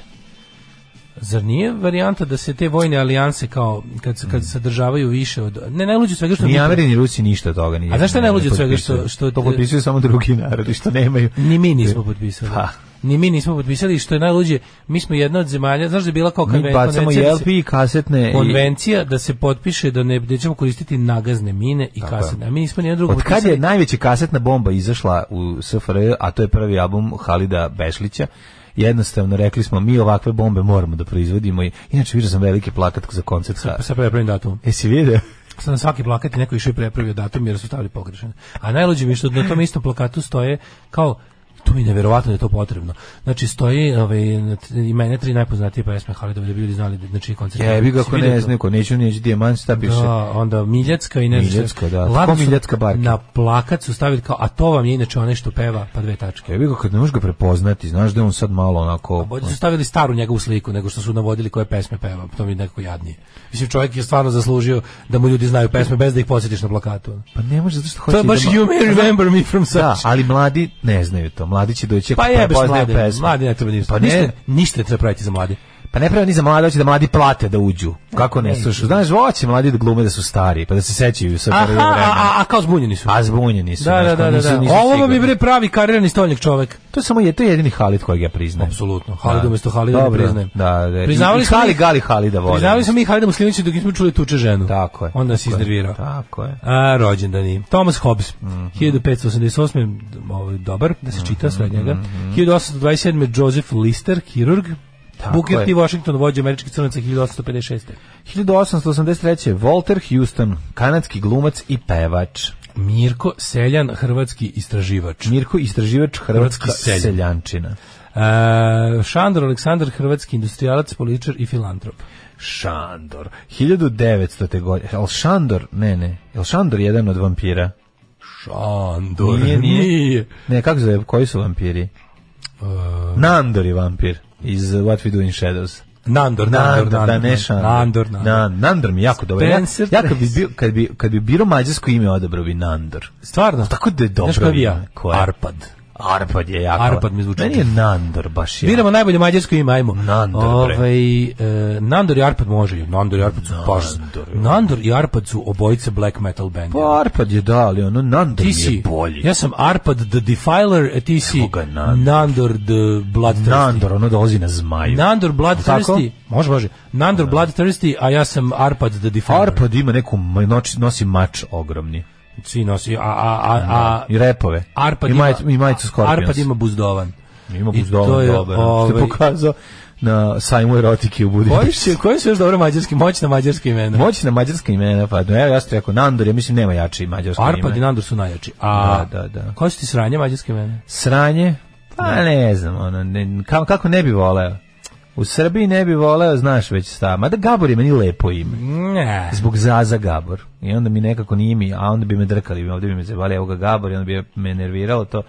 S7: Zar nije varijanta da se te vojne alijanse kao kad, se- kad sadržavaju više od... Ne, najluđe od svega što...
S6: Ni
S7: mi-
S6: Ameri, ni Rusi ništa od toga. Ni
S7: A znaš šta je najluđe od svega
S6: potpisuju.
S7: što- što
S6: To
S7: te-
S6: potpisuju samo drugi narodi, što nemaju.
S7: Ni mi nismo potpisali.
S6: Pa.
S7: Ni mi nismo potpisali, što je najluđe, mi smo jedna od zemalja, znaš da je bila kao
S6: Mi
S7: konven-
S6: bacamo i
S7: konvencija, da se,
S6: LP i kasetne. i...
S7: konvencija da se potpiše da ne nećemo koristiti nagazne mine i
S6: je.
S7: kasine. A mi nismo nijedan drugo
S6: Od kad je najveća kasetna bomba izašla u SFRJ, a to je prvi album Halida Bešlića, jednostavno rekli smo mi ovakve bombe moramo da proizvodimo i inače vidio sam veliki plakat za koncert sa...
S7: sa prepravim datumom.
S6: Jesi vidio?
S7: Sad na svaki plakat je neko išao i prepravio datum jer su stavili pogrešan. A najluđe mi je što na tom istom plakatu stoje kao to mi je neverovatno da je to potrebno. Znači stoji ovaj na t- imena tri najpoznatije pesme Halidovi da bi ljudi znali da- na čiji koncert.
S6: Jebi ga
S7: Jesi
S6: ako
S7: vidio
S6: ne
S7: to?
S6: znam, ko neću neću dijamant, šta piše?
S7: Da, onda Miljacka i ne znam. šta.
S6: Miljacka, da.
S7: Lado
S6: Ko
S7: su
S6: Miljacka Barke?
S7: Na plakat su stavili kao, a to vam je inače onaj što peva, pa dve tačke.
S6: Jebi ga kad ne možeš ga prepoznati, znaš da je on sad malo onako...
S7: Pa Bolje su stavili staru njegovu sliku nego što su navodili koje pesme peva, to mi je nekako jadnije. Mislim, čovjek je stvarno zaslužio da mu ljudi znaju pesme bez da ih podsjetiš na plakatu.
S6: Pa ne može zato što hoće...
S7: To je baš
S6: da-
S7: you may remember me from such.
S6: Da, ali mladi ne znaju to. Mladi će doći ako
S7: Pa jebeš
S6: prepoznaju
S7: mlade,
S6: pesmu.
S7: mladi ne treba ništa.
S6: Pa
S7: Pa
S6: ne.
S7: ništa, ništa ne treba praviti za mlade.
S6: Pa ne pravi ni za mlade, hoće da mladi plate da uđu. Kako ne slušaju? Znaš, hoće mladi da glume da su stari, pa da se sećaju sa prvog
S7: Aha, a,
S6: vremena.
S7: a, a kao zbunjeni su.
S6: A zbunjeni su.
S7: da,
S6: znaš,
S7: da, da,
S6: kao
S7: da,
S6: nisu-
S7: da.
S6: nisu
S7: Ovo vam je
S6: sigurni.
S7: bre pravi karirani stoljnik čovjek.
S6: To je samo je, to je jedini Halid kojeg ja priznajem. Da.
S7: Apsolutno. Halid umesto Halida
S6: Dobro,
S7: ne priznajem.
S6: Da, da.
S7: Priznavali
S6: I, i
S7: smo
S6: Hali
S7: mi-
S6: Gali Halida volim.
S7: Priznavali smo mi Halida Muslimića dok nismo čuli tuče ženu.
S6: Tako je.
S7: Onda se
S6: tako je,
S7: iznervirao.
S6: Tako je.
S7: A, rođendani. Thomas Hobbes, 1588. Ovaj, dobar, da se čita sve od njega. 1827. Joseph Lister, kirurg.
S6: Tako
S7: Booker
S6: je.
S7: T. Washington, vođa američkih crnaca 1856.
S6: 1883. Walter Houston, kanadski glumac i pevač.
S7: Mirko Seljan, hrvatski istraživač.
S6: Mirko istraživač hrvatska
S7: Hrvatski selj.
S6: seljančina.
S7: E, Šandor Aleksandar, hrvatski industrijalac, političar i filantrop.
S6: Šandor. 1900. godine. El Šandor? Ne, ne. El Šandor je jedan od vampira.
S7: Šandor.
S6: Nije, nije. Ne, kako se zove? Koji su vampiri?
S7: Uh,
S6: Nandor je vampir iz What We Do in Shadows.
S7: Nandor, Nandor,
S6: Nandor,
S7: Nandor.
S6: da ne Šandor.
S7: Nandor, Nandor.
S6: Nan- Nandor mi je jako dobro. Ja,
S7: Spencer
S6: ja kad, bi,
S7: Tracy.
S6: bio- kad, bi, kad bi biro mađarsko ime odabrao bi Nandor.
S7: Stvarno?
S6: Tako da je dobro.
S7: Znaš koji ja?
S6: ime. Koje?
S7: Arpad.
S6: Arpad je jako.
S7: Arpad mi zvuči.
S6: Meni je Nandor baš je.
S7: Biramo najbolje mađarsko ime, ajmo.
S6: Nandor, bre.
S7: Ovaj, e, Nandor i Arpad može. Nandor i Arpad su baš... Nandor i Arpad su obojice black metal band.
S6: Pa Arpad je da, ali ono Nandor
S7: ti
S6: mi je
S7: si,
S6: bolji.
S7: ja sam Arpad the Defiler, a ti si
S6: Evo ga, Nandor.
S7: Nandor the Bloodthirsty.
S6: Nandor, ono dolazi na zmaju.
S7: Nandor
S6: Tako? Da.
S7: Bloodthirsty, Pa može, može. Nandor Bloodthirsty, a ja sam Arpad the Defiler.
S6: Arpad ima neku, ma- noć- nosi mač ogromni.
S7: Svi nosi, a, a, a, a
S6: I repove.
S7: Arpad
S6: I
S7: ima,
S6: majicu, i majicu Da, Scorpions.
S7: Arpad ima buzdovan.
S6: Ima
S7: I to
S6: buzdovan
S7: je,
S6: dobar. Ovaj... Što
S7: ovaj,
S6: je pokazao na sajmu erotike u
S7: Koji
S6: Budimpešti.
S7: su, koji su još dobro mađarski, moćna mađarska imena?
S6: Moćna mađarska imena, pa evo ja sam ti rekao Nandor, ja mislim nema jači mađarsko ime.
S7: Arpad i Nandor su najjači. A,
S6: Da, da, da.
S7: Koji su ti sranje mađarske imena?
S6: Sranje,
S7: Da.
S6: pa ne znam, ono, ne, ka- kako ne bi voleo. U Srbiji ne bi voleo, znaš već stav. Mada Gabor je meni lepo ime.
S7: Ne.
S6: Zbog Zaza Gabor. I onda mi nekako nije mi, a onda bi me drkali, ovdje bi me zevali, evo ga Gabor, i onda bi me nerviralo to.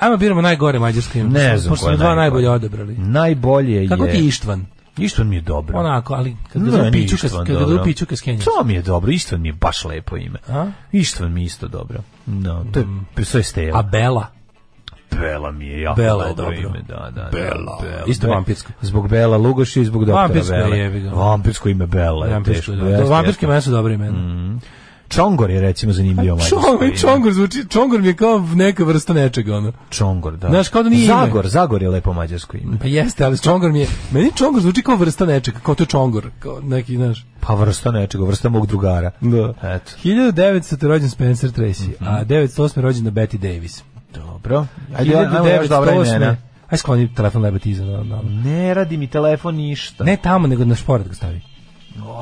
S7: Ajmo biramo najgore mađarske imena.
S6: Ne znam
S7: Pošto
S6: koje
S7: smo dva
S6: najgore.
S7: najbolje odabrali.
S6: Najbolje
S7: Kako
S6: je...
S7: ti je Ištvan?
S6: Ištvan mi je dobro.
S7: Onako, ali kad ga
S6: Ne,
S7: zovu
S6: nije
S7: Piću, kad,
S6: Ištvan
S7: kad ga
S6: dobro.
S7: zovu Piću, kad skenja.
S6: To mi je dobro, Ištvan mi je baš lepo ime.
S7: A?
S6: Ištvan mi je isto dobro. No, to je, to je Steva.
S7: A Bela?
S6: Bela mi je jako
S7: Bela je
S6: dobro
S7: dobro.
S6: ime. Da, da,
S7: Bela.
S6: Da, Bela.
S7: Isto
S6: Be-
S7: vampirsko.
S6: Zbog Bela Lugoš i zbog doktora
S7: Vampirsko je,
S6: Bele.
S7: jebi ga.
S6: Vampirsko ime Bela. je
S7: Vampirsko,
S6: Pa teško,
S7: da.
S6: jeste,
S7: Da, Vampirske
S6: jeste. Mm,
S7: imena su dobre imena.
S6: Čongor je recimo zanimljivo. mađarsko
S7: Čongor,
S6: ime.
S7: čongor zvuči, čongor mi je kao neka vrsta nečega, ono.
S6: Čongor, da.
S7: Znaš, kao da nije ime.
S6: Zagor, Zagor je lepo mađarsko ime.
S7: Pa jeste, ali čongor mi je, meni čongor zvuči kao vrsta nečega, kao to je čongor, kao neki, znaš.
S6: Pa vrsta nečega, vrsta mog drugara.
S7: Da.
S6: Eto.
S7: 1900. rođen Spencer Tracy, a 908. rođena Betty Davis.
S6: Dobro. Ajde, ajmo još dobra imena.
S7: Aj skloni telefon lebati iza. Na, na.
S6: Ne radi mi telefon ništa.
S7: Ne tamo, nego na šporet ga stavi.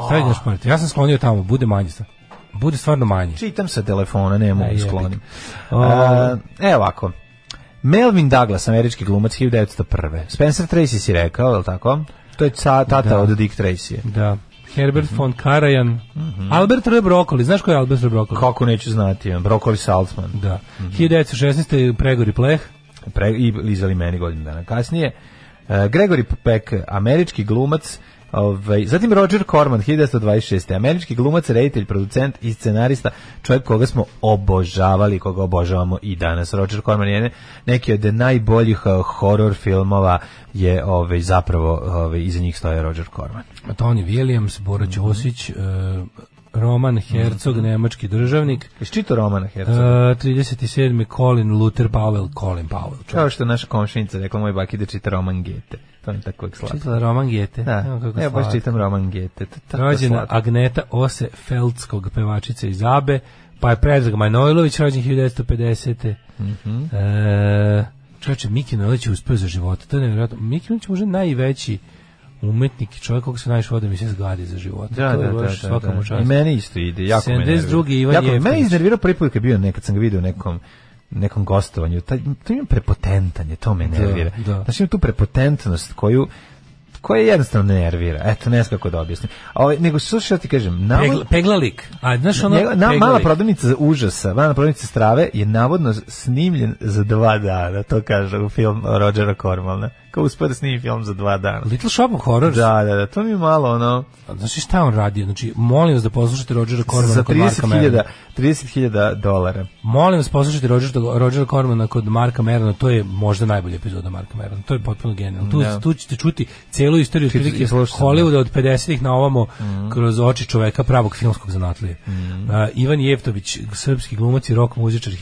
S7: Stavi ga na šporet. Ja sam sklonio tamo, bude manje. sta- Bude stvarno manje.
S6: Čitam sa telefona, ne
S7: Aj,
S6: mogu
S7: jebik.
S6: sklonim. Uh, evo ovako. Melvin Douglas, američki glumac 1901. Spencer Tracy si rekao, je li tako? To je ca, tata
S7: Da.
S6: od Dick Tracy.
S7: Da. Herbert von Karajan. Albert R. Brokoli. Znaš Mhm. ko je Albert R. Brokoli?
S6: Kako neću znati, on, Brokoli Saltzman.
S7: Da. 1916. Pregori Pleh.
S6: Pre, I lizali meni godinu dana kasnije. Uh, Gregory Peck, E, američki glumac, Ovaj, zatim Roger Corman, 1926. Američki glumac, reditelj, producent i scenarista, čovjek koga smo obožavali, koga obožavamo i danas. Roger Corman je ne- neki od najboljih eh, horror filmova je ovaj, zapravo ovaj, iza njih stoje Roger Corman.
S7: Tony Williams, Bora Ćosić, eh, Roman Hercog, nemački državnik,
S6: Jesi čitao Romana
S7: eh,
S6: Hercega?
S7: 37. Colin Luther Powell, Colin Powell. čovjek.
S6: Kao što je naša komšinica rekla moj baki da čita Roman Gete. To mi je tako uvijek slatko.
S7: Čitala Roman Gete.
S6: Da,
S7: Evo kako
S6: ja baš
S7: slatko.
S6: čitam Roman Gete. To je tako
S7: Rođena
S6: slatko.
S7: Agneta Ose Feldskog, pevačica iz Abe, pa je Predrag Manojlović, rođen 1950. Mhm. e, čovječe, Miki Manojlović je uspeo za život. To je nevjerojatno. Miki Manojlović je možda najveći umetnik i čovjek koga se najviše voda mi se zgadi za život.
S6: Da,
S7: to
S6: da,
S7: je
S6: da,
S7: baš
S6: da,
S7: svakom
S6: da,
S7: čast.
S6: I meni isto ide, jako me
S7: 72.
S6: nervira.
S7: Ivan
S6: jako, me- Mene
S7: Jeftić.
S6: je iznervirao prvi put kad je bio nekad sam ga video u nekom nekom gostovanju. Taj, to ima prepotentanje, to me nervira.
S7: da.
S6: Znači ima tu prepotentnost koju koja jednostavno nervira. Eto, ne znam kako da objasnim. A ovaj, nego, slušaj, ja ti kažem, navod,
S7: Pegla, peglalik. A, znaš ono,
S6: njega, na, mala
S7: peglalik.
S6: prodavnica užasa, mala prodavnica strave je navodno snimljen za dva dana, to kaže u film Rodgera Cormana. Kao uspio da snimi film za dva dana.
S7: Little Shop of Horrors.
S6: Da, da, da, to mi je malo ono...
S7: Znači šta je on radio? Znači, molim vas da poslušate Rodgera Cormana
S6: za
S7: kod Marka Merona.
S6: 30.000 30.000 dolara.
S7: Molim vas poslušajte Roger, Roger Cormana kod Marka Merona, to je možda najbolja epizoda Marka Merona, to je potpuno genijalno. Tu,
S6: Da.
S7: tu ćete čuti celu istoriju
S6: Čit-
S7: otprilike
S6: i da. Mhm. slušao sam,
S7: Hollywooda od 50-ih na ovamo kroz oči čoveka pravog filmskog zanatlije.
S6: Mhm.
S7: A, Ivan Jeftović, srpski glumac i rock muzičar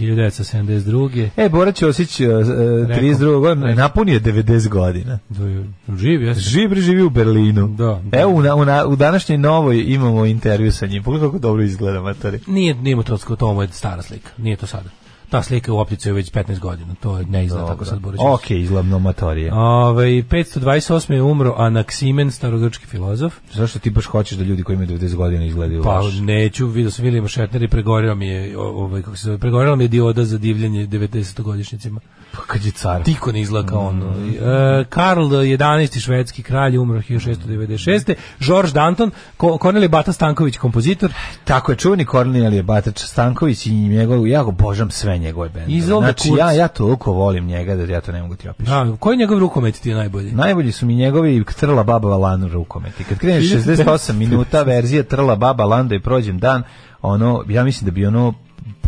S7: 1972.
S6: E, Bora Ćosić, e, e, 32 godine, napunio je 90 godina.
S7: Do- Živ, ja
S6: Živ preživi u Berlinu.
S7: Da, da.
S6: Evo, u, na- u, na- u današnjoj novoj imamo intervju sa njim. Pogledaj kako dobro izgleda, matori.
S7: Nije, nije mu to, to mu je stara slika, nije to sada. Ta slika je u opticu je već 15 godina, to je ne izgleda tako sad Borić. Ovaj,
S6: Ok, izgledno matorije.
S7: Ove, 528. je umro Anaksimen, starogrčki filozof.
S6: Zašto ti baš hoćeš da ljudi koji imaju 90 godina izgledaju
S7: Pa
S6: loše?
S7: neću, vidio sam William Shatner i pregoreo mi je, o- ovaj, kako se zove, pregorela mi je dioda za divljanje 90-godišnjicima.
S6: Pa kad je car.
S7: Tiko ne izgleda kao on. E, Karl 11. švedski kralj, umro 1696. George Danton, Ko Kornelije Bata Stanković, kompozitor.
S6: Tako je, čuveni Kornelije Batač Stanković i njegov, ja go božam sve njegove bendove.
S7: Izolda
S6: Znači,
S7: Kurz.
S6: ja, ja toliko volim njega da ja to ne mogu ti opisati.
S7: A, koji njegov rukomet ti je najbolji?
S6: Najbolji su mi njegovi Trla Baba Valan rukometi. Kad kreneš 68 minuta verzija Trla Baba Landa i prođem dan, ono, ja mislim da bi ono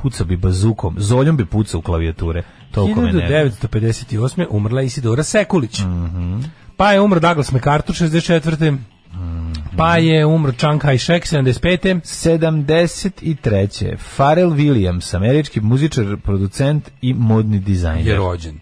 S6: pucao bi bazukom, zoljom bi pucao u klavijature. Toliko me ne.
S7: 1958. umrla je Isidora Sekulić. Pa je umro Douglas MacArthur 64. Pa je umro Chiang Kai-shek 75.
S6: 73. Pharrell Williams, američki muzičar, producent i modni dizajner.
S7: je rođen.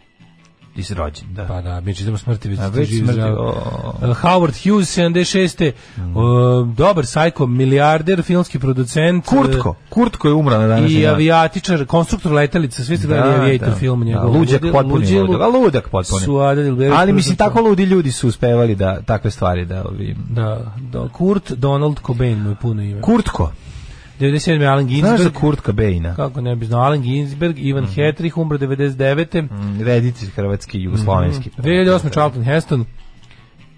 S6: Iz rođen, da.
S7: Pa da, mi čitamo smrti, već
S6: A,
S7: ste
S6: već
S7: živi
S6: smrti,
S7: zdravi.
S6: o. Mm.
S7: Uh, Howard Hughes, 76. Uh, dobar sajko, milijarder, filmski producent.
S6: Kurtko,
S7: uh,
S6: Kurtko je umra na današnji
S7: I
S6: dan.
S7: aviatičar, konstruktor letelica, svi ste
S6: Da,
S7: gledali aviator
S6: da,
S7: film
S6: da,
S7: njegov.
S6: luđak
S7: Ludi-
S6: potpuni
S7: luđilu.
S6: ludak, a ludak potpuni.
S7: Suada Dilberović,
S6: Ali mislim
S7: producent.
S6: tako ludi ljudi su uspevali da takve stvari da ovi
S7: Da, da, Kurt Donald Cobain mu je puno ime.
S6: Kurtko.
S7: 97. Alan
S6: Znaš za Mhm.
S7: Ginsberg,
S6: Kurtka Bejna?
S7: kako ne bi znao, Alan Ginsberg, Ivan Hetrich, umro 99.
S6: Mhm. Mm, Reditelj hrvatski i jugoslovenski.
S7: Mm, 2008. Charlton Heston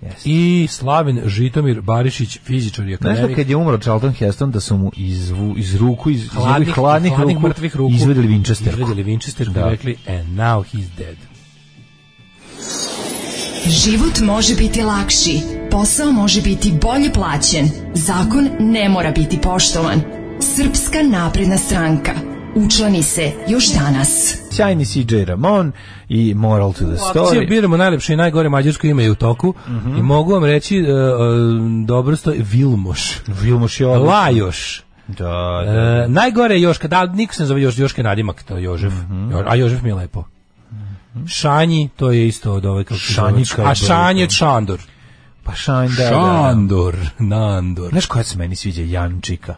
S6: Da, Jeste.
S7: i Slavin Žitomir Barišić, fizičar i
S6: Znaš da
S7: akademik.
S6: kad je umro Charlton Heston da su mu iz, vu- iz ruku, iz iz njegovih hladnih, ruku,
S7: mrtvih ruku
S6: izvedeli Winchester.
S7: izvedeli Winchester
S6: Da.
S7: i rekli and now he's dead
S5: Život može biti lakši, posao može biti bolje plaćen, zakon ne mora biti poštovan. Srpska napredna stranka. Učlani se još danas.
S6: Sjajni CJ Ramon i Moral to the
S7: Akcija
S6: Story.
S7: biramo najlepše i najgore mađarsko ime je u toku
S6: Mhm.
S7: i mogu vam reći e, e, dobro stoji Vilmoš
S6: Vilmoš je odličan.
S7: Lajoš
S6: Da,
S7: E,
S6: da.
S7: najgore je Joška, da, niko se ne zove Još, Joška je nadimak, to je Jožef.
S6: Mhm.
S7: Jo- a Jožef mi je lepo. Šanji, to je isto od ove kako se zove.
S6: Šanjika Mhm. je
S7: A Šanj je Čandor.
S6: Pa Šan, da, da, da.
S7: Čandor, Nandor.
S6: Znaš koja se meni sviđa? Jančika.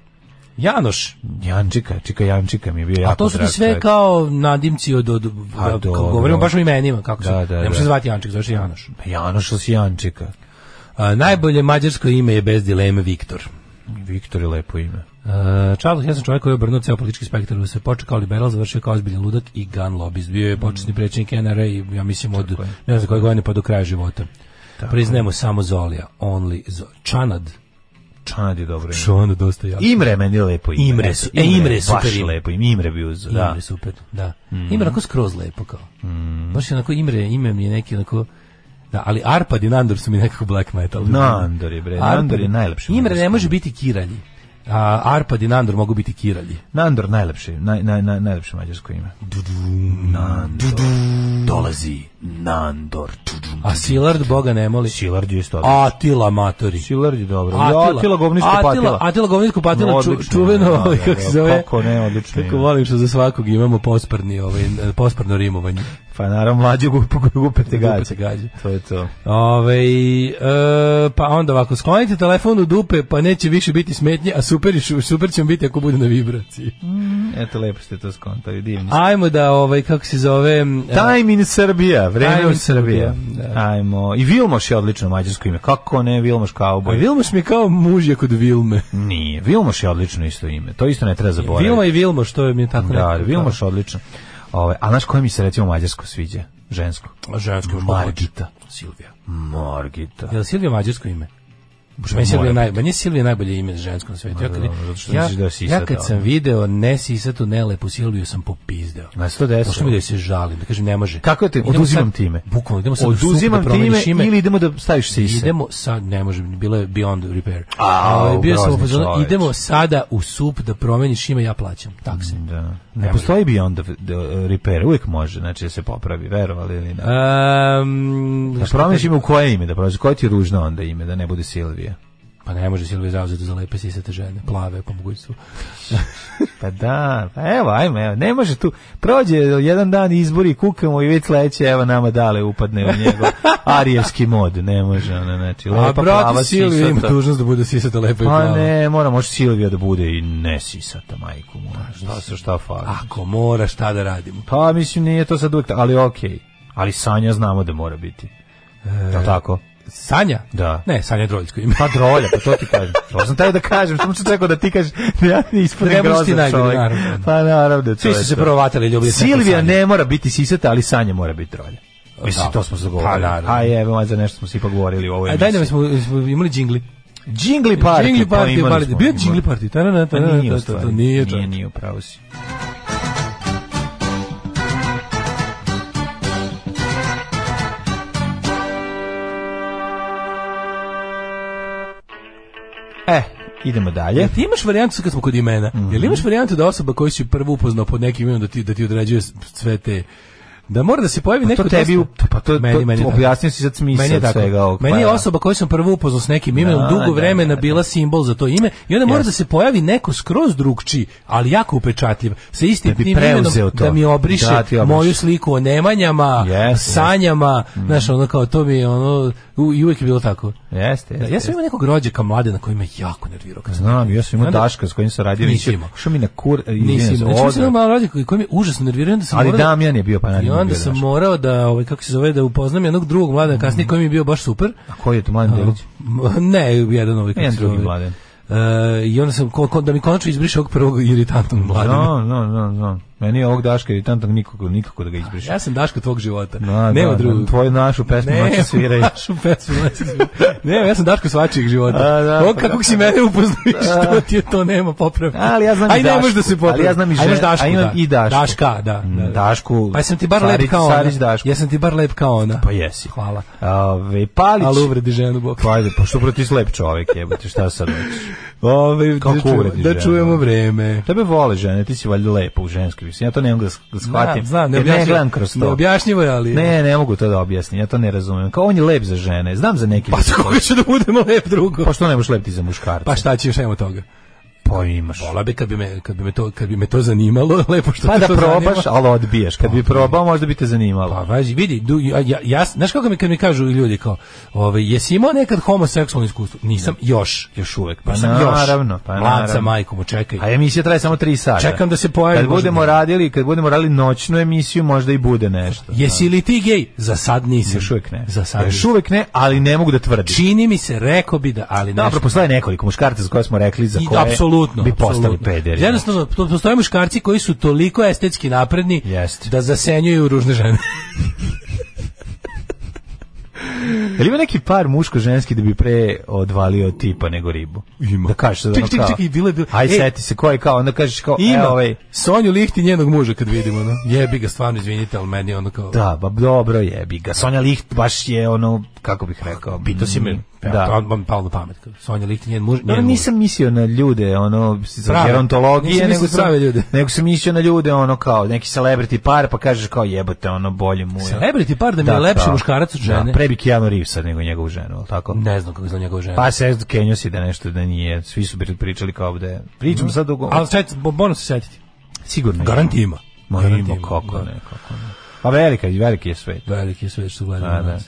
S7: Janoš.
S6: Jančika, čika Jančika mi je bio
S7: A
S6: jako
S7: to su ti
S6: drag
S7: sve
S6: čovjek.
S7: kao nadimci od, od,
S6: Pa
S7: kako
S6: dobro.
S7: govorimo baš o imenima, kako se,
S6: Da, da,
S7: ne može
S6: da.
S7: se zvati Janček, zove se Janoš.
S6: Pa Janoš si Jančika.
S7: A, najbolje mađarsko ime je bez dileme Viktor.
S6: Viktor je lepo ime.
S7: Uh, Charles Heston čovjek koji je obrnuo ceo politički spektar, se počeo kao liberal, završio kao ozbiljan ludak i gun lobbyist. Bio je
S6: Mm.
S7: početni predsjednik NRA i ja mislim od ne znam koje godine pa do kraja života. Priznajemo samo Zolija, only Zo Čanad.
S6: Čanad je dobro ime.
S7: Čanad dosta jako.
S6: Imre meni je lepo ime.
S7: Imre su- e, Imre je super
S6: baš
S7: ime.
S6: lepo ime. Imre bi uz...
S7: Da.
S6: Da. Mhm.
S7: Imre super, da. Imre onako skroz lepo kao. Baš je onako Imre, ime mi je neki onako Da, ali Arpad i Nandor su mi nekako black metal.
S6: Nandor je, bre, Nandor je najlepši
S7: Imre ne
S6: manastir.
S7: može biti kiralji. A Arpad i Nandor mogu biti kiralji.
S6: Nandor najlepši, naj, naj, naj, najlepše mađarsko ime. Nandor. Dolazi Nandor. Pa
S7: A Silard Boga ne moli.
S6: Silard je isto. odlično.
S7: Atila matori.
S6: Silard je dobro. Atila, Atila govnisko patila.
S7: Atila, Atila govnisko patila,
S6: No,
S7: ču-
S6: odlično,
S7: čuveno,
S6: da,
S7: ovaj,
S6: da,
S7: kako
S6: da,
S7: se zove.
S6: kako ne, odlično
S7: Kako
S6: ime.
S7: volim što za svakog imamo posprni, ovaj, eh, posprno rimovanje.
S6: Pa naravno, mlađe gupe, gupete gađe.
S7: Gupete gađe.
S6: To je to.
S7: Ove, e, pa onda ovako, sklonite telefon u dupe, pa neće više biti smetnje, a super, je- super ćemo biti ako bude na vibraciji.
S6: Eto, lepo ste to skontali, divni.
S7: Ajmo da, ovaj, kako se zove... e,
S6: Time in Serbia, vreme
S7: Time
S6: u
S7: in da.
S6: Srbija.
S7: Serbia,
S6: Ajmo. I Vilmoš je odlično mađarsko ime. Kako ne, Vilmoš
S7: A
S6: Cowboy?
S7: ovaj, Vilmoš mi je kao mužja kod Vilme.
S6: Nije. Vilmoš je odlično isto ime. To isto ne treba zaboraviti.
S7: Vilma i Vilmoš, to mi je tako
S6: Da, Vilmoš odlično. Ove, a znaš koje mi se recimo mađarsko sviđa? Žensko.
S7: Ženski
S6: Margita. Silvija. Margita. da
S7: Je li Silvija mađarsko ime? Meni je Silvija, naj, meni je Silvija najbolje ime za žensko na svetu. Ja kad,
S6: dobro, zato što
S7: ja,
S6: misliš da je sisata,
S7: ja kad sam
S6: ali.
S7: video nesisatu, nelepu Silviju, sam popizdeo.
S6: Na 110.
S7: Došlo mi da joj se žalim, da kažem ne može.
S6: Kako te
S7: Idemo
S6: oduzimam
S7: sad-
S6: time?
S7: Bukvalno, idemo sad u supu
S6: oduzimam
S7: da
S6: time
S7: promeniš ime.
S6: ili idemo da staviš sise.
S7: Idemo sad, ne može, bilo je beyond repair.
S6: Au,
S7: Ovaj, bio sam
S6: grozni
S7: u fazonu,
S6: čoveč.
S7: idemo sada u sup da promeniš ime, ja plaćam takse.
S6: Da. Ne postoji beyond the, the repair, uvijek može, znači da se popravi, verovali ili ne.
S7: Um,
S6: Da promeniš ime u koje ime, da promeniš, koje ti je ružno onda ime, da ne bude Silvija.
S7: Pa ne može Silvija zauzeti za lepe sisate žene, plave po mogućstvu.
S6: Pa da, pa evo, ajmo, evo, ne može tu, prođe jedan dan izbori, kukamo i već sledeće, evo nama dale upadne u njegov arijevski mod, ne može, ona, znači, lepa
S7: A
S6: plava
S7: brate Silvija ima
S6: sisata.
S7: dužnost da bude sisata lepa i
S6: Pa
S7: plava.
S6: ne, mora, može Silvija da bude i ne sisata, majku
S7: Pa,
S6: moja, šta se šta fali.
S7: Ako mora, šta da radimo?
S6: Pa mislim, nije to sad uvijek, ta- ali okej, ali Sanja znamo da mora biti.
S7: E,
S6: Je li tako?
S7: Sanja?
S6: Da.
S7: Ne, Sanja je droljsko ime.
S6: Pa drolja, pa to ti kažem. To sam taj da kažem, samo sam čekao da ti kažeš da ja ne ispadnem
S7: Ne budeš ti
S6: grozan
S7: najgori,
S6: čovjek.
S7: naravno.
S6: Pa naravno, to
S7: Svi
S6: je
S7: su se
S6: to.
S7: prvo vatali i ljubili. se nakon
S6: Silvija
S7: Sanje.
S6: ne mora biti sisata, ali Sanja mora biti drolja. Mislim,
S7: Da.
S6: to smo zagovorili.
S7: Pa, naravno.
S6: A jebe, ma za nešto smo se ipak govorili u ovoj
S7: A daj nam
S6: emisiji.
S7: smo, smo imali džingli.
S6: Džingli party.
S7: Džingli
S6: pa
S7: party,
S6: imali
S7: party.
S6: smo,
S7: Bio
S6: imali.
S7: džingli party. Tarana,
S6: Pa
S7: tarana,
S6: nije u
S7: tarana,
S6: stvari.
S7: tarana,
S6: Nije,
S7: Nije,
S6: nije,
S7: čak.
S6: upravo si. E, idemo dalje.
S7: Jel ti imaš varijantu, sad kad smo kod imena,
S6: Mhm.
S7: jel imaš varijantu da osoba koju si prvo upoznao pod nekim imenom da ti, da ti određuje s- sve te da mora da se pojavi
S6: Pa
S7: neko
S6: to tebi,
S7: dosta-
S6: u- pa to, meni, to, meni
S7: tako.
S6: objasnio si sad smisao
S7: da. Meni je tako.
S6: svega ovog.
S7: Meni je
S6: pa da.
S7: osoba koju sam prvo upoznao s nekim imenom
S6: Da, da,
S7: dugo vremena
S6: da, da.
S7: bila simbol za to ime i onda mora
S6: Jeste.
S7: da se pojavi neko skroz drugčiji, ali jako upečatljiv, sa istim
S6: Da bi
S7: tim imenom
S6: preuzeo to.
S7: da mi obriše
S6: Da, ti obriše.
S7: moju sliku o nemanjama,
S6: Jeste, Mhm.
S7: sanjama, znaš, ono kao to mi je ono u, i uvijek je bilo tako.
S6: Jeste,
S7: Da,
S6: jeste.
S7: ja sam imao nekog rođaka mlade na koji me jako nervirao kad sam
S6: Znam, ja sam imao
S7: Onda-
S6: Daška s kojim sam radio.
S7: Nisi
S6: Nisi
S7: imao.
S6: Što mi na kur...
S7: Nisi
S6: izvinjam se,
S7: imao. Znači,
S6: odvrat.
S7: mislim, malo rođak koji koji mi užasno nervirao, i onda sam
S6: Ali
S7: morao...
S6: Damjan je bio, pa
S7: I
S6: naravno je
S7: onda
S6: bio
S7: sam
S6: Daško.
S7: morao da, ovaj, kako se zove, da upoznam jednog drugog
S6: Mhm.
S7: mladena kasnije koji mi je bio baš super.
S6: A koji je to Mladen Delić?
S7: A, ne, jedan ovaj kako
S6: Jedan
S7: se
S6: drugi
S7: zove.
S6: Mladen.
S7: E, I onda sam, ko, ko- da mi konačno izbriše ovog prvog iritantnog mladena.
S6: No, no, no, no. da, Meni je ovog Daška iritantnog nikako, nikako da ga izbrišem.
S7: Ja sam Daško tvog života.
S6: Da,
S7: Nema
S6: da,
S7: drugog.
S6: da, tvoju našu pesmu
S7: Ne,
S6: noću sviraju.
S7: našu pesmu noću sviraju. Ne, ja sam Daško svačijeg života.
S6: A, da,
S7: Ovo
S6: pa
S7: kakvog
S6: da.
S7: si mene upoznao i što ti je to nema popravka.
S6: Ali ja znam i
S7: Aj, ne možeš
S6: Dašku.
S7: da se popravi.
S6: Ali ja znam
S7: Aj,
S6: i
S7: imaš
S6: žen-
S7: Dašku,
S6: a imam
S7: da.
S6: i Dašku. Mm,
S7: Daška, da. da, da.
S6: Dašku.
S7: Pa sam ti bar lep
S6: Sarić-
S7: kao ona.
S6: Sarić Dašku.
S7: Ja sam ti bar lep kao ona.
S6: Pa jesi.
S7: Hvala.
S6: Ove, Palić.
S7: Ali uvredi ženu, bok.
S6: Pa ajde, pa što proti slep čovek, jebote, šta sad hoćeš?
S7: Ove,
S6: Kako
S7: da, čujemo-
S6: uvredi
S7: da
S6: ženu?
S7: čujemo vreme.
S6: Tebe vole žene, ti si valjda lepa u ženskoj mislim. Ja to ne mogu da, s- da shvatim.
S7: Znam, znam,
S6: jer ne
S7: neobjašnjivo-
S6: gledam kroz to.
S7: Neobjašnjivo je, ali...
S6: Ne, ne mogu to da objasnim, ja to ne razumem. Kao on je lep za žene, znam za neki.
S7: Pa za koga će da budemo lep drugo?
S6: Pa što ne možeš lep ti za muškarca?
S7: Pa šta ćeš, ajmo toga.
S6: Pa imaš.
S7: Vola bi kad bi me, kad bi me, to, kad bi me to zanimalo, lepo što
S6: Pa
S7: te
S6: da
S7: to
S6: probaš,
S7: zanima.
S6: ali pa. odbijaš. Kad bi probao, možda bi te zanimalo.
S7: Pa važi, vidi, du, ja, ja, ja, znaš kako mi kad mi kažu ljudi kao, ovaj, jesi imao nekad homoseksualno iskustvo? Nisam, još.
S6: još uvek. Pa
S7: Pa sam još.
S6: naravno, pa
S7: Mlaca
S6: naravno.
S7: majkom, čekaj.
S6: Pa, A emisija traje samo 3 sata.
S7: Čekam da se pojavi,
S6: Kad
S7: možda
S6: budemo
S7: bude.
S6: radili, kad budemo radili noćnu emisiju, možda i bude nešto.
S7: Jesi li ti gej? Za sad nisam.
S6: Još uvek ne.
S7: Za sad
S6: Još
S7: nisam.
S6: uvek ne, ali ne mogu da tvrdim.
S7: Čini mi se, rekao bi da, ali nešto.
S6: Dobro, postoje nekoliko muškaraca za koje smo rekli za
S7: I-
S6: koje
S7: apsolutno,
S6: bi postali
S7: apsolutno.
S6: pederi. znači.
S7: Jednostavno, to- postoje muškarci koji su toliko estetski napredni
S6: Jeste.
S7: da zasenjuju ružne žene.
S6: Je li ima neki par muško-ženski da bi pre odvalio tipa nego ribu?
S7: Ima.
S6: Da kažeš da
S7: Ček, ček, ček, bilo je bilo.
S6: Aj,
S7: E,
S6: seti se, ko je kao, onda kažeš kao,
S7: Ima
S6: e, ovaj,
S7: Sonju Lihti njenog muža kad vidimo, no. Jebi ga stvarno, izvinite, ali meni je ono kao
S6: da, ba, dobro jebi ga. Sonja Licht baš je ono, kako bih rekao,
S7: Pitao si me,
S6: da.
S7: ja, da. odmah mi palo na pamet. kao, Sonja Lihti njen muž,
S6: No,
S7: njen muž.
S6: nisam mislio na ljude, ono, sa
S7: Prave.
S6: gerontologije,
S7: Nisam mislio
S6: nego sam,
S7: prave ljude.
S6: nego sam mislio na ljude, ono, kao, neki celebrity par, pa kažeš kao, jebote, ono, bolje mu je.
S7: Celebrity par da mi je lepši muškarac od žene.
S6: Da, pre bi Keanu Reevesa nego njegovu ženu, ali tako?
S7: Ne znam kako je zove njegova žena.
S6: Pa se Kenjo si da nešto da nije, svi su bili pričali kao da je. Pričam sad dugo.
S7: ali čet, moram se setiti.
S6: sigurno
S7: Garanti ima.
S6: Ma
S7: Garanti
S6: ima,
S7: ima,
S6: kako
S7: da.
S6: ne, kako ne. Pa velika, veliki je svet.
S7: Veliki je sve što gledamo.
S6: A,
S7: A,
S6: da.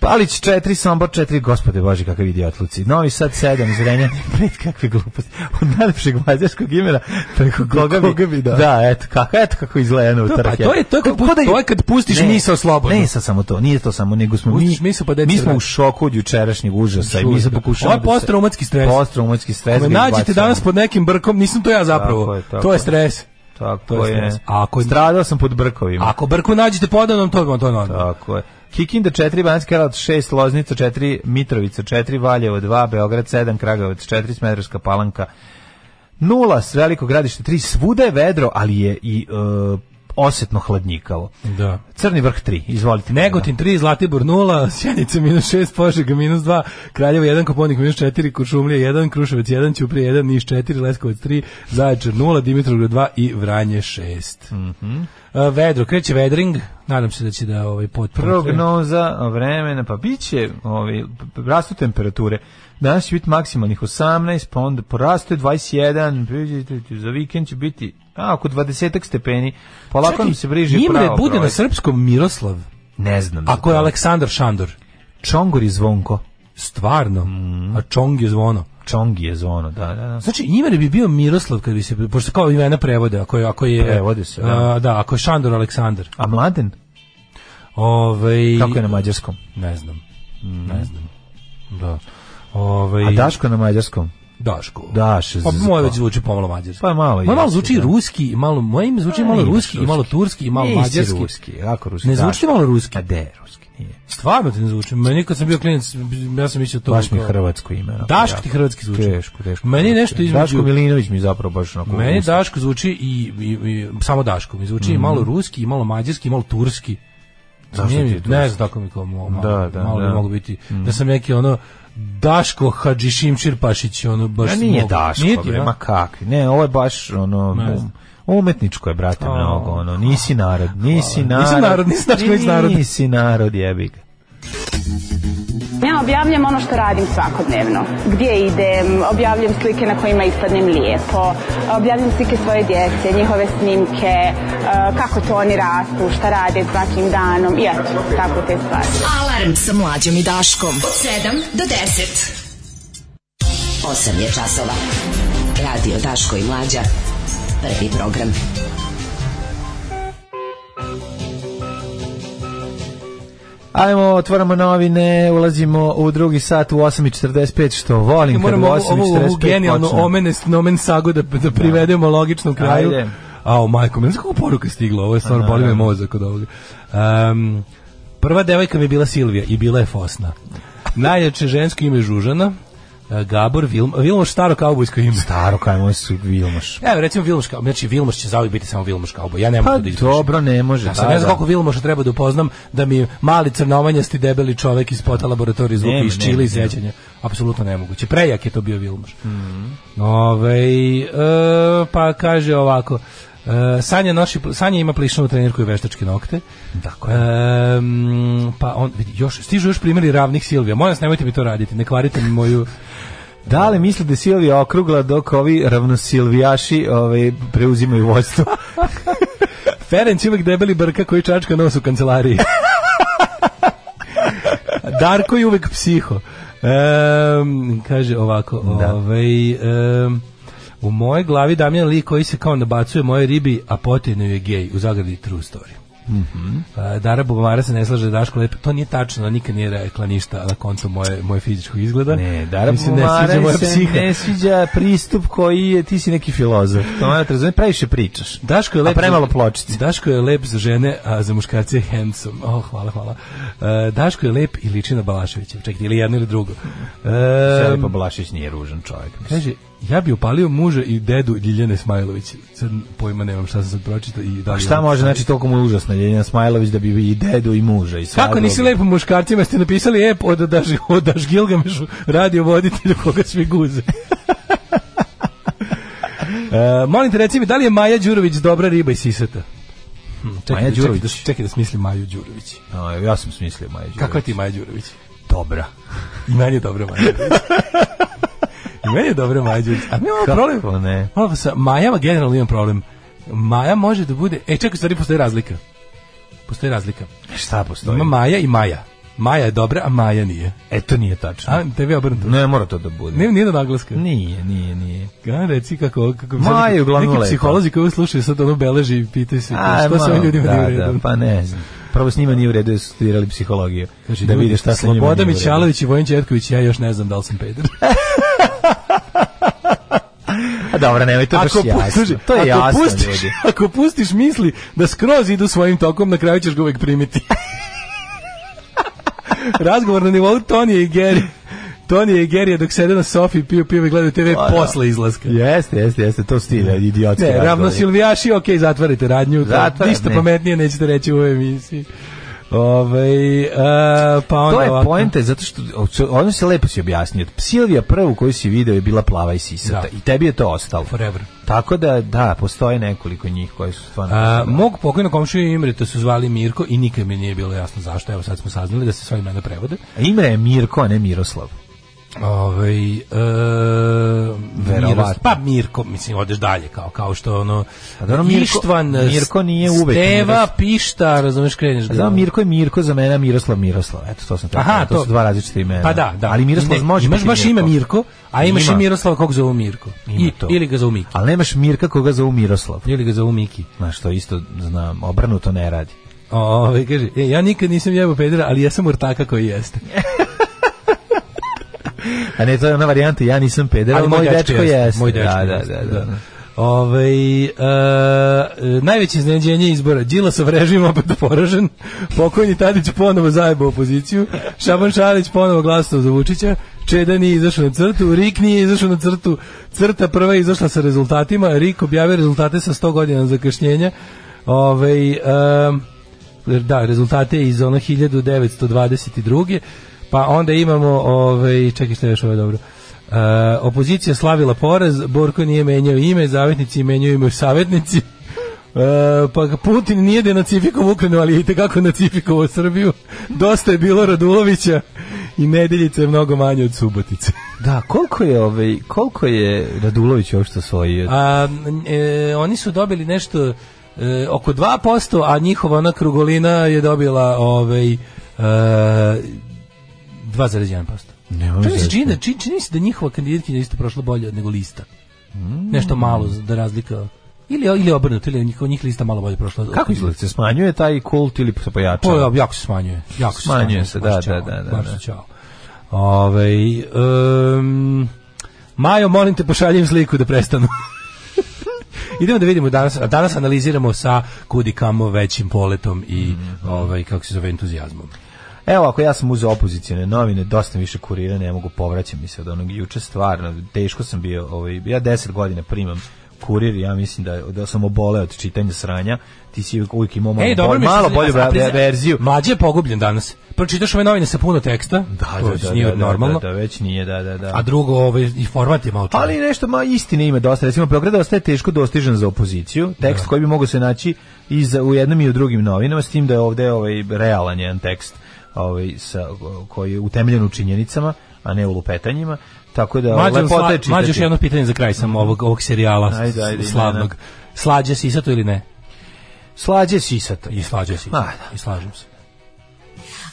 S6: Palić 4, Sombor 4, gospode Bože, kakav idiotluci. Novi Sad 7, Zrenja, pred kakve gluposti. Od najlepšeg mađarskog imena, preko koga bi...
S7: koga bi, da.
S6: da eto, kako, eto kako izgleda na
S7: pa to je- to je kad pu- to je kad pustiš misao slobodno.
S6: da Ne, sad samo to, nije to samo, nego smo
S7: Pustiš
S6: mi...
S7: misao, pa deca
S6: mi smo
S7: vrati.
S6: u šoku od jučerašnjeg užasa i mi
S7: Čuj,
S6: sad
S7: da.
S6: pokušamo...
S7: Ovo je postraumatski stres.
S6: Postraumatski stres.
S7: Me
S6: ga
S7: nađete
S6: izbacujemo.
S7: danas pod nekim brkom, nisam to ja zapravo.
S6: Tako je, tako
S7: to
S6: je.
S7: je stres.
S6: Tako
S7: To je
S6: je.
S7: stres. A ako-
S6: Stradao sam pod brkovima.
S7: Ako brku nađete podanom, to je to je normalno.
S6: Tako je. Kikinda 4, Banjska Karlovac 6, Loznica 4, Mitrovica 4, Valjevo 2, Beograd 7, Kragovac 4, Smederska Palanka 0, s Veliko gradište 3, svuda je vedro, ali je i e, osetno hladnjikavo.
S7: Da.
S6: Crni vrh 3, izvolite.
S7: Negotin 3, Zlatibor 0, Sjenica minus 6, Požega minus 2, Kraljevo 1, Koponik minus 4, Kušumlija 1, Kruševac 1, Ćuprije 1, Niš 4, Leskovac 3, Zaječar 0, Dimitrovgrad 2 i Vranje 6. Mm
S6: Mhm.
S7: vedro, kreće vedring, nadam se da će da ovaj potpuno...
S6: Prognoza vremena, pa bit će, ovi, rastu temperature. Danas će biti maksimalnih 18, pa onda poraste 21, vidite, za vikend će biti a, oko 20 stepeni. Polako nam se briže
S7: Imre
S6: pravo
S7: bude
S6: broj.
S7: na srpskom Miroslav,
S6: Ne znam. za
S7: ako je
S6: to.
S7: Aleksandar Šandor.
S6: Čongor i zvonko.
S7: Stvarno,
S6: Mhm.
S7: a Čong je zvono.
S6: Čongi je zvono, da, da, da.
S7: Znači, Imre bi bio Miroslav kad bi se, pošto kao imena prevode, ako je, ako je,
S6: Prevode se, da.
S7: A, da, ako je Šandor Aleksandar.
S6: A mladen?
S7: Ovaj,
S6: Kako je na mađarskom?
S7: Ne znam. Ne znam. Da. Ovaj
S6: A da? Daško na mađarskom?
S7: Daško.
S6: Daš,
S7: Pa
S6: z-
S7: moje
S6: pa.
S7: već zvuči pomalo mađarski.
S6: Pa je malo
S7: Moje malo
S6: jeste,
S7: zvuči
S6: da. Pa
S7: ruski, i malo moje ime zvuči malo
S6: Imaš
S7: ruski, i malo turski, i malo
S6: Nisi
S7: mađarski.
S6: ruski, jako ruski.
S7: Ne
S6: Daško.
S7: zvuči malo ruski.
S6: A de, ruski nije.
S7: Stvarno ti ne zvuči. Meni kad sam bio klinac, ja sam mislio to.
S6: Baš mi
S7: kao-
S6: hrvatsko ime. onako,
S7: Daško
S6: jako.
S7: ti hrvatski zvuči.
S6: Teško, teško.
S7: Meni
S6: Teško.
S7: nešto
S6: Daško
S7: između-
S6: Milinović mi zapravo baš onako...
S7: Meni
S6: usta.
S7: Daško zvuči i, i, i samo Daško mi zvuči i malo ruski, i malo mađarski, i malo turski.
S6: Mhm. Zašto
S7: Nije mi-
S6: ti je turski?
S7: Ne znam tako mi kao mo- malo,
S6: Da, da,
S7: malo bi
S6: da.
S7: mogu biti. Da sam neki ono Daško Hadži Šimčir Pašić, ono baš
S6: A nije
S7: mogu.
S6: Daško,
S7: Nije ti,
S6: bre,
S7: da?
S6: ma kakvi. Ne, ovo je baš ono...
S7: Ne
S6: um,
S7: znam.
S6: Umetničko je, brate, mnogo, ono, nisi narod, nisi narod.
S7: Nisam narod, nisam Daško, već narod.
S6: Nisi narod, jebi ga.
S9: Ja objavljam ono što radim svakodnevno. Gdje idem, objavljam slike na kojima ispadnem lijepo, objavljam slike svoje djece, njihove snimke, e, kako to oni rastu, šta rade svakim danom, i eto, tako te stvari.
S5: Alarm sa mlađom i Daškom. Od 7 do 10.
S8: 8 je časova. Radio Daško i Mlađa. Prvi program.
S6: Ajmo, otvaramo novine, ulazimo u drugi sat u 8.45, što volim kad u
S7: Moramo ovu, ovu, ovu
S6: 8.45
S7: genijalnu
S6: počne.
S7: omenes, nomen sagu da, da privedemo logičnom kraju.
S6: Ajde.
S7: A o majko, mi ne znam kako poruka stigla, ovo je stvarno boli me mozak od ovoga. Um, prva devojka mi je bila Silvija i bila je Fosna. Najjače žensko ime je Žužana, e, Gabor, Vilm, Vilmoš staro kaubojsko ime.
S6: Staro, kaj moj su Vilmoš.
S7: Evo, recimo Vilmoš kauboj, znači Vilmoš će zauvijek biti samo Vilmoš kauboj, ja ne mogu
S6: Pa
S7: to da izbrišem.
S6: dobro, ne može. pa
S7: Ja sam ne znam koliko Vilmoša treba da upoznam da mi mali crnomanjasti debeli čovek iz pota laboratorije zvuka
S6: Nema,
S7: iz
S6: nema,
S7: Čile iz
S6: nema. Mhm.
S7: Zeđanja. Apsolutno nemoguće. Prejak je to bio Vilmoš. Ovaj, e, pa kaže ovako. e, Sanja, noši, Sanja ima plišanu trenirku i veštačke nokte. Tako pa on, vidi, još, stižu još primjeri ravnih Silvija. Molim vas, nemojte mi to raditi. Ne kvarite mi moju...
S6: Da li misli da je Silvija okrugla dok ovi ravnosilvijaši ovaj, preuzimaju vojstvo?
S7: Ferenc uvek debeli brka koji čačka nos u kancelariji. Darko je uvek psiho. Ehm, kaže ovako,
S6: Da.
S7: ovaj, ehm, u mojoj glavi Damjan Li koji se kao nabacuje moje ribi, a potajno je gej, u zagradi true story.
S6: Mhm.
S7: E, Dara Bubamara se ne slaže da je Daško lep. To nije tačno, ona nikad nije rekla ništa na koncu moje, moje fizičkog izgleda.
S6: Ne, Dara
S7: Mi se ne sviđa moja
S6: se
S7: psiha.
S6: ne sviđa pristup koji je, ti si neki filozof. Da. To me razumije, previše pričaš.
S7: Daško je lep.
S6: A premalo pločice.
S7: Daško je lep za žene, a za muškarce je handsome. Oh, hvala, hvala. E, Daško je lep i liči na Balaševića. Čekajte, ili jedno ili drugo. E,
S6: Želipa Balašić nije ružan čovjek. mislim.
S7: kaže, ja bi upalio muža i dedu Ljiljane Smajlović. Sad pojma nemam šta sam sad pročitao. I da li je-
S6: A šta može, znači toliko mu je užasno Ljeljana Smajlović da bi i dedu i muža i sva
S7: Kako nisi
S6: druga.
S7: lepo muškarcima ste napisali ep od Daš, od Daš Gilgamešu radio voditelju koga svi guze. E, molim te reci mi, da li je Maja Đurović dobra riba iz sisata? Hm, čekaj,
S6: Maja
S7: da- čekaj da-
S6: Đurović.
S7: Čekaj da smislim Maju Đurović.
S6: A, ja sam smislio Maja Đurović.
S7: Kakva ti je Maja Đurović?
S6: dobra.
S7: I meni je dobra Maja Đurović. I meni je dobra Maja Đurović. A mi imamo problem.
S6: Kako ne?
S7: Malo sa Majama generalno imam problem. Maja može da bude... E, čekaj, u stvari postoji razlika. Postoji razlika.
S6: E, Šta postoji?
S7: Ima Maja i Maja. Maja je dobra, a Maja nije.
S6: E, to nije tačno.
S7: A, tebi je obrnuto.
S6: Ne mora to da bude.
S7: Ne, nije do naglaska.
S6: Nije, nije, nije.
S7: Ga reci kako kako
S6: Ma,
S7: sad neki-
S6: je uglavnom
S7: neki
S6: lepo.
S7: psiholozi koji ovo slušaju sad ono beleži i pitaju se
S6: A,
S7: što se
S6: malo,
S7: ovim ljudima
S6: da,
S7: nije u redu.
S6: Da, pa ne znam. Prvo s njima nije u redu jer su studirali psihologiju.
S7: Kaže,
S6: da
S7: ljudi,
S6: vide šta se njima
S7: Sloboda
S6: nije u redu.
S7: Mićalović i Vojin Četković, ja još ne znam da li sam peder.
S6: A dobro, nemoj to baš jasno.
S7: slušaj,
S6: to je
S7: ako
S6: jasno,
S7: pustiš,
S6: ljudi.
S7: ako pustiš misli da skroz idu svojim tokom, na kraju ćeš ga uvek primiti. Razgovor na nivou Tonija i Geri. Tonija i Geri dok sede na sofi, piju pivo i gledaju TV
S6: Pa, da.
S7: posle izlaska.
S6: Jeste, jeste, jeste, to su ti idiotski
S7: Ne,
S6: razgovori.
S7: ravno silvijaši, ok, zatvarite radnju, Zatvar,
S6: Zatvara-
S7: ništa
S6: ne.
S7: pametnije nećete reći u ovoj emisiji. Ovaj, e, pa onda
S6: To je
S7: ovako.
S6: poenta zato što ono se lepo si objasnio. Silvija prvu koju si video je bila plava i sisata
S7: Da.
S6: i tebi je to ostalo.
S7: Forever. E,
S6: Tako da da, postoje nekoliko njih koji su stvarno.
S7: A, mog pokojnog komšiju Imreta su zvali Mirko i nikad mi nije bilo jasno zašto. Evo sad smo saznali da se sva imena prevode.
S6: A Imre je Mirko, a ne Miroslav.
S7: Ovaj e,
S6: Verovatno.
S7: Miros- pa Mirko, mislim, odeš dalje kao kao što ono
S6: Pa dobro, Mirko-
S7: Ištvan,
S6: Mirko nije uvek Pa
S7: Steva,
S6: Miros-
S7: Pišta, razumeš, kreneš
S6: Znam Mirko je Mirko za mene, a Miroslav Miroslav. Eto to sam tako.
S7: Aha,
S6: to, su dva različita imena.
S7: Pa da, da.
S6: Ali Miroslav
S7: Ne,
S6: može
S7: imaš
S6: biti
S7: baš ime Mirko, a imaš
S6: Ima.
S7: i Miroslava kog zovu Mirko.
S6: Ima
S7: I,
S6: to.
S7: Ili ga zovu Miki.
S6: Ali nemaš Mirka koga zovu Miroslav.
S7: Ili ga zovu Miki.
S6: Znaš, to isto znam, obrnuto ne radi.
S7: Ove, kaže, e, ja nikad nisam jebao pedera, ali ja sam urtaka koji jeste.
S6: A ne, to je ona varijanta, ja nisam peder, ali moj dečko jeste.
S7: Moj dečko
S6: da, da,
S7: jeste,
S6: da, da, da.
S7: Ovaj, e, e, najveće iznenađenje izbora. Đilasov režim opet poražen. Pokojni Tadić ponovo zajebao opoziciju. Šaban Šarić ponovo glasao za Vučića. Čeda nije izašao na crtu, Rik nije izašao na crtu, crta prva je izašla sa rezultatima, Rik objavio rezultate sa 100 godina zakašnjenja. Ovaj, e, da, rezultate iz ono 1922. Pa onda imamo, ovaj, čekaj šta je još ovo je dobro. E, opozicija slavila poraz, Borko nije menjao ime, zavetnici menjaju ime u savjetnici. E, pa ga Putin nije denacifikovo Ukrajinu, ali je itekako nacifikovo Srbiju. Dosta je bilo Radulovića i nedeljica je mnogo manje od Subotice.
S6: Da, koliko je ovaj koliko je Radulović uopšte osvojio?
S7: A, e, oni su dobili nešto e, oko 2%, a njihova ona krugolina je dobila ovaj, e, 2,1%.
S6: Ne mogu
S7: Čini se,
S6: zezati.
S7: čini, da- čini, čini se da njihova kandidatkinja isto prošla bolje nego lista.
S6: Mm.
S7: Nešto malo da razlika. Ili, ili obrnuto, ili njihova njih lista malo bolje prošla.
S6: Kako izgleda? Se smanjuje taj kult ili se
S7: To
S6: pojačava?
S7: je, Pa, da, jako se smanjuje. Jako se
S6: Smanjuje se, da,
S7: baš
S6: da,
S7: ćao,
S6: da, da,
S7: baš
S6: da.
S7: ćao. Ovaj, em, Majo, molim te, pošaljem sliku da prestanu. Idemo da vidimo danas, a danas analiziramo sa kudi kamo većim poletom i
S6: Mhm.
S7: ovaj kako se zove entuzijazmom.
S6: Evo, ako ja sam uzeo opozicione novine, dosta više kurira, ne mogu povraćam mi se od onog juče, stvarno, teško sam bio, ovaj, ja deset godina primam kurir, ja mislim da, da sam oboleo od čitanja sranja, ti si uvijek imao malo,
S7: Ej,
S6: bolj,
S7: dobro mi je što
S6: malo
S7: se-
S6: bolju
S7: a, a,
S6: ver-
S7: priznaj,
S6: verziju.
S7: Mlađe je pogubljen danas. Pročitaš ove novine sa puno teksta, to već nije normalno.
S6: Da, da, već nije, da, da, da.
S7: A drugo, ovaj, i format je malo čudan.
S6: Ali nešto ma istine ima dosta. Recimo Beograd ostaje teško dostižan za opoziciju. Tekst
S7: Da.
S6: koji bi mogao se naći i za, u jednom i u drugim novinama s tim da je ovde ovaj realan jedan tekst ovaj sa koji je utemeljen u činjenicama, a ne u lupetanjima. Tako da
S7: Mlađe,
S6: lepota je
S7: sla- mlađe još
S6: čitati.
S7: jedno pitanje za kraj sam ovog, ovog serijala s-
S6: Ajde, ajde,
S7: slavnog.
S6: Ivana.
S7: Slađe si to ili ne?
S6: Slađe sisata.
S7: I slađe si.
S6: Ma, da.
S7: I slažem se.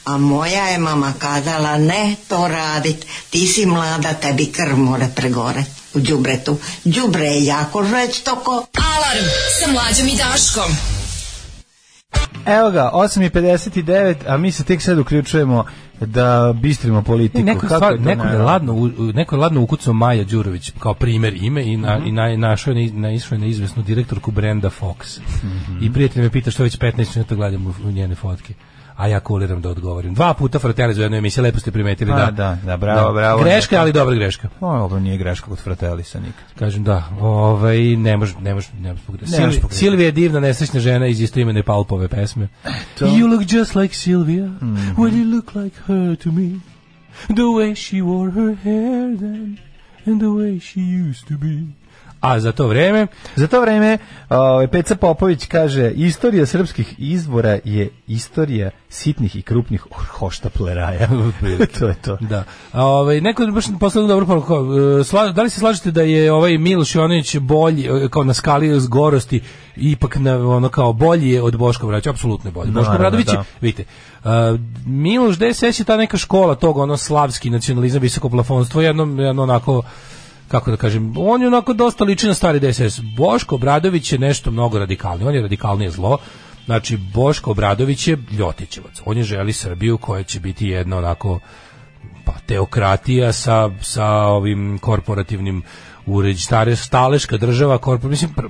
S8: A moja je mama kazala ne to radit, ti si mlada, tebi krv mora pregore u đubretu. Đubre je jako žveć toko.
S5: Alarm sa mlađom i Daškom.
S6: Evo ga, 8.59, a mi se tek sad uključujemo da bistrimo politiku.
S7: Neko, je
S6: Kako
S7: stvar,
S6: je to
S7: neko, je
S6: najavljeno?
S7: ladno, u- u- neko je ladno ukucao Maja Đurović kao primer ime i,
S6: Mhm.
S7: na, i na, našao je na, iz- naišao je na izvesnu direktorku brenda Fox.
S6: Mhm.
S7: I prijatelj me pita što već 15 minuta gledam u, u njene fotke. A ja kuliram da odgovorim. Dva puta fratelli za jednu emisiju, lepo ste primetili.
S6: A,
S7: da,
S6: da, da, bravo, bravo.
S7: Greška, ali dobra greška.
S6: O, ovo nije greška kod Fratelisa nikad.
S7: Kažem da, ovaj ne može ne može ne može pogrešiti.
S6: Ne može
S7: Silvi-
S6: pogrešiti.
S7: Silvija je divna nesrećna žena iz istoimene Palpove pesme. You look just like Silvia,
S6: Mhm.
S7: when you look like her to me. The way she wore her hair then and the way she used to be. A za to vreme
S6: Za to vreme, ovaj Peca Popović kaže, istorija srpskih izbora je istorija sitnih i krupnih hoštapleraja. to je to.
S7: Da. A, ovaj neko je baš poslao dobru poruku. kao, e, sla- Da li se slažete da je ovaj Miloš Jovanović bolji e, kao na skali zgorosti ipak na ono kao bolji je od Boška Obradovića, apsolutno je bolji. Boško
S6: Naravno,
S7: Obradović, je-
S6: da.
S7: vidite. e, Miloš da je seća ta neka škola tog ono slavski nacionalizam, visoko plafonstvo, jedno jedno onako kako da kažem, on je onako dosta liči na stari DSS. Boško Obradović je nešto mnogo radikalnije, on je radikalnije zlo. Znači, Boško Obradović je ljotićevac. On je želi Srbiju koja će biti jedna onako pa teokratija sa, sa ovim korporativnim uređ, stare, staleška država, korpor, mislim, pr,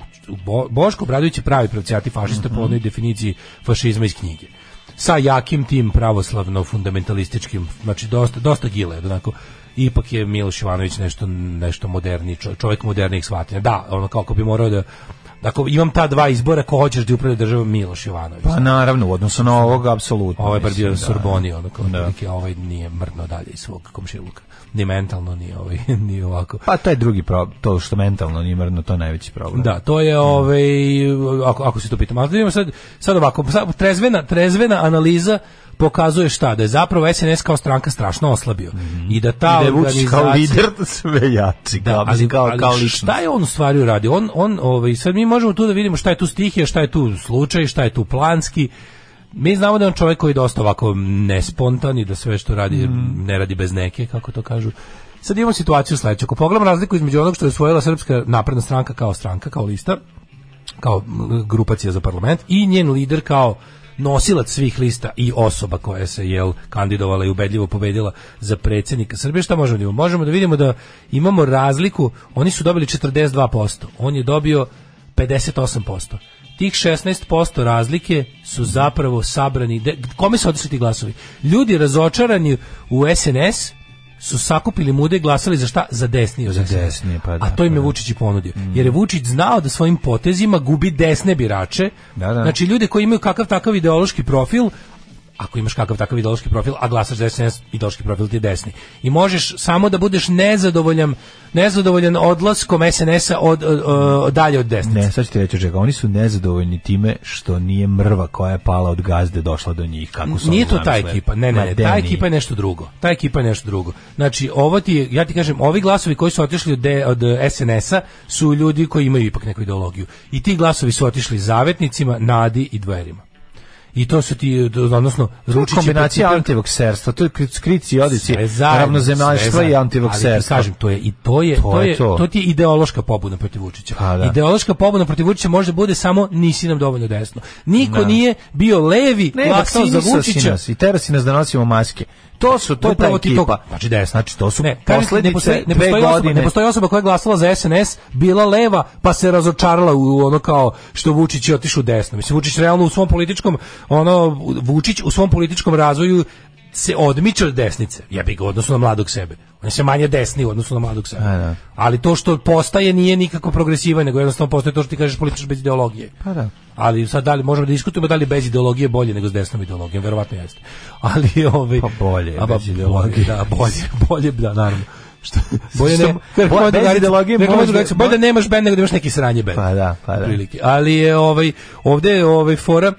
S7: Bo, Boško Bradović je pravi pravcijati fašista po onoj definiciji fašizma iz knjige. Sa jakim tim pravoslavno-fundamentalističkim, znači dosta, dosta gile, onako, ipak je Miloš Ivanović nešto, nešto moderniji, čo- čovjek modernijih shvatanja. Da, ono kako bi morao da, ako imam ta dva izbora, ko hoćeš da upravlja državom Miloš Jovanović.
S6: Pa naravno, u odnosu na ovog, apsolutno.
S7: Ovaj bar
S6: mislim,
S7: bio
S6: da.
S7: Sorboni, ono kao
S6: Da.
S7: otprilike, a ovaj nije mrno dalje iz svog komšiluka. Ni mentalno, ni, ovaj, ni ovako.
S6: Pa taj drugi problem, to što mentalno nije mrno, to je najveći problem.
S7: Da, to je ovaj ako ako se to pitam. Ali da vidimo sad sad ovako, sad trezvena trezvena analiza pokazuje šta da je zapravo SNS kao stranka strašno oslabio i da ta
S6: I da je Vučić kao
S7: organizacija-
S6: lider sve jači,
S7: da,
S6: kao,
S7: ali,
S6: kao,
S7: ali
S6: kao lično.
S7: šta je on u stvari uradio? On, on, ovaj, sad mi možemo tu da vidimo šta je tu stihija, šta je tu slučaj, šta je tu planski. Mi znamo da je on čovjek koji je dosta ovako nespontan i da sve što radi
S6: Mm.
S7: ne radi bez neke, kako to kažu. Sad imamo situaciju sledeću. Ako pogledamo razliku između onog što je osvojila Srpska napredna stranka kao stranka, kao lista, kao m, grupacija za parlament i njen lider kao nosilac svih lista i osoba koja se jel kandidovala i ubedljivo pobedila za predsjednika Srbije. Šta možemo da vidimo? Možemo da vidimo da imamo razliku. Oni su dobili 42%, on je dobio 58%. Tih 16% razlike su zapravo sabrani. de- Kome su otišli ti glasovi? Ljudi razočarani u SNS su sakupili mude i glasali za šta? Za desnije. Za
S6: desnije, pa da,
S7: A to im
S6: pa
S7: je
S6: da.
S7: Vučić i ponudio. Jer je Vučić znao da svojim potezima gubi desne birače.
S6: Da, da.
S7: Znači ljude koji imaju kakav takav ideološki profil, ako imaš kakav takav ideološki profil, a glasaš za SNS, ideološki profil ti je desni. I možeš samo da budeš nezadovoljan, nezadovoljan odlaskom SNS-a od, od- od- dalje od desnice.
S6: Ne, sad ću ti reći od čega. Oni su nezadovoljni time što nije mrva koja je pala od gazde došla do njih. Kako su
S7: Nije
S6: oni
S7: to ta
S6: zamislili.
S7: ekipa, ne,
S6: Ma,
S7: ne, ne,
S6: de,
S7: ta
S6: nije.
S7: ekipa je nešto drugo. Ta ekipa je nešto drugo. Znači, ovo ti, je- ja ti kažem, ovi glasovi koji su otišli od, D- od SNS-a su ljudi koji imaju ipak neku ideologiju. I ti glasovi su otišli zavetnicima, nadi i dverima. I to su ti, odnosno,
S6: To je
S7: Ručić je
S6: kombinacija
S7: principijelno-
S6: antivokserstva, to je skrici i odici
S7: sve zajedno,
S6: ravnozemaljstva
S7: sve
S6: i
S7: zajedno. Ali ti
S6: antivokserstva.
S7: kažem, to je i to je, to,
S6: To je
S7: je, to.
S6: to.
S7: ti je ideološka pobuna protiv Vučića.
S6: Pa da.
S7: Ideološka pobuna protiv Vučića može da bude samo nisi nam dovoljno desno. Niko nije bio levi,
S6: Da. Ne, pa
S7: glasao za
S6: vakcinisao si
S7: Vučića.
S6: nas i tera si nas da nosimo maske. To su, to je ta
S7: Upravo ti
S6: ekipa.
S7: to- znači desno.
S6: Znači, to su
S7: Ne, kažem ti, ne postoji,
S6: posledice
S7: ne,
S6: dve
S7: postoji osoba, ne
S6: godine.
S7: postoji osoba koja je glasala za SNS, bila leva, pa se razočarala u ono kao što Vučić je otišao desno. Mislim, Vučić realno u svom političkom, ono, Vučić u svom političkom razvoju se odmiče od desnice, jebi ga, u odnosu na mladog sebe. On je se manje desni u odnosu na mladog sebe.
S6: A, da.
S7: Ali to što postaje nije nikako progresivan, nego jednostavno postaje to što ti kažeš političar bez ideologije.
S6: Pa da.
S7: Ali sad da li možemo da diskutujemo da li bez ideologije bolje nego s desnom ideologijom, verovatno jeste. Ali ovaj
S6: Pa bolje,
S7: a, pa
S6: bez ideologije.
S7: Da, bolje, bolje, da, naravno. Što, bolje
S6: Što-
S7: ne, kako
S6: bo-
S7: moja
S6: bez
S7: drugarica-
S6: da ideologije
S7: kako moja
S6: možda-
S7: drugarica, bolje da nemaš bend nego da imaš neki sranje bend.
S6: Pa da, pa da.
S7: Otprilike. Ali je ovaj ovde je ovaj fora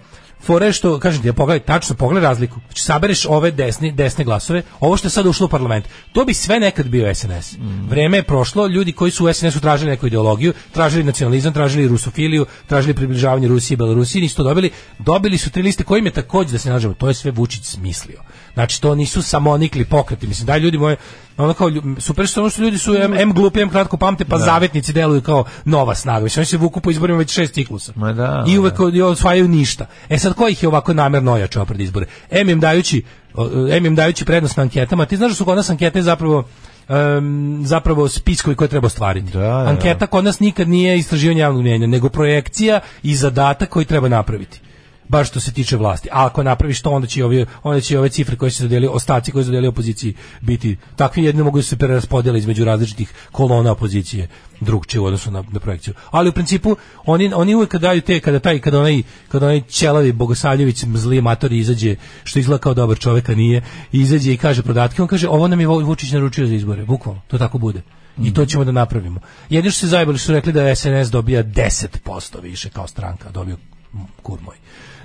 S7: fora je što kažem ti, ja pogledaj tačno pogledaj razliku. Znači sabereš ove desne desne glasove, ovo što je sad ušlo u parlament. To bi sve nekad bio SNS.
S6: Mm.
S7: Vreme je prošlo, ljudi koji su u SNS-u tražili neku ideologiju, tražili nacionalizam, tražili rusofiliju, tražili približavanje Rusiji i Belorusiji, nisu to dobili. Dobili su tri liste kojim je takođe da se nađemo, to je sve Vučić smislio. Znači to nisu samonikli pokreti, mislim da ljudi moji, ono kao lju- super što ono što ljudi su em, em glupi, em kratko pamte,
S6: Da.
S7: pa zavetnici deluju kao nova snaga. Mislim oni se vuku po izborima već šest ciklusa.
S6: Ma da,
S7: I uvek i osvajaju ništa. E sad sad ko ih je ovako namerno ojačao pred izbore? Em im dajući, o, em im dajući prednost na anketama. Ti znaš da su kod nas ankete zapravo em, zapravo spiskovi koje treba ostvariti.
S6: Da, da, da.
S7: Anketa kod nas nikad nije istraživanje javnog mnjenja, nego projekcija i zadatak koji treba napraviti baš što se tiče vlasti. A ako napraviš to, onda će i ovi, onda će i ove cifre koje se dodeli ostaci koje se dodeli opoziciji biti takvi jedni mogu da se preraspodele između različitih kolona opozicije drugčije u odnosu na, na projekciju. Ali u principu oni oni uvek kad daju te kada taj kada onaj kada onaj ćelavi Bogosavljević zli matori izađe što izgleda kao dobar čovjek a nije izađe i kaže podatke on kaže ovo nam je Vo- Vučić naručio za izbore bukvalno to tako bude i to ćemo da napravimo. Jedni što se zajebali su rekli da SNS dobija 10% više kao stranka, dobio mm, kur moj.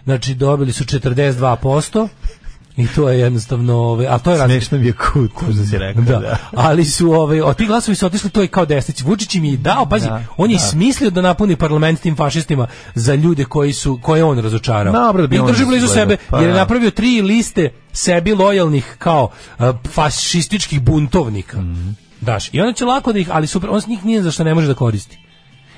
S7: Znači dobili su 42% i to je jednostavno, ove, a to je razlika.
S6: Smešno mi je kut, možda si rekao.
S7: Da.
S6: da.
S7: Ali su ovaj, ove, o, ti glasovi su otišli to je kao desnici. Vučić im je i dao, pazi,
S6: Da,
S7: on je i smislio da napuni parlament tim fašistima za ljude koji su koje je on razočarao.
S6: Dobro, da bi
S7: I
S6: on
S7: drži blizu
S6: izgledao,
S7: sebe
S6: pa
S7: jer je
S6: da.
S7: napravio tri liste sebi lojalnih kao e, fašističkih buntovnika.
S6: Mhm.
S7: Daš. I onda će lako da ih, ali super, on s njih nije za što ne može da koristi.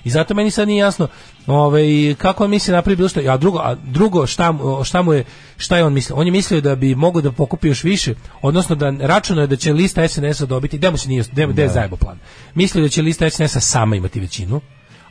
S7: I zato meni sad nije jasno ovaj, kako on misli napravi bilo što. A drugo, a drugo šta, mu- šta mu je, šta je on mislio? On je mislio da bi mogao da pokupi još više, odnosno da računao je da će lista SNS-a dobiti, gde mu se nije, gde, gde je zajebo plan? Mislio je da će lista SNS-a sama imati većinu,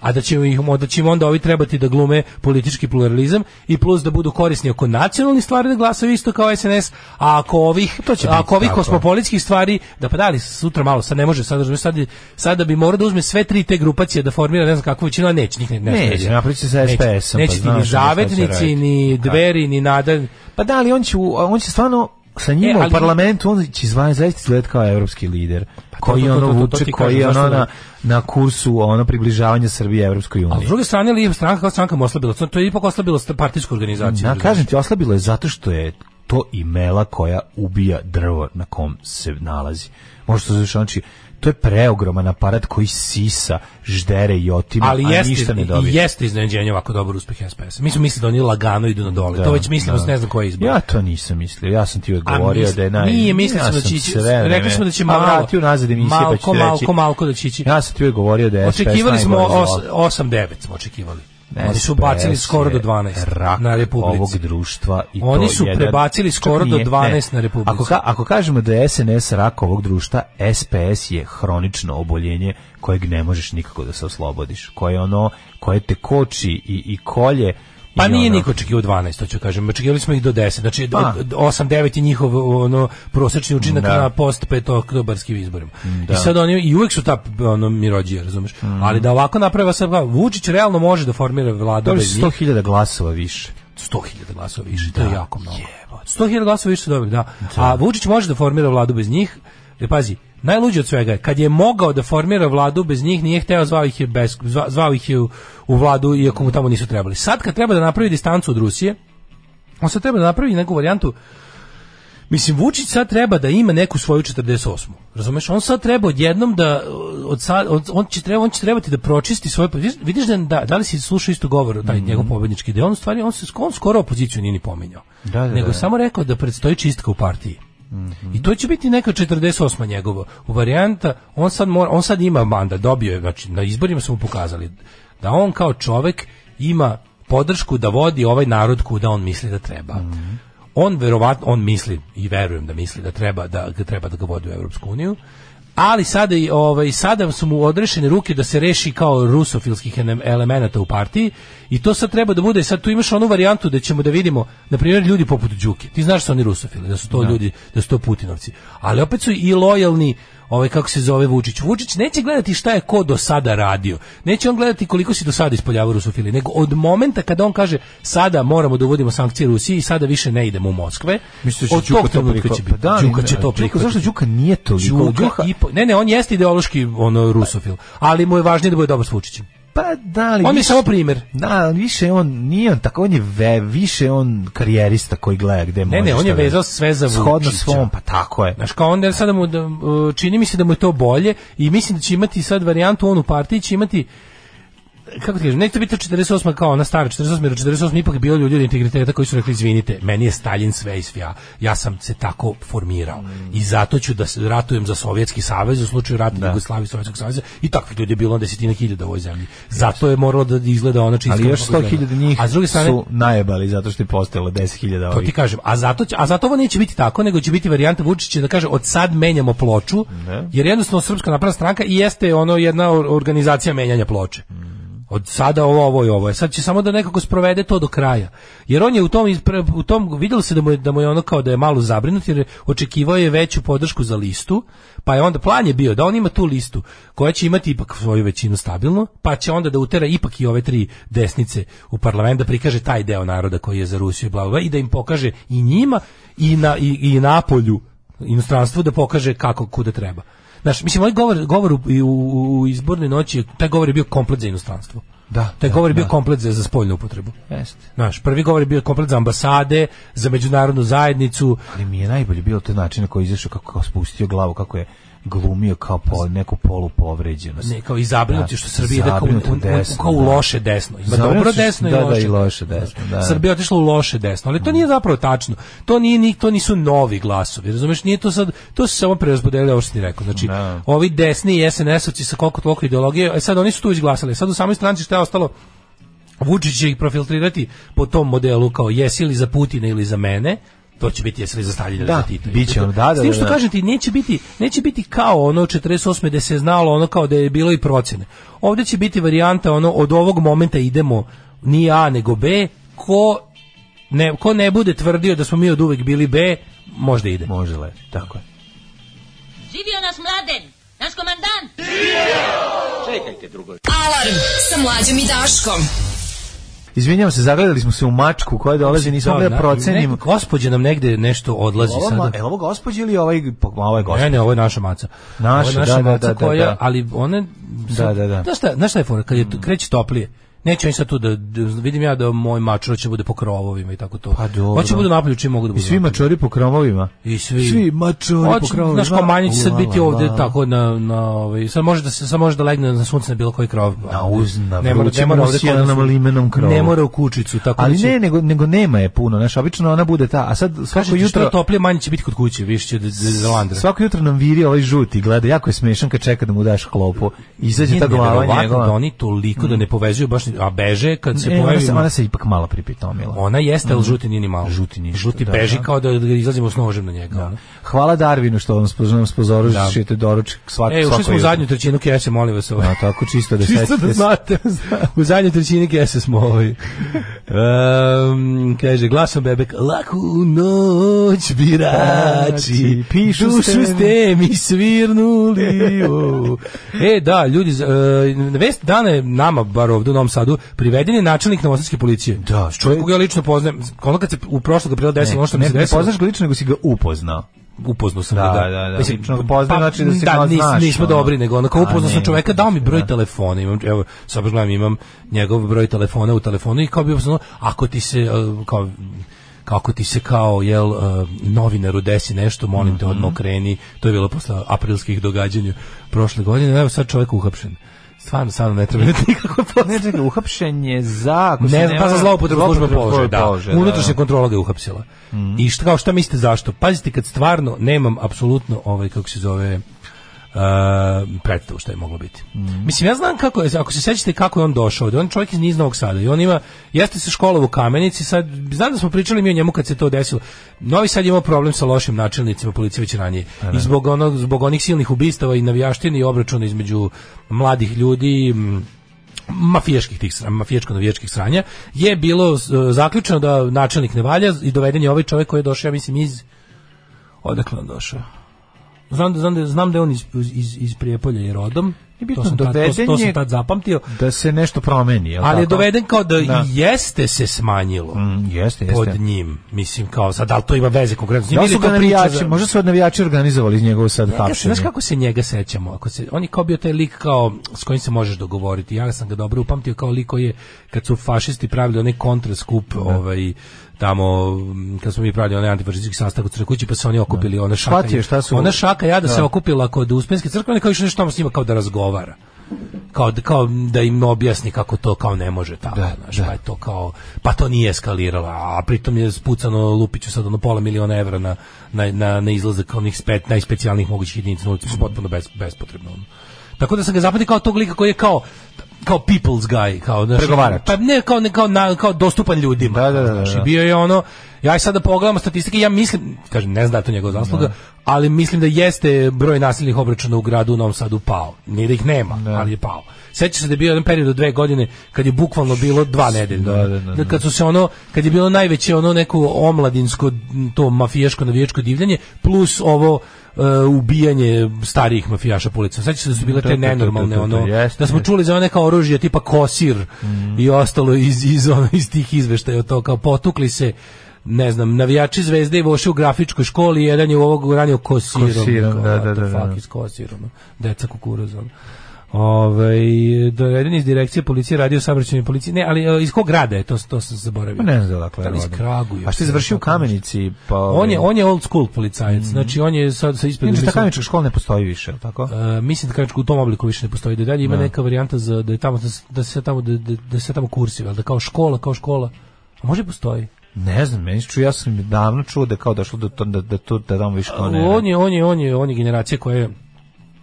S7: a da će, ih, da će im onda ovi trebati da glume politički pluralizam i plus da budu korisni oko nacionalnih stvari da glasaju isto kao SNS, a ako ovih, ako ovih
S6: tako.
S7: kosmopolitskih stvari, da pa da ali sutra malo, sad ne može, sad, razumeš, sad, sad da bi morao da uzme sve tri te grupacije da formira ne znam kakvu većinu, a neće, njih ne, ne,
S6: Neće,
S7: sredi.
S6: napravit će sa
S7: Neće.
S6: SPS-om, pa
S7: Neće ti
S6: znaš
S7: ni
S6: šta će
S7: zavetnici,
S6: raditi.
S7: ni dveri, ni nadal,
S6: Pa da, ali on će, u- on će stvarno sa njim
S7: E,
S6: u
S7: ali-
S6: parlamentu, on će izvan zaista izgledati kao evropski lider.
S7: Pa to,
S6: koji
S7: to, to,
S6: ono
S7: to, to
S6: vuče,
S7: ti
S6: koji
S7: kažem,
S6: je
S7: zašto
S6: ono
S7: da-
S6: na, na kursu ono približavanja Srbije Evropskoj
S7: A Pa s
S6: uniji.
S7: druge strane, li stranka kao stranka mu oslabila, to to je ipak oslabilo st- partijsku organizaciju.
S6: Ja
S7: razumeš?
S6: Da, kažem ti, oslabilo je zato što je to i mela koja ubija drvo na kom se nalazi. Možda se zoveš, znači, to je preogroman aparat koji sisa, ždere i otima,
S7: ali
S6: a
S7: jeste,
S6: ništa ne dobije.
S7: jeste iznenađenje ovako dobar uspeh SPS. Mi smo mislili da oni lagano idu na dole. to već mislimo
S6: da.
S7: s ne znam koje izbore.
S6: Ja to nisam mislio, ja sam ti uvek
S7: A
S6: govorio
S7: misli-
S6: da je naj...
S7: Nije, mislili smo
S6: ja
S7: da
S6: sam
S7: će ići.
S6: sve vreme-
S7: Rekli smo da će
S6: A
S7: malo.
S6: vratio nazad emisije, pa
S7: Malko,
S6: ću ti
S7: malko,
S6: reći-
S7: malko da će ići.
S6: Ja sam ti uvek govorio da je SPS
S7: Očekivali smo
S6: najgore
S7: os-
S6: zlo.
S7: 8-9 smo očekivali. Oni su
S6: SPS
S7: bacili skoro do
S6: je
S7: 12
S6: rak
S7: na Republici.
S6: ovog društva i
S7: Oni
S6: to
S7: su
S6: jedan-
S7: prebacili
S6: Čak
S7: skoro do
S6: nije, ne.
S7: 12 na Republici.
S6: Ako, ka- ako kažemo da je SNS rak ovog društva, SPS je hronično oboljenje kojeg ne možeš nikako da se oslobodiš. Koje ono, koje te koči i, i kolje.
S7: Pa
S6: i
S7: nije
S6: ono-
S7: niko očekivao 12, to ću kažem. Očekivali smo ih do 10. Znači,
S6: Pa.
S7: 8-9 je njihov ono, prosečni učinak
S6: Da.
S7: na post petooktobarskim izborima. I sad oni, i uvek su ta ono, mirođija, razumeš? Ali da ovako naprava sad, pa, Vučić realno može da formira vladu
S6: Dobili
S7: bez
S6: su
S7: njih.
S6: 100.000 glasova više. Da,
S7: 100.000 glasova više, to je jako mnogo. 100.000 glasova više su dobili, da. A Vučić može da formira vladu bez njih. Jer pazi, najluđe od svega je, kad je mogao da formira vladu bez njih, nije hteo, zvao ih je, bez, zva- zvao ih je u, u vladu, iako mu tamo nisu trebali. Sad kad treba da napravi distancu od Rusije, on sad treba da napravi neku varijantu Mislim, Vučić sad treba da ima neku svoju 48. Razumeš? On sad treba odjednom da od sad, od, on, će treba, on će trebati da pročisti svoje... Vidiš, vidiš da, da, da li si slušao isto govor, taj njegov
S6: Mhm.
S7: pobednički deo, on, u stvari, on, se, on skoro opoziciju nije ni pominjao.
S6: Da, da,
S7: nego
S6: da.
S7: je samo rekao da predstoji čistka u partiji. I to će biti neka 48. njegova u varijanta, on sad, mora, on sad ima mandat, dobio je, znači na izborima su mu pokazali da on kao čovek ima podršku da vodi ovaj narod kuda on misli da treba. On verovatno, on misli i verujem da misli da treba da, da treba da ga vodi u Evropsku uniju, ali sada, i, ovaj, sada su mu odrešene ruke da se reši kao rusofilskih ele- elemenata u partiji i to sad treba da bude, sad tu imaš onu varijantu da ćemo da vidimo, na primjer ljudi poput Đuke, ti znaš da su oni rusofili, da su to ljudi, da su to Putinovci, ali opet su i lojalni ovaj kako se zove Vučić. Vučić neće gledati šta je ko do sada radio. Neće on gledati koliko si do sada ispoljavao rusofili, nego od momenta kada on kaže sada moramo da uvodimo sankcije Rusiji i sada više ne idemo u Moskve.
S6: Mislim da
S7: od
S6: će Đuka
S7: tog
S6: to
S7: trenutka će
S6: prihvatiti.
S7: biti. Pa da, Đuka će to
S6: Đuka,
S7: prihvatiti.
S6: zašto Đuka nije toliko?
S7: Đuka i po- ne ne on jeste ideološki ono rusofil ali mu je važnije da bude dobar s Vučićem
S6: Pa da li
S7: on je
S6: više-
S7: samo primer
S6: Da, ali više on nije on tako, on je ve, više on karijerista koji gleda gde može.
S7: ne ne on
S6: šta
S7: je
S6: da-
S7: vezao sve za Vučića Znači,
S6: Shodno svom, pa tako je.
S7: Znaš, kao onda sada mu, da, uh, čini mi se da mu je to bolje i mislim da će imati sad varijantu on u partiji, će imati kako ti kažem, neće to biti 48 kao ona stara 48, jer u 48 ipak je bilo ljudi od integriteta koji su rekli izvinite, meni je Stalin sve ja, ja sam se tako formirao i zato ću da se- ratujem za Sovjetski savez u slučaju rata da. Jugoslavije i Sovjetskog saveza i takvih ljudi je bilo desetina hiljada u ovoj zemlji. Zato je moralo da izgleda ona čista.
S6: Ali još
S7: kako
S6: 100.000
S7: izgleda.
S6: njih
S7: A s druge strane,
S6: su najebali zato što je postojalo 10.000
S7: to ti
S6: ovih.
S7: kažem. A zato, će- a zato ovo neće biti tako, nego će biti varijanta Vučića da kaže od sad menjamo ploču,
S6: Ne.
S7: jer jednostavno Srpska napredna stranka i jeste ono jedna or- organizacija menjanja ploče. Od sada ovo, ovo i ovo. je. Sad će samo da nekako sprovede to do kraja. Jer on je u tom, ispre- u tom vidjelo se da mu, je, da mu je ono kao da je malo zabrinut, jer je- očekivao je veću podršku za listu, pa je onda plan je bio da on ima tu listu koja će imati ipak svoju većinu stabilno, pa će onda da utera ipak i ove tri desnice u parlament da prikaže taj deo naroda koji je za Rusiju i bla, bla, bla, i da im pokaže i njima i na i, i napolju inostranstvu da pokaže kako kuda treba. Znaš, mislim, ovaj govor, govor u, u, u izbornoj noći, taj govor je bio komplet za inostranstvo.
S6: Da,
S7: Taj
S6: da,
S7: govor je bio
S6: da.
S7: komplet za, za spoljnu upotrebu.
S6: Jeste.
S7: Znaš, prvi govor je bio komplet za ambasade, za međunarodnu zajednicu,
S6: Ali mi je najbolje bilo to način na koji je izašao, kako kao spustio glavu, kako je glumio kao po, neku polu povređenost.
S7: ne, kao i zabrinuti
S6: Da,
S7: što Srbija ide kao, u- u- u-
S6: desno,
S7: kao u
S6: da.
S7: loše desno. Ima
S6: Zabrinut
S7: dobro
S6: si-
S7: desno
S6: da,
S7: i
S6: da,
S7: loše.
S6: i loše desno, da, Mm. da.
S7: Srbija je otišla u loše desno, ali to nije zapravo tačno. To nije ni- to nisu novi glasovi, razumeš? Nije to sad to se samo preraspodelilo, ovo što ti rekao. Znači,
S6: Da.
S7: ovi desni i SNS-ovci sa koliko toliko ideologije, e sad oni su tu izglasali. Sad u samoj stranci šta je ostalo? Vučić će ih profiltrirati po tom modelu kao jesi li za Putina ili za mene, to će biti jesi li za Staljina
S6: Da,
S7: ili za Tita.
S6: bit će ono, da,
S7: S tim
S6: da,
S7: što
S6: da, da.
S7: kažem ti, neće biti, neće biti kao ono 48. da se znalo ono kao da je bilo i procene. Ovdje će biti varijanta ono od ovog momenta idemo ni A nego B, ko ne, ko ne bude tvrdio da smo mi od uvek bili B, možda ide.
S6: Može le, tako je.
S3: Živio nas mladen, naš komandant.
S5: Alarm sa mlađom i Daškom.
S6: Izvinjavam se, zagledali smo se u mačku koja dolazi, nismo mogli da
S7: na-
S6: procenimo.
S7: nek- Gospođa nam negde nešto odlazi
S6: Ovo ma-
S7: sada.
S6: je li ovo gospođa ili ovaj, pa, ovaj gospođa?
S7: Ne, ne, ovo je naša maca.
S6: Naša,
S7: Ovo je
S6: da, da,
S7: maca
S6: da, da,
S7: koja,
S6: da.
S7: ali one...
S6: Da, da, da.
S7: Znaš šta, znaš šta je fora? Kad je tu- kreće toplije, neće oni sad tu da, da- vidim ja da moj mačor će bude po krovovima i tako to.
S6: Pa dobro.
S7: Hoće budu napolju čim mogu da budu.
S6: I svi
S7: napolju.
S6: mačori po kromovima.
S7: I svi.
S6: Svi mačori po
S7: Hoće,
S6: krovu.
S7: Znaš, kao manje će sad
S6: Ula,
S7: biti
S6: la,
S7: ovde
S6: la.
S7: tako na, na ovaj, sad može da se, sad može da legne na sunce na bilo koji krov.
S6: Na uz- na
S7: Ne mora, ne
S6: vrućem
S7: mora ovde kod nas
S6: usijanom
S7: u-
S6: limenom krovu.
S7: Ne mora u kućicu, tako
S6: Ali
S7: da će-
S6: ne, nego, nego nema je puno, znaš, obično ona bude ta, a sad svako
S7: Kažete, što
S6: jutro...
S7: je toplije, manje će biti kod kuće, više će da, da, da landra.
S6: Svako jutro nam viri ovaj žuti, gleda, jako je smešan kad čeka da mu daš klopu. Izađe
S7: Nije
S6: ta glava
S7: neverovatno
S6: njegova.
S7: da oni toliko da ne povezuju baš, ni- a beže kad se
S6: E, ona,
S7: pojavi.
S6: se, ona se ipak malo pripitomila.
S7: Ona jeste, ali žuti nije ni malo.
S6: Žuti ništa,
S7: Žuti
S6: da,
S7: beži
S6: da.
S7: kao da, da izlazimo s nožem na njega. ono.
S6: Hvala Darvinu što vam spoz- nam spozoruje
S7: Da.
S6: da. šete doručak svak,
S7: E, ušli
S6: svako
S7: smo u
S6: jutro.
S7: zadnju trećinu kese, molim vas. Ovaj.
S6: A, tako čisto da
S7: Čisto da
S6: sećate se.
S7: znate, u zadnjoj trećini kese smo ovaj. Um, kaže, glasom bebek, laku noć birači,
S6: Birači, pišu
S7: dušu
S6: ste mi."
S7: ste mi svirnuli. o. E, da, ljudi, z- e, vest dana je nama, bar ovdje u Novom Sadu, priveden je načelnik Novosadske policije.
S6: Da,
S7: čovjek koga ja lično poznajem, ono kad se u prošlog aprila desilo, ono što mi
S6: e, ne,
S7: se
S6: ne
S7: desilo,
S6: poznaš ga lično, nego si ga upoznao.
S7: upoznao sam
S6: Da,
S7: ga,
S6: da, da. Lično ga poznajem, znači da si
S7: da,
S6: ga
S7: nis-
S6: znaš,
S7: nismo
S6: ono.
S7: dobri, nego onako
S6: A,
S7: upoznao sam
S6: ne,
S7: čoveka, dao mi broj
S6: da.
S7: telefona, imam, evo, sad baš gledam, imam njegov broj telefona u telefonu i kao bi upoznao, ako ti se, e, kao, kako ti se kao jel e, novinaru desi nešto molim te
S6: Mhm.
S7: odmah kreni to je bilo posle aprilskih događanja prošle godine evo sad čovjek uhapšen stvarno stvarno ne treba da nikakva
S6: Ne, čekaj, uhapšen je za... ako se
S7: ne, pa za
S6: varam,
S7: zloupotrebu službene
S6: zloupotrebu
S7: položaja, da.
S6: položaja,
S7: Unutrašnja kontrola ga je uhapsila. I šta, kao šta mislite zašto? Pazite kad stvarno nemam apsolutno ovaj kako se zove uh, predstavu šta je moglo biti. Mislim, ja znam kako je, ako se sećate kako je on došao ovde, on je čovjek iz Niz Novog Sada i on ima, jeste se školovao u Kamenici, sad, znam da smo pričali mi o njemu kad se to desilo. Novi Sad je imao problem sa lošim načelnicima policije već ranije. I zbog, onog, zbog onih silnih ubistava i navijaštini i obračuna između mladih ljudi, mm, mafijaških tih sranja, mafijačko-navijačkih sranja, je bilo e, zaključeno da načelnik ne valja i doveden je ovaj čovjek koji je došao, ja mislim, iz... Odakle on došao? Znam da, znam da, znam da je on iz, iz, iz Prijepolja je rodom.
S6: Nije bitno,
S7: to sam, tad, to, to
S6: doveden
S7: sam
S6: je-
S7: tad zapamtio.
S6: Da se nešto promeni, je li
S7: Ali je
S6: tako?
S7: doveden kao da,
S6: Da.
S7: jeste se smanjilo
S6: Mm, jeste, jeste.
S7: pod njim. Mislim, kao sad, da li to ima veze konkretno s njim?
S6: Da li
S7: ili
S6: su
S7: je to
S6: ga
S7: priča
S6: navijači,
S7: za-
S6: možda su navijači organizovali iz njegovo sad
S7: Njega se,
S6: hapšenje.
S7: znaš kako se njega sećamo? Ako se, on je kao bio taj lik kao, s kojim se možeš dogovoriti. Ja sam ga dobro upamtio kao lik koji je, kad su fašisti pravili onaj kontraskup,
S6: Da.
S7: ovaj, tamo, m, kad smo mi pravili onaj antifašistički sastav u Crkući, pa se oni okupili, ona šaka,
S6: Da. Shvatio je šta su-
S7: ona šaka jada se okupila kod Uspenske crkve, ona je kao išla nešto tamo s njima kao da razgovara. kao, da- kao da im objasni kako to kao ne može tako, da, znaš, pa je to kao, pa to nije eskalirala, a pritom je spucano Lupiću sad ono pola miliona evra na, na, na, na izlazak onih spe, najspecijalnijih mogućih jedinica na ulicu, potpuno bez, bespotrebno. ono. Tako da sam ga zapamtio kao tog lika koji je kao kao people's guy, kao znaš,
S6: Pregovarač.
S7: Pa ne kao ne kao na, kao dostupan ljudima.
S6: Da, da, da,
S7: znaš, i
S6: da.
S7: bio je ono ja i sada pogledamo statistike, ja mislim, kažem, ne znam da je to njegova zasluga, ali mislim da jeste broj nasilnih obračuna u gradu u Novom Sadu pao. Nije da ih nema, ali je pao. Sećaš se da je bio jedan period od dve godine kad je bukvalno bilo dva nedelje.
S6: Da, da, da, da.
S7: Kad su se ono, kad je bilo najveće ono neko omladinsko, to mafijaško, navijačko divljanje, plus ovo e, ubijanje starijih mafijaša po ulicama. Sećaš se da su bile
S6: Da,
S7: te
S6: da, da, da,
S7: nenormalne,
S6: da, da,
S7: ono,
S6: jeste,
S7: da smo
S6: jeste.
S7: čuli za neka oružja tipa kosir i ostalo iz, iz, ono, iz tih izveštaja to kao potukli se ne znam, navijači zvezde i voše u grafičkoj školi, jedan je u ovog ranio kosirom.
S6: Kosirom,
S7: Kao,
S6: da,
S7: what
S6: da,
S7: the
S6: da,
S7: fuck
S6: da.
S7: is kosir, ono, deca kukuruza. ono. Ovaj doveden iz direkcije policije radio saobraćajne policije. Ne, ali e, iz kog grada je to to sam zaboravio.
S6: Pa ne znam dakle.
S7: Da li iz
S6: rodom.
S7: Kragujevca
S6: A što je završio u
S7: ili tako nešto.
S6: Kamenici? Pa,
S7: On je on je old school policajac. Znači on je sad sa ispred
S6: Inače, ta
S7: mislim-
S6: kamenička škola ne postoji više, jel tako?
S7: E, mislim da Kamenčka u tom obliku više ne postoji da je dalje ima neka varijanta za da je tamo da, se- da se tamo da, da, da se tamo kursi valjda kao škola kao škola a može i postoji
S6: Ne znam, meni ču, ja sam davno čuo da je kao došlo do to, da, da, to, da tamo više kao ne.
S7: on je on je on je on je generacija koja je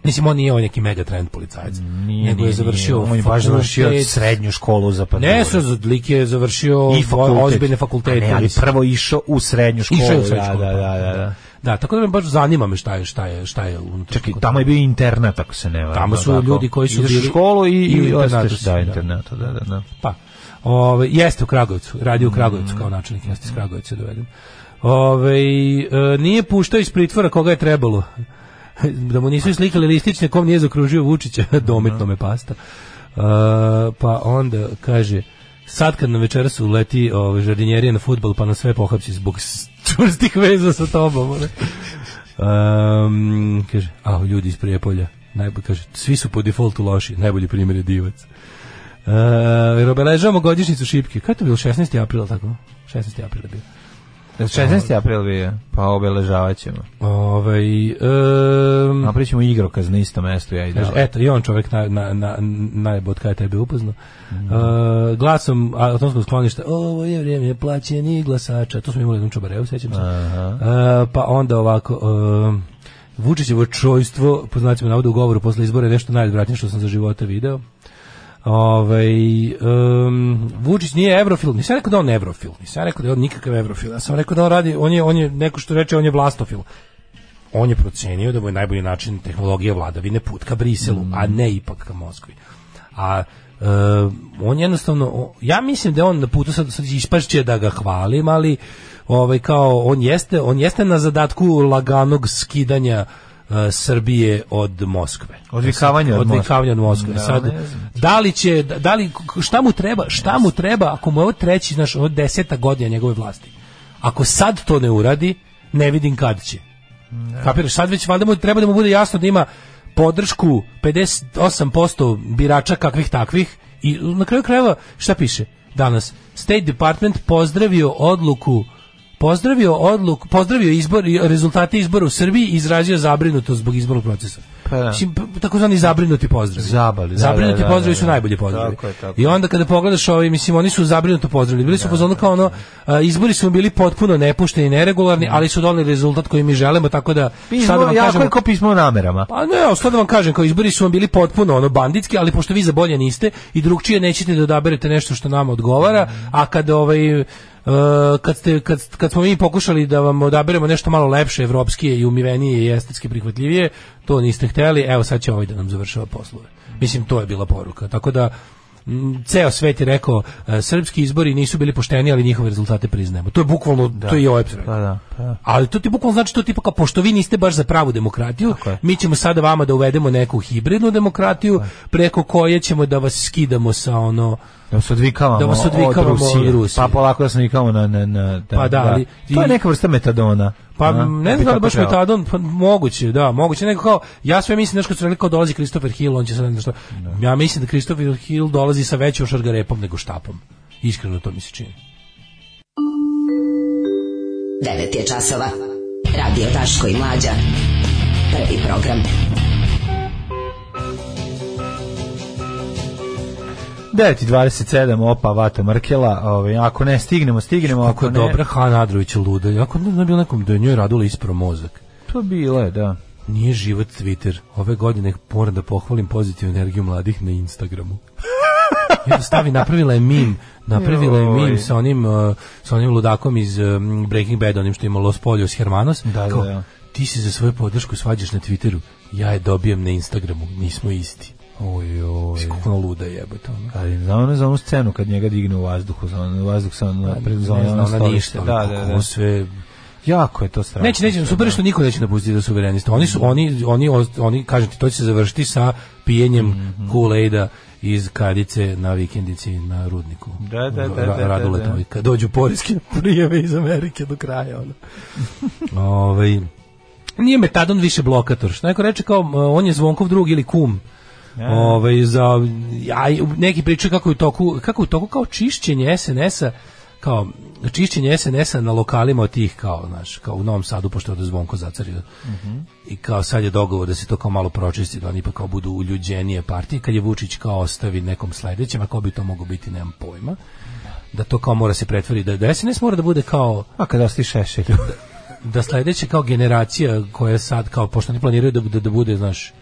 S7: Mislim, on nije on neki mega trend policajac.
S6: Nije,
S7: nego je
S6: nije,
S7: završio
S6: nije. On je baš završio
S7: fakultet.
S6: srednju školu za panduru.
S7: Ne, sad za- lik je završio
S6: I fakultet.
S7: ozbiljne
S6: A
S7: fakultete.
S6: Ne, ali
S7: mislim.
S6: prvo išao u srednju školu.
S7: Išao je u srednju školu,
S6: Da, da, da, da. da.
S7: Da, tako da me baš zanima me šta je, šta je, šta je unutra.
S6: Čekaj,
S7: fakulteta.
S6: tamo je bio internat, ako se ne varam.
S7: Tamo su
S6: jel tako?
S7: ljudi koji su
S6: Ideš u
S7: bili-
S6: školu i,
S7: i u
S6: i,
S7: internatu
S6: ostaješ,
S7: su,
S6: da,
S7: da.
S6: internatu, da, da, da.
S7: Pa, ove, jeste u Kragujevcu, radi u Kragujevcu kao načelnik, jeste iz Kragujevca doveden. Ove, e, nije puštao iz pritvora koga je trebalo. da mu nisu slikali listić na kom nije zakružio Vučića, dometno me pasta. E, pa onda kaže, sad kad na večeras uleti ove, žardinjerije na futbol pa na sve pohapsi zbog s- čvrstih veza sa tobom. ono. Ehm, kaže, a ljudi iz Prijepolja, najbolji, kaže, svi su po defaultu loši, najbolji primjer je divac. Uh, jer obeležavamo godišnjicu šipke. Kada je to bilo? 16. aprila, tako? 16. aprila je bio.
S6: Jel 16. april bio, pa obeležavat ćemo.
S7: Ovaj, um,
S6: Napravit ćemo igrokaz na istom mestu, ja i
S7: Kaže,
S6: da.
S7: eto, i on čovjek na, na, na, najbolje od kada je tebe upoznao. E, glasom atomskog skloništa, ovo je vrijeme plaćeni glasača. To smo imali u jednom čobarevu, sećam se. E, pa onda ovako... e, Vučićevo čojstvo, po znacima navoda u govoru posle izbora, je nešto najodvratnije što sam za života video. Ovaj em, Vučić nije evrofil, nisam rekao da je on evrofil, nisam rekao da je on nikakav evrofil, ja sam rekao da on radi, on je, on je neko što reče, on je vlastofil on je procenio da mu je najbolji način tehnologija vladavine put ka Briselu,
S6: Mm.
S7: a ne ipak ka Moskvi. A e, on jednostavno, o- ja mislim da je on na putu sad, sad ispašće da ga hvalim, ali ovaj kao on jeste, on jeste na zadatku laganog skidanja e, Srbije od Moskve.
S6: Odvikavanje od Moskve.
S7: Odvikavanja od Moskve.
S6: Da,
S7: Sad,
S6: ne znam.
S7: da li će, da li, šta mu treba, šta mu treba ako mu je ovo treći, znaš, ovo je deseta godina njegove vlasti. Ako sad to ne uradi, ne vidim kad će.
S6: Da.
S7: Kapiraš, sad već valjda mu treba da mu bude jasno da ima podršku 58% birača kakvih takvih i na kraju krajeva šta piše danas? State Department pozdravio odluku pozdravio odluku, pozdravio izbor i rezultate izbora u Srbiji i izrazio zabrinutost zbog izbornog procesa.
S6: Pa da.
S7: Mislim, p- takozvani zabrinuti pozdravi.
S6: Zabali, da,
S7: zabrinuti
S6: da, da,
S7: pozdravi
S6: da,
S7: su
S6: da.
S7: najbolji pozdravi.
S6: Tako je, tako
S7: I onda kada pogledaš ovi, mislim, oni su zabrinuto pozdravili. Bili
S6: Da,
S7: su pozvani kao ono, a, izbori su bili potpuno nepušteni, neregularni, ali su doneli rezultat koji mi želimo, tako da, šta da
S6: Pismo,
S7: vam
S6: Da. jako
S7: kažemo,
S6: je ko pismo o namerama.
S7: pa ne, ali sad da vam kažem, kao izbori su vam bili potpuno ono banditski, ali pošto vi za bolje niste i drugčije nećete da odaberete nešto što nama odgovara, a kad ovaj e, kad, ste, kad, kad smo mi pokušali da vam odaberemo nešto malo lepše, evropskije i umivenije i estetski prihvatljivije, to niste hteli, evo sad će ovaj da nam završava poslove. Mislim, to je bila poruka. Tako da, m, ceo svet je rekao, e, srpski izbori nisu bili pošteni, ali njihove rezultate priznajemo. To je bukvalno, to je i ovaj OEPS rekao.
S6: Pa da, pa da.
S7: Ali to ti bukvalno znači to tipa kao pošto vi niste baš za pravu demokratiju, mi ćemo sada vama da uvedemo neku hibridnu demokratiju preko koje ćemo da vas skidamo sa ono
S6: Da vas odvikavamo,
S7: Da vas odvikavamo
S6: od, Rusije.
S7: od Rusije.
S6: Pa polako da se odvikavamo na... na, na da,
S7: Pa da, ali-
S6: To je neka vrsta metadona.
S7: Pa
S6: A?
S7: ne
S6: bi
S7: znam da li
S6: tako
S7: baš
S6: trebalo.
S7: metadon, pa moguće, da, moguće. Nego kao, ja sve mislim, znaš kad su rekli kao dolazi Christopher Hill, on će sad nešto... Ja mislim da Christopher Hill dolazi sa većom šargarepom nego štapom. Iskreno to mi se čini.
S5: 9 je časova. Radio Daško i Mlađa. Prvi program.
S6: 9.27, opa, vata Mrkela. Ovaj, ako ne stignemo, stignemo.
S7: Kako
S6: Ako
S7: je
S6: ne,
S7: dobra Hana Adrović je luda. Ako ne bi nekom da je njoj radula ispro mozak.
S6: To bilo je, da.
S7: Nije život Twitter. Ove godine moram da pohvalim pozitivnu energiju mladih na Instagramu. Ja stavi, napravila je mim, napravila je
S6: Joj.
S7: mim sa onim, uh, sa onim ludakom iz um, Breaking Bad, onim što ima Los Polios Hermanos.
S6: Da,
S7: Kao,
S6: da, da.
S7: Ti se za svoju podršku svađaš na Twitteru, ja je dobijem na Instagramu, nismo isti.
S6: Oj, oj.
S7: Mislim, Kako ono luda jebote. Ono.
S6: Ali za onu, za onu scenu kad njega digne u vazduhu, za onu vazduh sa ono, pred Da, za
S7: Pa ne
S6: ono,
S7: zna
S6: ono
S7: ona
S6: stolište.
S7: ništa.
S6: Da,
S7: ono,
S6: da,
S7: kako
S6: da.
S7: Sve,
S6: Jako je to strašno. da.
S7: Neće, neće, super je što niko neće napustiti za suverenista. Oni su, oni, oni, oni, kažem ti, to će se završiti sa pijenjem
S6: Mhm.
S7: Kool-Aida iz kadice na vikendici na rudniku.
S6: Da, da, da, da, da,
S7: Radule
S6: da.
S7: Kad dođu poreske prijeve iz Amerike do kraja, ono. Ovaj, nije metadon više blokator. Što neko reče kao, on je Zvonkov drug ili kum. Ovaj za ja neki pričaju kako je u toku kako je u toku kao čišćenje SNS-a kao čišćenje SNS-a na lokalima od tih kao znaš kao u Novom Sadu pošto je do Zvonko zacario. I kao sad je dogovor da se to kao malo pročisti da oni ipak kao budu uljuđenije partije kad je Vučić kao ostavi nekom sledećem a ko bi to mogao biti nemam pojma da to kao mora se pretvori da, da SNS mora da bude kao
S6: A kada osti šešelj.
S7: da sledeća kao generacija koja je sad kao pošto oni planiraju da bude da bude znaš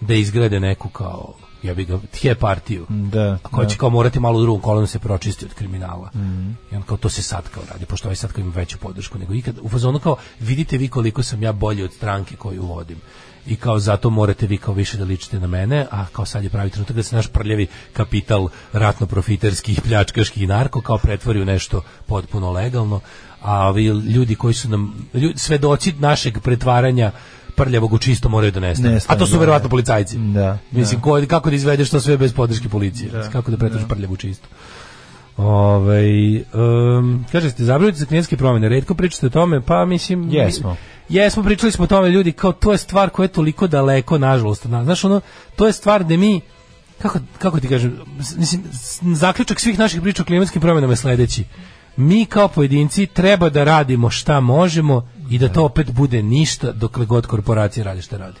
S7: da izgrade neku kao ja bih ga tje partiju
S6: da.
S7: a koja
S6: da. Mm.
S7: će kao morati malo u drugom kolonu da se pročisti od kriminala. I on kao to se sad kao radi, pošto ovaj sad kao ima veću podršku nego ikad. U fazonu kao vidite vi koliko sam ja bolji od stranke koju vodim. I kao zato morate vi kao više da ličite na mene, a kao sad je pravi trenutak da se naš prljavi kapital ratno-profiterski, pljačkaški i narko kao pretvori u nešto potpuno legalno, a ovi ljudi koji su nam, ljudi, svedoci našeg pretvaranja prljavog u čisto moraju da nestanu.
S6: Nestanu,
S7: a to su
S6: da,
S7: verovatno
S6: da.
S7: policajci.
S6: Da,
S7: Mislim, ko, kako da izvedeš to sve bez podrške policije? kako da pretraš prljavu čistu? Ovaj um, kaže ste zabrinuti za klimatske promjene, redko pričate o tome, pa mislim
S6: Jesmo.
S7: Jesmo pričali smo o tome ljudi kao to je stvar koja je toliko daleko nažalost. od nas. Znaš ono to je stvar da mi kako kako ti kažem, s- mislim s- zaključak svih naših priča o klimatskim promjenama je sledeći. Mi kao pojedinci treba da radimo šta možemo i da to opet bude ništa dokle god korporacije rade šta rade.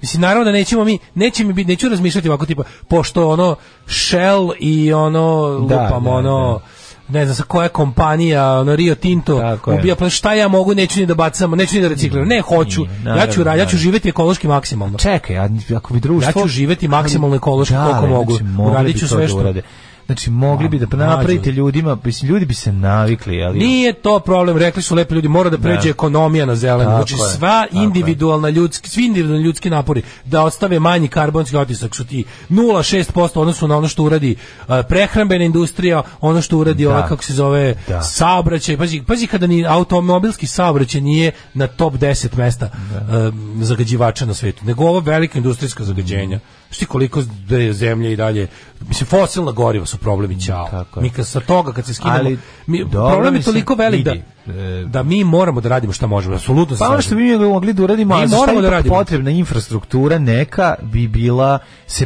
S7: Mislim, naravno da nećemo mi, neće mi biti, neću razmišljati ovako tipa, pošto ono Shell i ono,
S6: Da,
S7: lupam
S6: da,
S7: ono, ne znam sa koja kompanija, ono Rio Tinto,
S6: Tako je.
S7: ubija, pa šta ja mogu, neću ni da bacam, neću ni da recikliram, ne, hoću,
S6: Nije,
S7: ja, ću,
S6: naravno,
S7: ra- ja ću
S6: naravno.
S7: živjeti ekološki maksimalno.
S6: Čekaj, a ako bi društvo... Da,
S7: Ja ću živeti maksimalno ekološki
S6: Ali,
S7: koliko mogu.
S6: mogli bi
S7: Uradit ću
S6: to
S7: sve
S6: da
S7: što-
S6: urade. Znači, mogli bi da pa
S7: Ma,
S6: napravite
S7: mlađo.
S6: ljudima, mislim, ljudi bi se navikli, ali...
S7: Nije to problem, rekli su lepi ljudi, mora da pređe
S6: Da.
S7: ekonomija na zeleno.
S6: Tako
S7: Znači
S6: je,
S7: sva
S6: tako je.
S7: individualna ljudski, svi individualni ljudski napori da ostave manji karbonski otisak su ti 0,6% u odnosu na ono što uradi e, prehrambena industrija, ono što uradi
S6: Da.
S7: ova kako se zove
S6: Da.
S7: saobraćaj. Pazi, pazi kada ni automobilski saobraćaj nije na top 10 mesta
S6: Da.
S7: e, zagađivača na svetu, nego ovo veliko industrijsko zagađenje. Šti koliko da je zemlje i dalje, mislim fosilna goriva su problemi ćao.
S6: Mm, Tako je.
S7: Mi kad sa toga kad se skinemo,
S6: Ali,
S7: mi,
S6: dobro,
S7: problem je
S6: mislim,
S7: toliko velik da,
S6: vidi, e,
S7: da mi moramo da radimo šta možemo, apsolutno se
S6: Pa ono što
S7: slažem.
S6: bi mi mogli da uradimo,
S7: Mi
S6: a za šta
S7: moramo
S6: je
S7: da
S6: ipak
S7: radimo.
S6: potrebna infrastruktura neka bi bila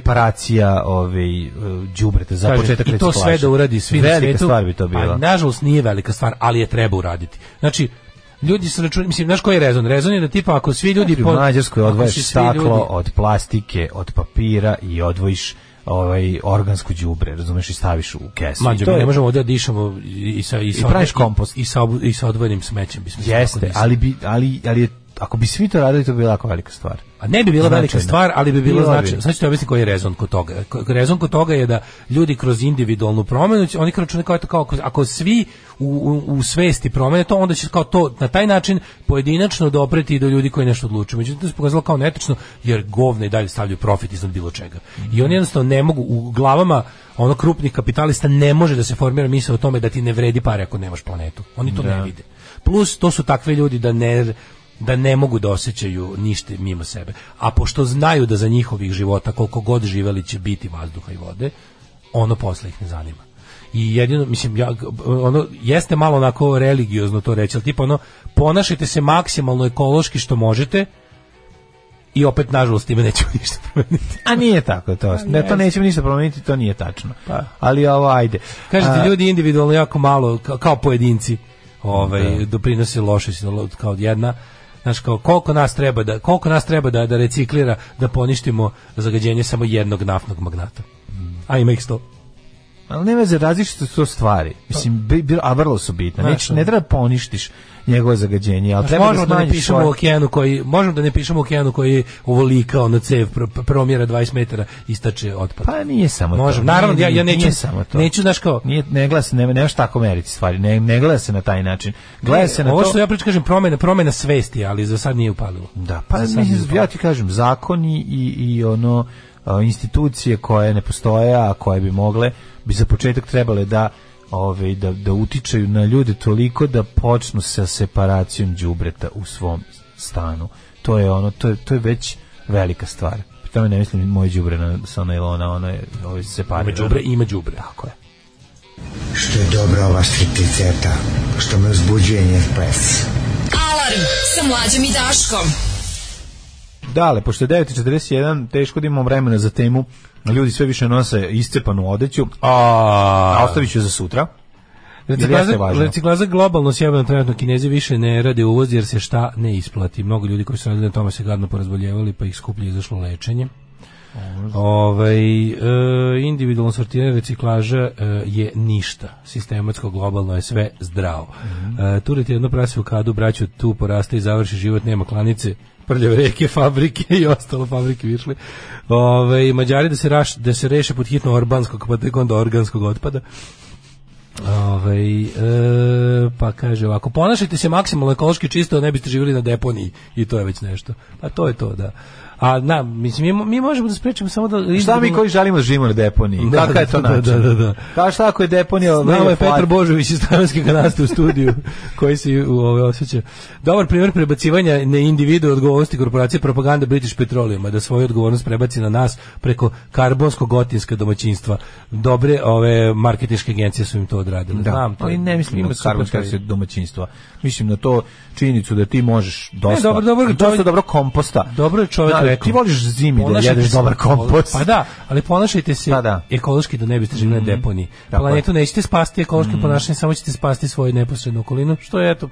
S6: separacija ovaj e, đubreta za
S7: Kažem,
S6: početak
S7: I to
S6: reciklaža.
S7: sve da uradi svi na
S6: Velika
S7: svijetu.
S6: stvar bi to bila.
S7: A, nažalost nije velika stvar, ali je treba uraditi. Znači, ljudi se računaju, mislim, znaš koji je rezon? Rezon je da tipa ako svi ljudi...
S6: Ti u Mađarskoj
S7: ako
S6: odvojiš
S7: se svi
S6: staklo
S7: ljudi-
S6: od plastike, od papira i odvojiš ovaj organsko đubre, razumeš i staviš u kesu. I
S7: Mađo,
S6: to
S7: mi
S6: je-
S7: ne možemo ovdje da dišemo i i sa, i sa,
S6: I praviš
S7: i-
S6: kompost.
S7: I, sa, obu- i sa odvojenim smećem. Bismo se tako
S6: Jeste,
S7: disali.
S6: ali bi ali ali je, ako bi svi to radili to bi bila jako velika stvar.
S7: A Pa ne bi bila velika
S6: Značajno.
S7: stvar, ali bi bilo
S6: Bila bi.
S7: značajno. Sad ću ti objasniti koji je rezon kod toga. Ko- Rezon kod toga je da ljudi kroz individualnu promenu, će- oni kao računaju kao, eto, kao ako, ako svi u, u, u svesti promene to, onda će kao to na taj način pojedinačno dopreti i do ljudi koji nešto odlučuju. Međutim, to se pokazalo kao netočno, jer govne i dalje stavljaju profit iznad bilo čega. I oni jednostavno ne mogu, u glavama ono krupnih kapitalista ne može da se formira misao o tome da ti ne vredi pare ako nemaš planetu. Oni to ne vide. Plus, to su takvi ljudi da ne da ne mogu da osjećaju ništa mimo sebe. A pošto znaju da za njihovih života koliko god živeli će biti vazduha i vode, ono posle ih ne zanima. I jedino, mislim, ja, ono, jeste malo onako religiozno to reći, ali tipa ono, ponašajte se maksimalno ekološki što možete i opet, nažalost, time nećemo ništa promeniti.
S6: A nije tako to. Ne, to nećemo ništa promijeniti, to nije tačno.
S7: Pa.
S6: Ali ovo ajde.
S7: Kažete,
S6: A,
S7: ljudi individualno jako malo, ka- kao pojedinci,
S6: Da.
S7: ovaj, doprinose loše, si- lo- kao jedna, znaš, kao koliko nas treba da, koliko nas treba da, da reciklira, da poništimo zagađenje samo jednog naftnog magnata. A ima ih sto.
S6: Ali nema veze, različite su to stvari. Mislim, bi- bi- a vrlo su bitne.
S7: Znaš,
S6: Neće,
S7: ono.
S6: ne treba da poništiš njegovo zagađenje, ali treba da
S7: možemo da ne
S6: smanjiš
S7: pišemo
S6: svoje-
S7: u okeanu koji možemo da ne pišemo u okeanu koji je ovolikao na cev pro- pro- promjera 20 metara istače otpad.
S6: Pa nije samo to.
S7: Možemo. Naravno,
S6: Nije-
S7: ja, ja
S6: nije
S7: neću,
S6: samo to.
S7: neću, znaš kao,
S6: Nije, ne gleda se, ne, nemaš tako meriti stvari, ne, ne gleda se na taj način. Gleda se na
S7: ovo
S6: to...
S7: što ja pričam, kažem, promjena, promjena svesti, ali za sad nije upalilo.
S6: Da, pa
S7: Za sad
S6: mislim,
S7: nije upalilo.
S6: ja ti kažem, zakoni i, i ono a, institucije koje ne postoje, a koje bi mogle, bi za početak trebale da ove, da, da utičaju na ljude toliko da počnu sa separacijom đubreta u svom stanu. To je ono, to je, to je već velika stvar. Pri tome ne mislim moje đubre na, sa nailona, ono je ovaj, ove,
S7: Ima
S6: separirano.
S7: đubre, ima đubre. Tako je.
S10: Što je dobra ova stripticeta, što me uzbuđuje njen ples.
S5: Alarm sa mlađom i Daškom.
S6: Dale, pošto je 9.41, teško da imamo vremena za temu. Ljudi sve više nose iscepanu odeću, a
S7: A,
S6: ostavit ću za sutra. Ili jeste važno?
S7: Reciklaza globalno sjebano trenutno Kinezi više ne rade uvoz jer se šta ne isplati. Mnogo ljudi koji su radili na tome se gadno porazboljevali pa ih skuplje izašlo lečenje. Ovaj e, individualno sortiranje reciklaža e, je ništa. Sistematsko globalno je sve zdravo.
S6: Mhm.
S7: E, turiti jedno prase u kadu, braću tu poraste i završi život, nema klanice, prljave reke, fabrike i ostalo fabrike višli. Ovaj Mađari da se, raš, da se reše pod hitno orbanskog, pa tek onda organskog otpada. Ovaj e, pa kaže ovako, ponašajte se maksimalno ekološki čisto, da ne biste živjeli na deponiji i to je već nešto. Pa to je to, da. A na, mislim, mi, mo- mi možemo da sprečimo samo da...
S6: Šta mi koji želimo da živimo na deponiji?
S7: Da,
S6: Kakav je to
S7: da, da,
S6: način?
S7: da, da, da.
S6: Kao šta ako je deponija...
S7: S nama
S6: velika
S7: je ovaj Petar
S6: flat-
S7: Božović iz Stavanske kanaste u studiju koji se u ove osjeća. Dobar primjer prebacivanja na individu odgovornosti korporacije propaganda British Petroleum da svoju odgovornost prebaci na nas preko karbonskog gotinska domaćinstva. Dobre ove marketinške agencije su im to odradile.
S6: Da,
S7: Znam, to je-
S6: ali ne mislim
S7: ima
S6: na
S7: super
S6: karbonska
S7: taj-
S6: se domaćinstva. Mislim na to činjenicu da ti možeš dosta.
S7: Ne, dobro, dobro,
S6: i dosta
S7: čovjek-
S6: dobro komposta.
S7: Dobro je čovjek
S6: Da,
S7: rekao.
S6: Ti voliš zimi da
S7: Ponašajte
S6: jedeš
S7: se-
S6: dobar kompost.
S7: Pa da, ali ponašajte se
S6: Pa da. Mhm.
S7: ekološki da ne biste živjeli na deponiji.
S6: Tako Mhm.
S7: Planetu nećete spasti ekološkim ponašanjem, samo ćete spasti svoju neposrednu okolinu, što je eto,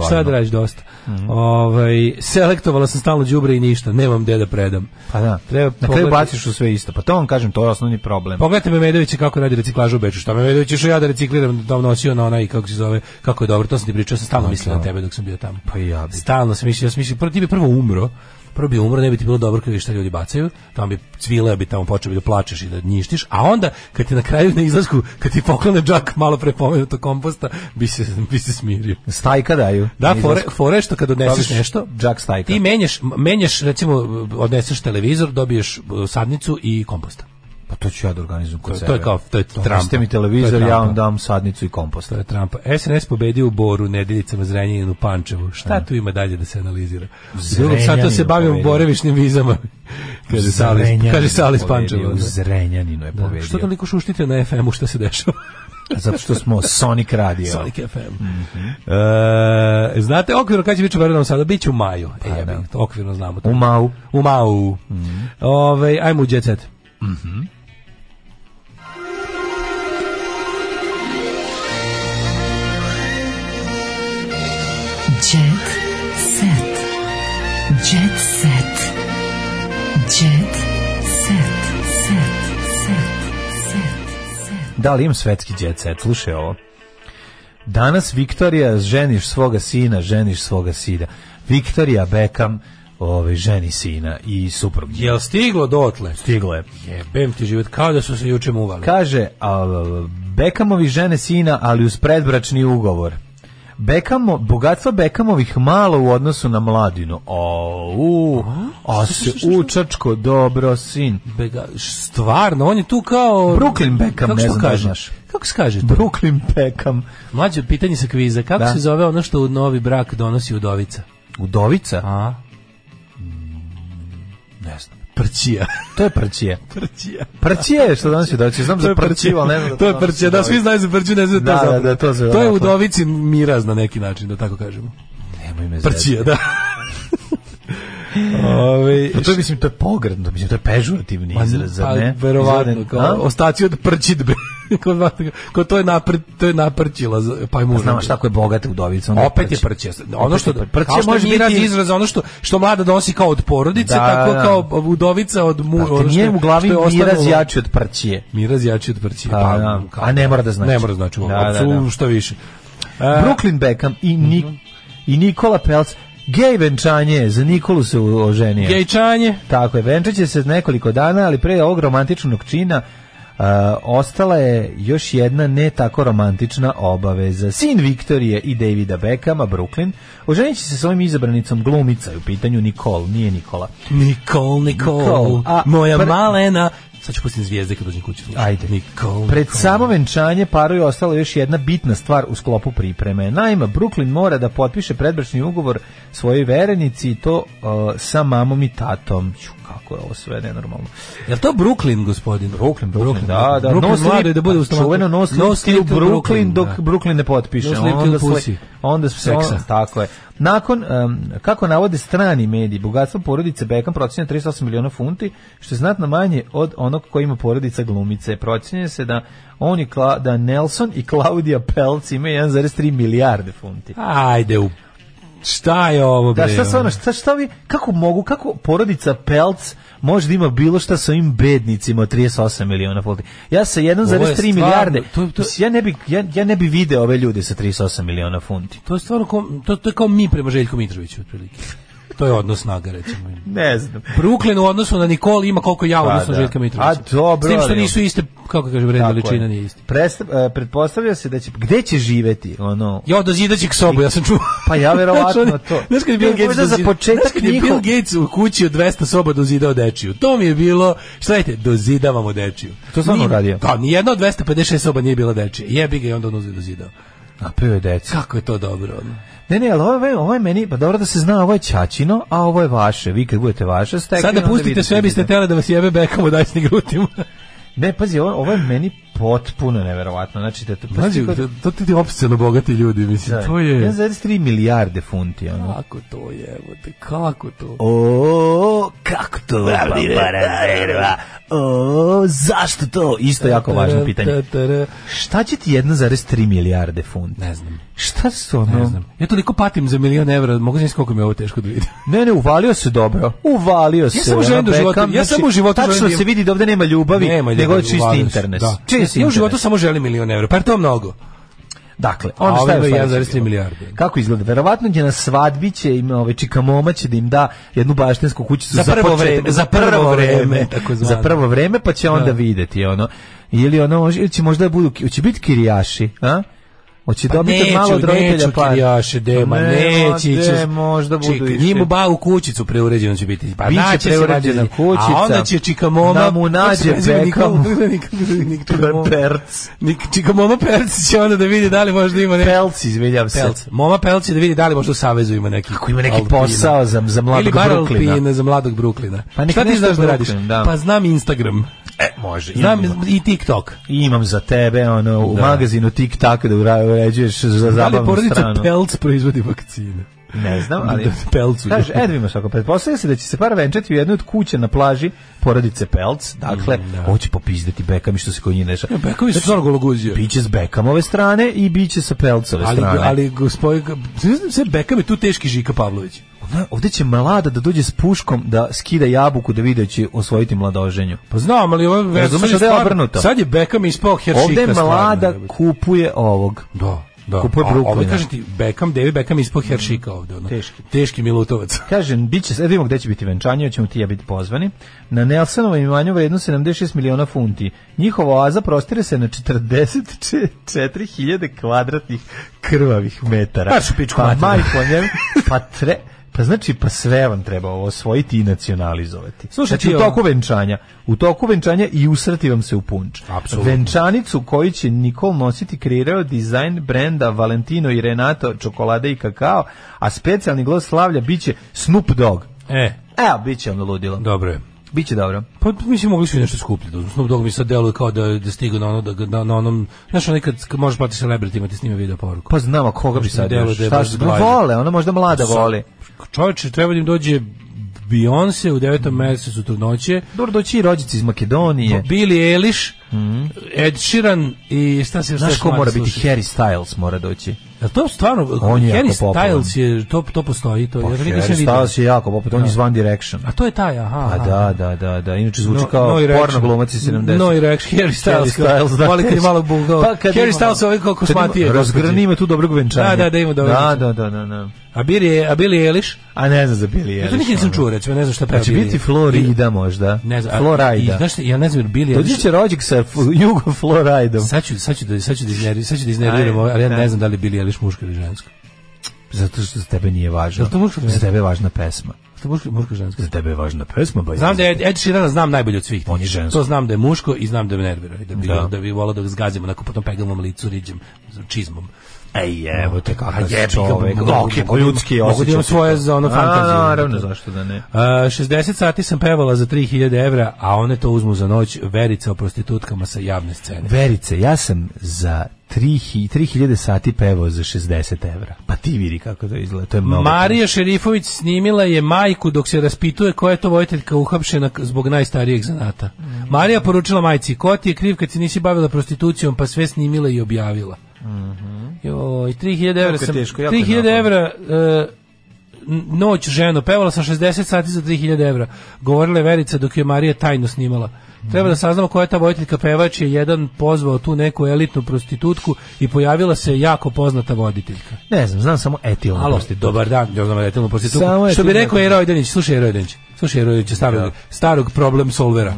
S7: šta
S6: važno. Mhm.
S7: da radiš dosta. Ovaj, selektovala sam stalno đubre i ništa, nemam gde da predam.
S6: Pa da,
S7: Treba
S6: na kraju
S7: pogledati- Pa-
S6: baciš u sve isto. Pa to vam kažem, to je osnovni problem.
S7: Pogledajte Memedovića kako radi reciklažu u Beču. Šta Memedović što ja da recikliram da nosio na onaj kako se zove, kako je dobro, to sam ti pričao, ja sam stalno mislio na tebe dok sam bio tamo.
S6: Pa i ja bi.
S7: Stalno sam mislio, ja sam mislio, prvo ti bi prvo umro, prvo bi umro, ne bi ti bilo dobro kad vidiš šta ljudi bacaju, tamo bi cvile, bi tamo počeo bi da plačeš i da njištiš, a onda kad ti na kraju na izlasku, kad ti poklone džak malo pre pomenuto komposta, bi se, bi se smirio.
S6: Stajka daju.
S7: Da,
S6: Na
S7: fore,
S6: izlasku.
S7: fore što kad odneseš
S6: Dobiš
S7: nešto,
S6: džak stajka.
S7: ti menjaš, menjaš, recimo, odneseš televizor, dobiješ uh, sadnicu i komposta.
S6: Pa to ću ja da organizujem kod
S7: To- to
S6: sebe.
S7: je kao- to je Trumpa.
S6: Donesite mi
S7: To
S6: televizor,
S7: je
S6: ja vam
S7: Trumpa.
S6: dam sadnicu i kompost.
S7: To je e, Trumpa. SNS pobedio u Boru, Nedeljicama, Zrenjaninu, Pančevu. Šta tu ima dalje da se analizira? U Drugom satu se
S6: Zrenjaninu
S7: bavimo
S6: pobedio.
S7: borevišnim vizama. kaže Salis,
S6: Zrenjaninu
S7: kaže Salis
S6: je pobedio,
S7: Pančevo.
S6: u Zrenjaninu je
S7: Da.
S6: pobedio.
S7: Što toliko šuštite na FM-u, šta se dešava?
S6: Pa Zato što smo Sonic radio.
S7: Sonic FM.
S6: Mhm.
S7: e, znate, okvirno kad će biti čuvarno sada? Biće u maju. e, jebi,
S6: da.
S7: to okvirno znamo.
S6: U
S7: to.
S6: Mau. Mhm.
S7: U maju. Ovaj, ajmo u Jet Set.
S5: Jet set. Jet set. Jet set. Set. Set.
S6: Da li imam svetski jet set? Slušaj ovo. Danas Viktorija ženiš svoga sina, ženiš svoga sina. Viktorija Beckham ovaj, ženi sina i suprug.
S7: Jel stiglo dotle?
S6: Stiglo je.
S7: Jebem ti život, kao da su se juče muvali.
S6: Kaže, a, Beckhamovi žene sina, ali uz predbračni ugovor. Bekamo, bogatstvo Bekamovih malo u odnosu na mladinu. O, u, a se učačko dobro, sin.
S7: Bega, stvarno, on je tu kao...
S6: Brooklyn Beckham,
S7: kako se
S6: ne
S7: to
S6: znam da
S7: kaže?
S6: znaš.
S7: Kako se kaže? to?
S6: Brooklyn Beckham.
S7: Mlađe pitanje sa kviza, kako
S6: Da.
S7: se zove ono što u novi brak donosi udovica?
S6: Udovica? Mm,
S7: A?
S6: Ne znam.
S7: Prćija.
S6: To je prćije.
S7: prćija.
S6: Prćije je što danas je doći. Znam za prćivo, ali ne znam.
S7: to je prćija, da, svi
S6: svi
S7: znaju za prćiju, ne znaju
S6: Da,
S7: to
S6: da,
S7: zapravo.
S6: da, to se
S7: to je
S6: verovatno.
S7: udovici miraz na neki način, da tako kažemo.
S6: Nemoj me zezati.
S7: Prćija, da. Ove,
S6: Pa to je, mislim, to je pogredno, mislim, to je pežurativni
S7: Pa,
S6: izraz, zar
S7: pa,
S6: ne?
S7: verovatno,
S6: Izveden-
S7: kao
S6: A?
S7: ostaci od prčidbe. kod, vas- kod to je napr, to je naprčila za- pa je muž.
S6: Znamo šta ako je bogata udovica. onda
S7: Opet je
S6: prće.
S7: prće. Ono što
S6: Opet je prće.
S7: kao što
S6: Može
S7: je miraz
S6: biti-
S7: izraz ono što što mlada donosi kao od porodice,
S6: Da,
S7: tako
S6: da.
S7: kao udovica od mu.
S6: Te
S7: ono što-
S6: nije u glavi
S7: što je ostalo-
S6: miraz jači od prćije.
S7: Miraz jači od prćije.
S6: A, da. A ne mora da znači.
S7: Ne mora da znači.
S6: Da,
S7: apsolutno
S6: da, da.
S7: šta više. E.
S6: Brooklyn Beckham i, Ni
S7: Mhm.
S6: i Nikola Pelc. Gej venčanje, za Nikolu se u- oženio.
S7: Gejčanje.
S6: Tako je, venčat će se nekoliko dana, ali pre ovog romantičnog čina uh, ostala je još jedna ne tako romantična obaveza. Sin Viktorije i Davida Beckhama, Brooklyn, oženit će se svojim izabranicom glumica, u pitanju Nikol, nije Nikola.
S7: Nikol, Nikol,
S6: Nikol, a
S7: moja
S6: pre-
S7: malena. Sad ću pustiti zvijezde kad dođem kući.
S6: Ajde.
S7: Nikol,
S6: Pred
S7: Nikol.
S6: samo venčanje paru je ostala još jedna bitna stvar u sklopu pripreme. Naime, Brooklyn mora da potpiše predbračni ugovor svojoj verenici i to uh, sa mamom i tatom. Ću, kako je ovo sve nenormalno.
S7: Jel to Brooklyn, gospodin?
S6: Brooklyn, Brooklyn, da, da.
S7: Brooklyn mlado je da bude u stomaku.
S6: Čuveno no sleep, till Brooklyn,
S7: da.
S6: dok Brooklyn ne potpiše.
S7: No sleep till
S6: onda, sle-
S7: pussy.
S6: onda se
S7: Seksa.
S6: on- tako je. Nakon, em, kako navode strani mediji, bogatstvo porodice Beckham procenja 38 miliona funti, što je znatno manje od onog koji ima porodica glumice. Procenja se da on i Kla- da Nelson i Claudia Pelc imaju 1,3 milijarde funti.
S7: Ajde, u... šta je ovo, bre?
S6: Da, šta
S7: ono?
S6: stvarno, šta, šta vi, kako mogu, kako porodica Pelc može da ima bilo šta sa ovim bednicima od 38 miliona funti. Ja sa
S7: Ovo je
S6: 1,3
S7: stvarno,
S6: milijarde,
S7: to je- to je-
S6: mislim, ja ne bi, ja, ja ne bi video ove ljude sa 38 miliona funti.
S7: To je stvarno kao, to, to je kao mi prema Željku Mitroviću, otprilike. To je odnos snaga, recimo.
S6: Ne znam.
S7: Brooklyn u odnosu na Nikol ima koliko ja u
S6: Pa,
S7: odnosu na
S6: da.
S7: Željka Mitrovića.
S6: A, dobro,
S7: S tim što
S6: ali-
S7: nisu iste, kako kaže, vredna
S6: Tako je.
S7: veličina nije ista.
S6: Presta- e, pretpostavlja se da će, gde će živeti, ono,
S7: Ja do zida će k sobu, ja sam čuo.
S6: Pa ja verovatno
S7: Znaš, oni-
S6: to.
S7: Znaš kad je Bill
S6: Ne,
S7: Gates
S6: možda
S7: do
S6: za
S7: zida-
S6: početak
S7: znaš kad je Bill
S6: njihov-
S7: Gates u kući od 200 soba dozidao dečiju. To mi je bilo, šta dajte, dozidavamo dečiju.
S6: To stvarno
S7: Ni-
S6: uradio?
S7: Da, nijedna od 256 soba nije bila dečija. Jebi ga i onda on uzeo i dozidao.
S6: napio je deca.
S7: Kako je to dobro, ono.
S6: Ne, ne, ali ovo je, ovo je meni, pa dobro da se zna, ovo je čačino, a ovo je vaše, vi kad budete vaše, stekli.
S7: Sada
S6: onda
S7: da pustite
S6: vidite
S7: sve biste
S6: gde-
S7: tele da vas jebe bekamo dajsni grutima.
S6: Ne, pazi, ovo, ovo je meni potpuno neverovatno, znači, da to, pa
S7: Mađi,
S6: svi-
S7: to, to ti ti opsceno bogati ljudi, mislim,
S6: Da,
S7: to je...
S6: 1,3 milijarde funti, ono.
S7: Kako to je, evo te, kako to?
S6: O, kako to rezerva? O, zašto to? Isto jako važno pitanje.
S7: Tara,
S6: da, Šta će ti 1,3 milijarde funti?
S7: Ne znam.
S6: Šta su ono?
S7: Ne znam. Ja toliko patim za milion evra, mogu znači koliko mi je ovo teško da vidim.
S6: Ne, ne, uvalio se dobro. Uvalio se.
S7: samo
S6: ono,
S7: želim da u životu-
S6: Beckham,
S7: ja
S6: znači,
S7: samo u životu
S6: Tačno
S7: želim da
S6: se
S7: imam-
S6: vidi da ovde nema ljubavi, nego je
S7: ljubavi,
S6: čisti
S7: uvališ.
S6: internet.
S7: Da.
S6: Čisti
S7: ja u
S6: internet.
S7: životu samo želim milion evra, pa je to mnogo.
S6: Dakle,
S7: A
S6: onda
S7: ovo
S6: šta je
S7: ima
S6: u stvari
S7: 1,3
S6: bilo?
S7: milijarde.
S6: Kako izgleda? Verovatno će na svadbi će im ove čikamoma će da im da jednu baštinsku kućicu
S7: Za prvo
S6: početak-
S7: vreme, za prvo vreme, takozvano.
S6: za prvo vreme pa će onda
S7: Da.
S6: videti ono. Ili ono može- ili će možda da budu će biti kirijaši, a? Hoće
S7: Pa
S6: dobiti
S7: neću,
S6: malo od roditelja
S7: neću,
S6: par.
S7: kirijaše, dema,
S6: Ne,
S7: neće,
S6: ma,
S7: ići-
S6: de, možda budu
S7: Čekaj,
S6: išli.
S7: Njemu ba u kućicu preuređeno će biti. Pa
S6: Biće
S7: naći će se valjda
S6: preuređena
S7: neki-
S6: kućica.
S7: A onda će Čikamoma...
S6: Da mu nađe
S7: Kako se zove,
S6: Beckham.
S7: Nikol- Nikol- Nikol- Nikol-
S6: Perc.
S7: Nik- Čikamoma Perc će onda da vidi da li možda ima neki...
S6: Pelc, izvinjavam se.
S7: Pelc. Moma Pelc će da vidi da li možda u Savezu ima neki... Ako
S6: ima neki posao za- za mladog
S7: Ili bar
S6: Brooklyna.
S7: Alpina za mladog Bruklina.
S6: Pa nek
S7: Šta ti
S6: nešto
S7: znaš da radiš?
S6: Brooklyn, da.
S7: Pa znam Instagram.
S6: E, može.
S7: Znam
S6: imam,
S7: i TikTok.
S6: imam za tebe ono u
S7: Da.
S6: magazinu Tik Tak da ura- uređuješ za
S7: Da li
S6: zabavnu
S7: porodica
S6: stranu.
S7: Pelc proizvodi vakcine?
S6: Ne znam, ali
S7: Da, Pelcu.
S6: Kaže, evo ima svako. Pretpostavlja se da će se par venčati u jednoj od kuća na plaži porodice Pelc. Dakle,
S7: Mm, da.
S6: hoće popizdati Bekam i što se kod njih neša.
S7: Bekovi su stvarno gologuzio.
S6: Biće s Bekamove strane i biće sa Pelcove
S7: Ali,
S6: strane.
S7: ali gospodin, sve Beckham je tu teški Žika Pavlović.
S6: Ovdje ovde će mlada da dođe s puškom da skida jabuku da vidi da će osvojiti mladoženju.
S7: Pa znam, ali ovo je
S6: Razumeš da je obrnuto?
S7: Sad je Beckham ispao heršika.
S6: Ovde mlada
S7: stvarno, jebote.
S6: kupuje ovog.
S7: Da, da.
S6: kupuje
S7: A,
S6: Brooklyna.
S7: Ovde kaže ti Beckham, David Beckham ispao heršika ovde. Ono.
S6: Teški.
S7: Teški Milutovac.
S6: Kažem, bit će, evo vidimo gde će biti venčanje, ćemo ti ja biti pozvani. Na Nelsonovom imanju vredno 76 miliona funti. Njihova oaza prostire se na 44.000 kvadratnih krvavih metara.
S7: Pa ću pičku
S6: pa
S7: materinu.
S6: majko njem, pa tre... Pa znači, pa sve vam treba ovo osvojiti i nacionalizovati.
S7: Slušaj, ti
S6: znači, u
S7: ovo-
S6: toku venčanja. U toku venčanja i usrati vam se u punč.
S7: Apsolutno.
S6: Venčanicu koju će Nikol nositi kreirao dizajn brenda Valentino i Renato čokolade i kakao, a specijalni glas slavlja biće Snoop Dogg.
S7: E,
S6: Evo, biće ono ludilo.
S7: dobro je.
S6: Biće dobro.
S7: Pa mislim mogli su i nešto skuplje. Da, Snoop Dogg mi sad deluje kao da, da stigu na ono, da, ga- na, na onom, znaš onaj kad kad možeš platiti celebrity, ima ti snima video poruku.
S6: Pa znamo koga bi
S7: Možda mi
S6: sad
S7: delo
S6: još.
S7: da je
S6: Šta
S7: baš
S6: što
S7: zglajda.
S6: vole, ona možda mlada voli.
S7: Čovječe, treba da im dođe Beyoncé u devetom mesecu trudnoće,
S6: Dobro doći i rođici iz Makedonije.
S7: Billy Eilish, Ed Sheeran i šta se još
S6: Mhm. Znaš
S7: još
S6: ko
S7: mora
S6: mora biti?
S7: slušati?
S6: Harry Styles mora doći.
S7: Jel to stvarno,
S6: On je jako
S7: Harry
S6: popularan.
S7: Styles je, to, to postoji, to Pa ja to nikad
S6: Pa Harry
S7: nisam vidio.
S6: Styles je jako poput, on je iz
S7: Da.
S6: One Direction.
S7: A to je taj, aha.
S6: A
S7: aha.
S6: da, da, da, da. Inače zvuči
S7: No-
S6: kao
S7: no i reaction.
S6: porno glumac iz 70.
S7: No i reaction, Harry Styles,
S6: da.
S7: kao, voli kad je malo bugao.
S6: Pa
S7: Harry Styles ovaj kao kosmatije.
S6: Razgrani ima tu dobrog venčanja.
S7: Da, da, da ima dobrog
S6: Da, da,
S7: venčanja.
S6: da, da, da.
S7: A Billy je, a Billy Eilish?
S6: A ne znam za Billy
S7: Ja to nikad nisam čuo, recimo, ne znam šta peva
S6: Da će
S7: Billie.
S6: biti Florida možda.
S7: Ne znam. a- I,
S6: Florida.
S7: znaš, šta, ja ne znam, jer Billy
S6: Dođi
S7: Eilish...
S6: će rođak sa f- jugo Floridom.
S7: Sad ću, sad ću da, sad ću da iznerviram, sad ću da iznerviram,
S6: Ajde,
S7: ovo, ali ja
S6: da.
S7: ne znam da li je Billy Eilish muško ili žensko.
S6: Zato što za tebe nije važno.
S7: Jel to muško ili
S6: Za tebe je važna pesma.
S7: Što je muško, muško ili žensko?
S6: Za tebe je važna pesma, ba
S7: Znam da je Ed Sheerana znam najbolje od svih.
S6: On je žensko.
S7: To znam da je muško i znam da me nervira i da bi
S6: Da.
S7: da, bi volao da ga zgazim onako potom pegamom licu riđem čizmom.
S6: Ej, E, evo te
S7: A
S6: kakav
S7: jebi
S6: si
S7: ga,
S6: Pa čovek.
S7: mogu da imam-
S6: Ok, po ljudski
S7: mogu da imam
S6: osjećaj.
S7: svoje za ono fantaziju.
S6: A, naravno, zašto da ne.
S7: Uh, 60 sati sam pevala za 3000 evra, a one to uzmu za noć verica o prostitutkama sa javne scene.
S6: Verice, ja sam za 3000 sati pevao za 60 evra. Pa ti vidi kako to izgleda, to je mnogo.
S7: Marija Šerifović snimila je majku dok se raspituje koja je to vojiteljka uhapšena k- zbog najstarijeg zanata. Marija poručila majci, ko ti je kriv kad se nisi bavila prostitucijom pa sve snimila i objavila. Joj, 3000 evra
S6: Mhm. Jako je
S7: sam...
S6: teško, jako je
S7: 3000
S6: naporno.
S7: evra... e, n- noć ženo, pevala sam 60 sati za 3000 evra, govorila je Verica dok je Marija tajno snimala. Treba da saznamo koja je ta vojiteljka pevač je jedan pozvao tu neku elitnu prostitutku i pojavila se jako poznata voditeljka.
S6: Ne znam, znam samo etilno.
S7: Alo,
S6: prostitutku.
S7: dobar dan, ja znam etilnu prostitutku.
S6: Samo je
S7: Što bi
S6: tu da.
S7: rekao
S6: neko-
S7: Ero Ojdenić, slušaj Ero Ojdenić, slušaj Ero Ojdenić, starog, starog problem solvera.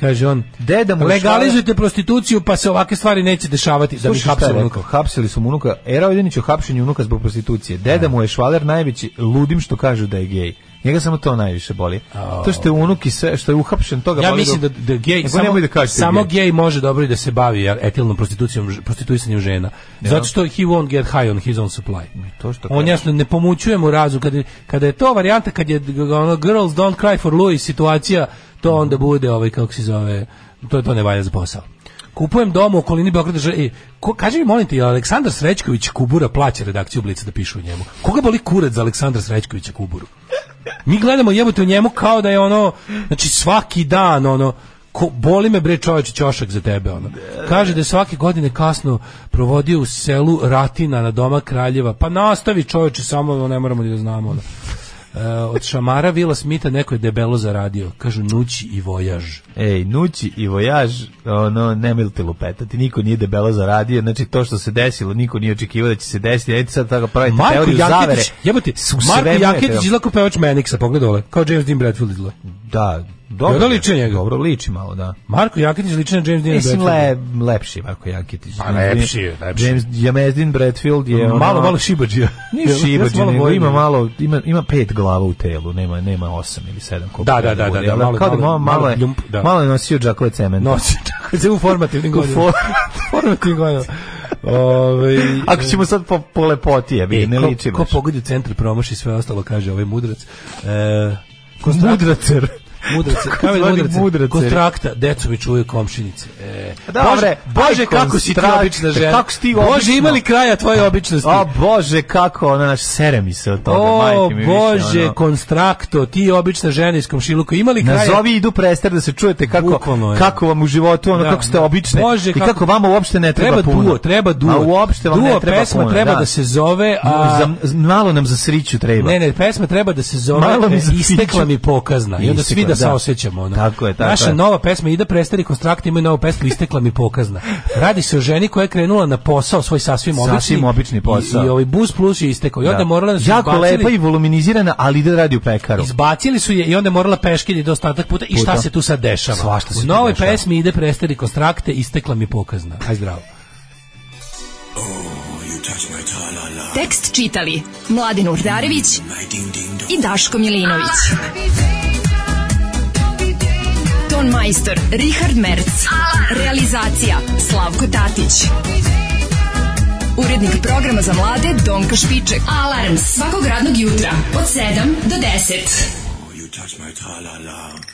S7: Kaže on,
S6: Mhm. Deda mu je
S7: legalizujte prostituciju pa se ovake stvari neće dešavati da bi
S6: Slušaj šta je
S7: hapsili
S6: rekao,
S7: unuka.
S6: hapsili su mu unuka. Era Ojdenić o hapšenju unuka zbog prostitucije. Deda mu je švaler najveći ludim što kažu da je gej. Njega samo to najviše boli. To što je unuk i sve, što je uhapšen, toga
S7: Ja
S6: boli.
S7: mislim da, da gej,
S6: Nego
S7: samo,
S6: nemoj da kažete
S7: samo
S6: gej.
S7: gej može dobro i da se bavi etilnom prostitucijom, ž- prostituisanjem žena. Zato što he won't get high on his own supply.
S6: To što
S7: On
S6: kažeš.
S7: jasno ne pomoćuje mu razu kada je, kada je to varijanta kad je g- g- ono girls don't cry for Louis situacija, to onda bude ovaj kako se zove, to to ne valja za posao. Kupujem dom u okolini Beograda. žel- E, ko, kaži mi, molim te, je li Aleksandar Srećković Kubura plaća redakciju Blica da pišu o njemu. Koga boli kurac za Aleksandra Srećkovića Kuburu? Mi gledamo jebote u njemu kao da je ono, znači svaki dan ono, ko, boli me bre čoveče ćošak za tebe ono. Kaže da je svake godine kasno provodio u selu Ratina na doma Kraljeva. Pa nastavi čoveče samo ono, ne moramo ni da znamo ono. E, od šamara Vila Smita neko je debelo zaradio. Kažu nući i vojaž.
S6: Ej, nući i vojaž, ono, nemojte lupetati, niko nije debelo zaradio, znači to što se desilo, niko nije očekivao da će se desiti, nećete sad tako praviti
S7: Marko
S6: teoriju zavere.
S7: Jaketić, jebote,
S6: S- u
S7: Marko
S6: svemu je
S7: Jaketić
S6: teorija.
S7: izgleda kao pevač Meniksa, pogledaj dole, kao James Dean Bradfield izgleda.
S6: Da, dobro.
S7: Jel da
S6: je,
S7: liči njega?
S6: Dobro liči malo, da.
S7: Marko Jaketić liči na James Dean
S6: Mislim,
S7: Bradfield.
S6: le, lepši je Marko Jaketić.
S7: Pa, lepši je, lepši.
S6: James Jamezdin Bradfield je... ono-
S7: Malo, malo šibađija.
S6: Nije šibađi,
S7: Malo
S6: nego
S7: vojni.
S6: ima malo, ima, ima pet glava u telu, nema, nema osam ili sedam. koliko
S7: Da, da,
S6: je
S7: da, da,
S6: bude,
S7: da,
S6: jel
S7: malo-
S6: Kao da
S7: malo-
S6: malo, malo, je,
S7: ljump, da.
S6: malo je nosio džakle cementa.
S7: Nosi, tako se u formativnim
S6: da U
S7: godinama.
S6: for-
S7: formativnim godinama. Ove,
S6: Ako ćemo sad po, po lepoti, ja bi,
S7: e,
S6: ne
S7: ko-
S6: liči
S7: Ko
S6: baš.
S7: pogodi u centar promaši sve ostalo, kaže ovaj mudrac. E,
S6: Mudracer.
S7: Mudrac, kao je
S6: Takozvani
S7: mudrac,
S6: mudracer.
S7: kontrakta, decu mi čuje komšinice. E,
S6: Da,
S7: bože,
S6: bre,
S7: bože,
S6: aj,
S7: kako si ti
S6: kontrakta,
S7: obična žena.
S6: kako si ti
S7: Bože,
S6: obična.
S7: imali kraja tvoje običnosti.
S6: A bože, kako ona naš sere mi se od toga,
S7: o,
S6: majke mi više,
S7: bože,
S6: ono.
S7: konstrakto, ti obična žena iz komšiluka, imali kraja...
S6: Nazovi idu prester da se čujete kako
S7: Bukvalno je.
S6: kako vam u životu ono
S7: Da.
S6: kako ste obične
S7: Bože,
S6: i kako,
S7: kako-
S6: vama uopšte ne treba,
S7: treba
S6: puno.
S7: duo, treba duo.
S6: A uopšte vam
S7: Duo
S6: ne treba
S7: pesma
S6: puno,
S7: treba da se zove, a-
S6: Za- z- malo nam za sriću treba.
S7: Ne, ne, pesma treba da se zove
S6: Malo mi
S7: e,
S6: za
S7: Istekla
S6: piću.
S7: mi pokazna. I onda svi
S6: Istekla,
S7: da,
S6: da.
S7: saosećamo. Ono.
S6: Tako je, tako
S7: Naša
S6: je.
S7: nova pesma Ida Prestari Konstrakti imaju novu pesmu Istekla mi pokazna. Radi se o ženi koja je krenula na posao svoj sasvim obični.
S6: Sasvim obični posao.
S7: I, i ovaj bus plus je istekao. I onda
S6: Da.
S7: je morala da su
S6: jako
S7: izbacili-
S6: lepa i voluminizirana, ali ide da radi u pekaru.
S7: Izbacili su je i onda je morala peškilje do ostatak puta. I šta
S6: Puta.
S7: se tu sad dešava?
S6: Svašta se
S7: U
S6: tu
S7: novoj
S6: dešava.
S7: pesmi ide prestari konstrakte, istekla mi pokazna. Aj zdravo.
S5: Tekst čitali Mladin Urdarević i Daško Milinović. Ton majstor Richard Merc. Realizacija Slavko Tatić. Urednik programa za mlade Donka Špiček. Alarms svakog radnog jutra od 7 do 10.
S1: Oh, you touch my tra-la-la.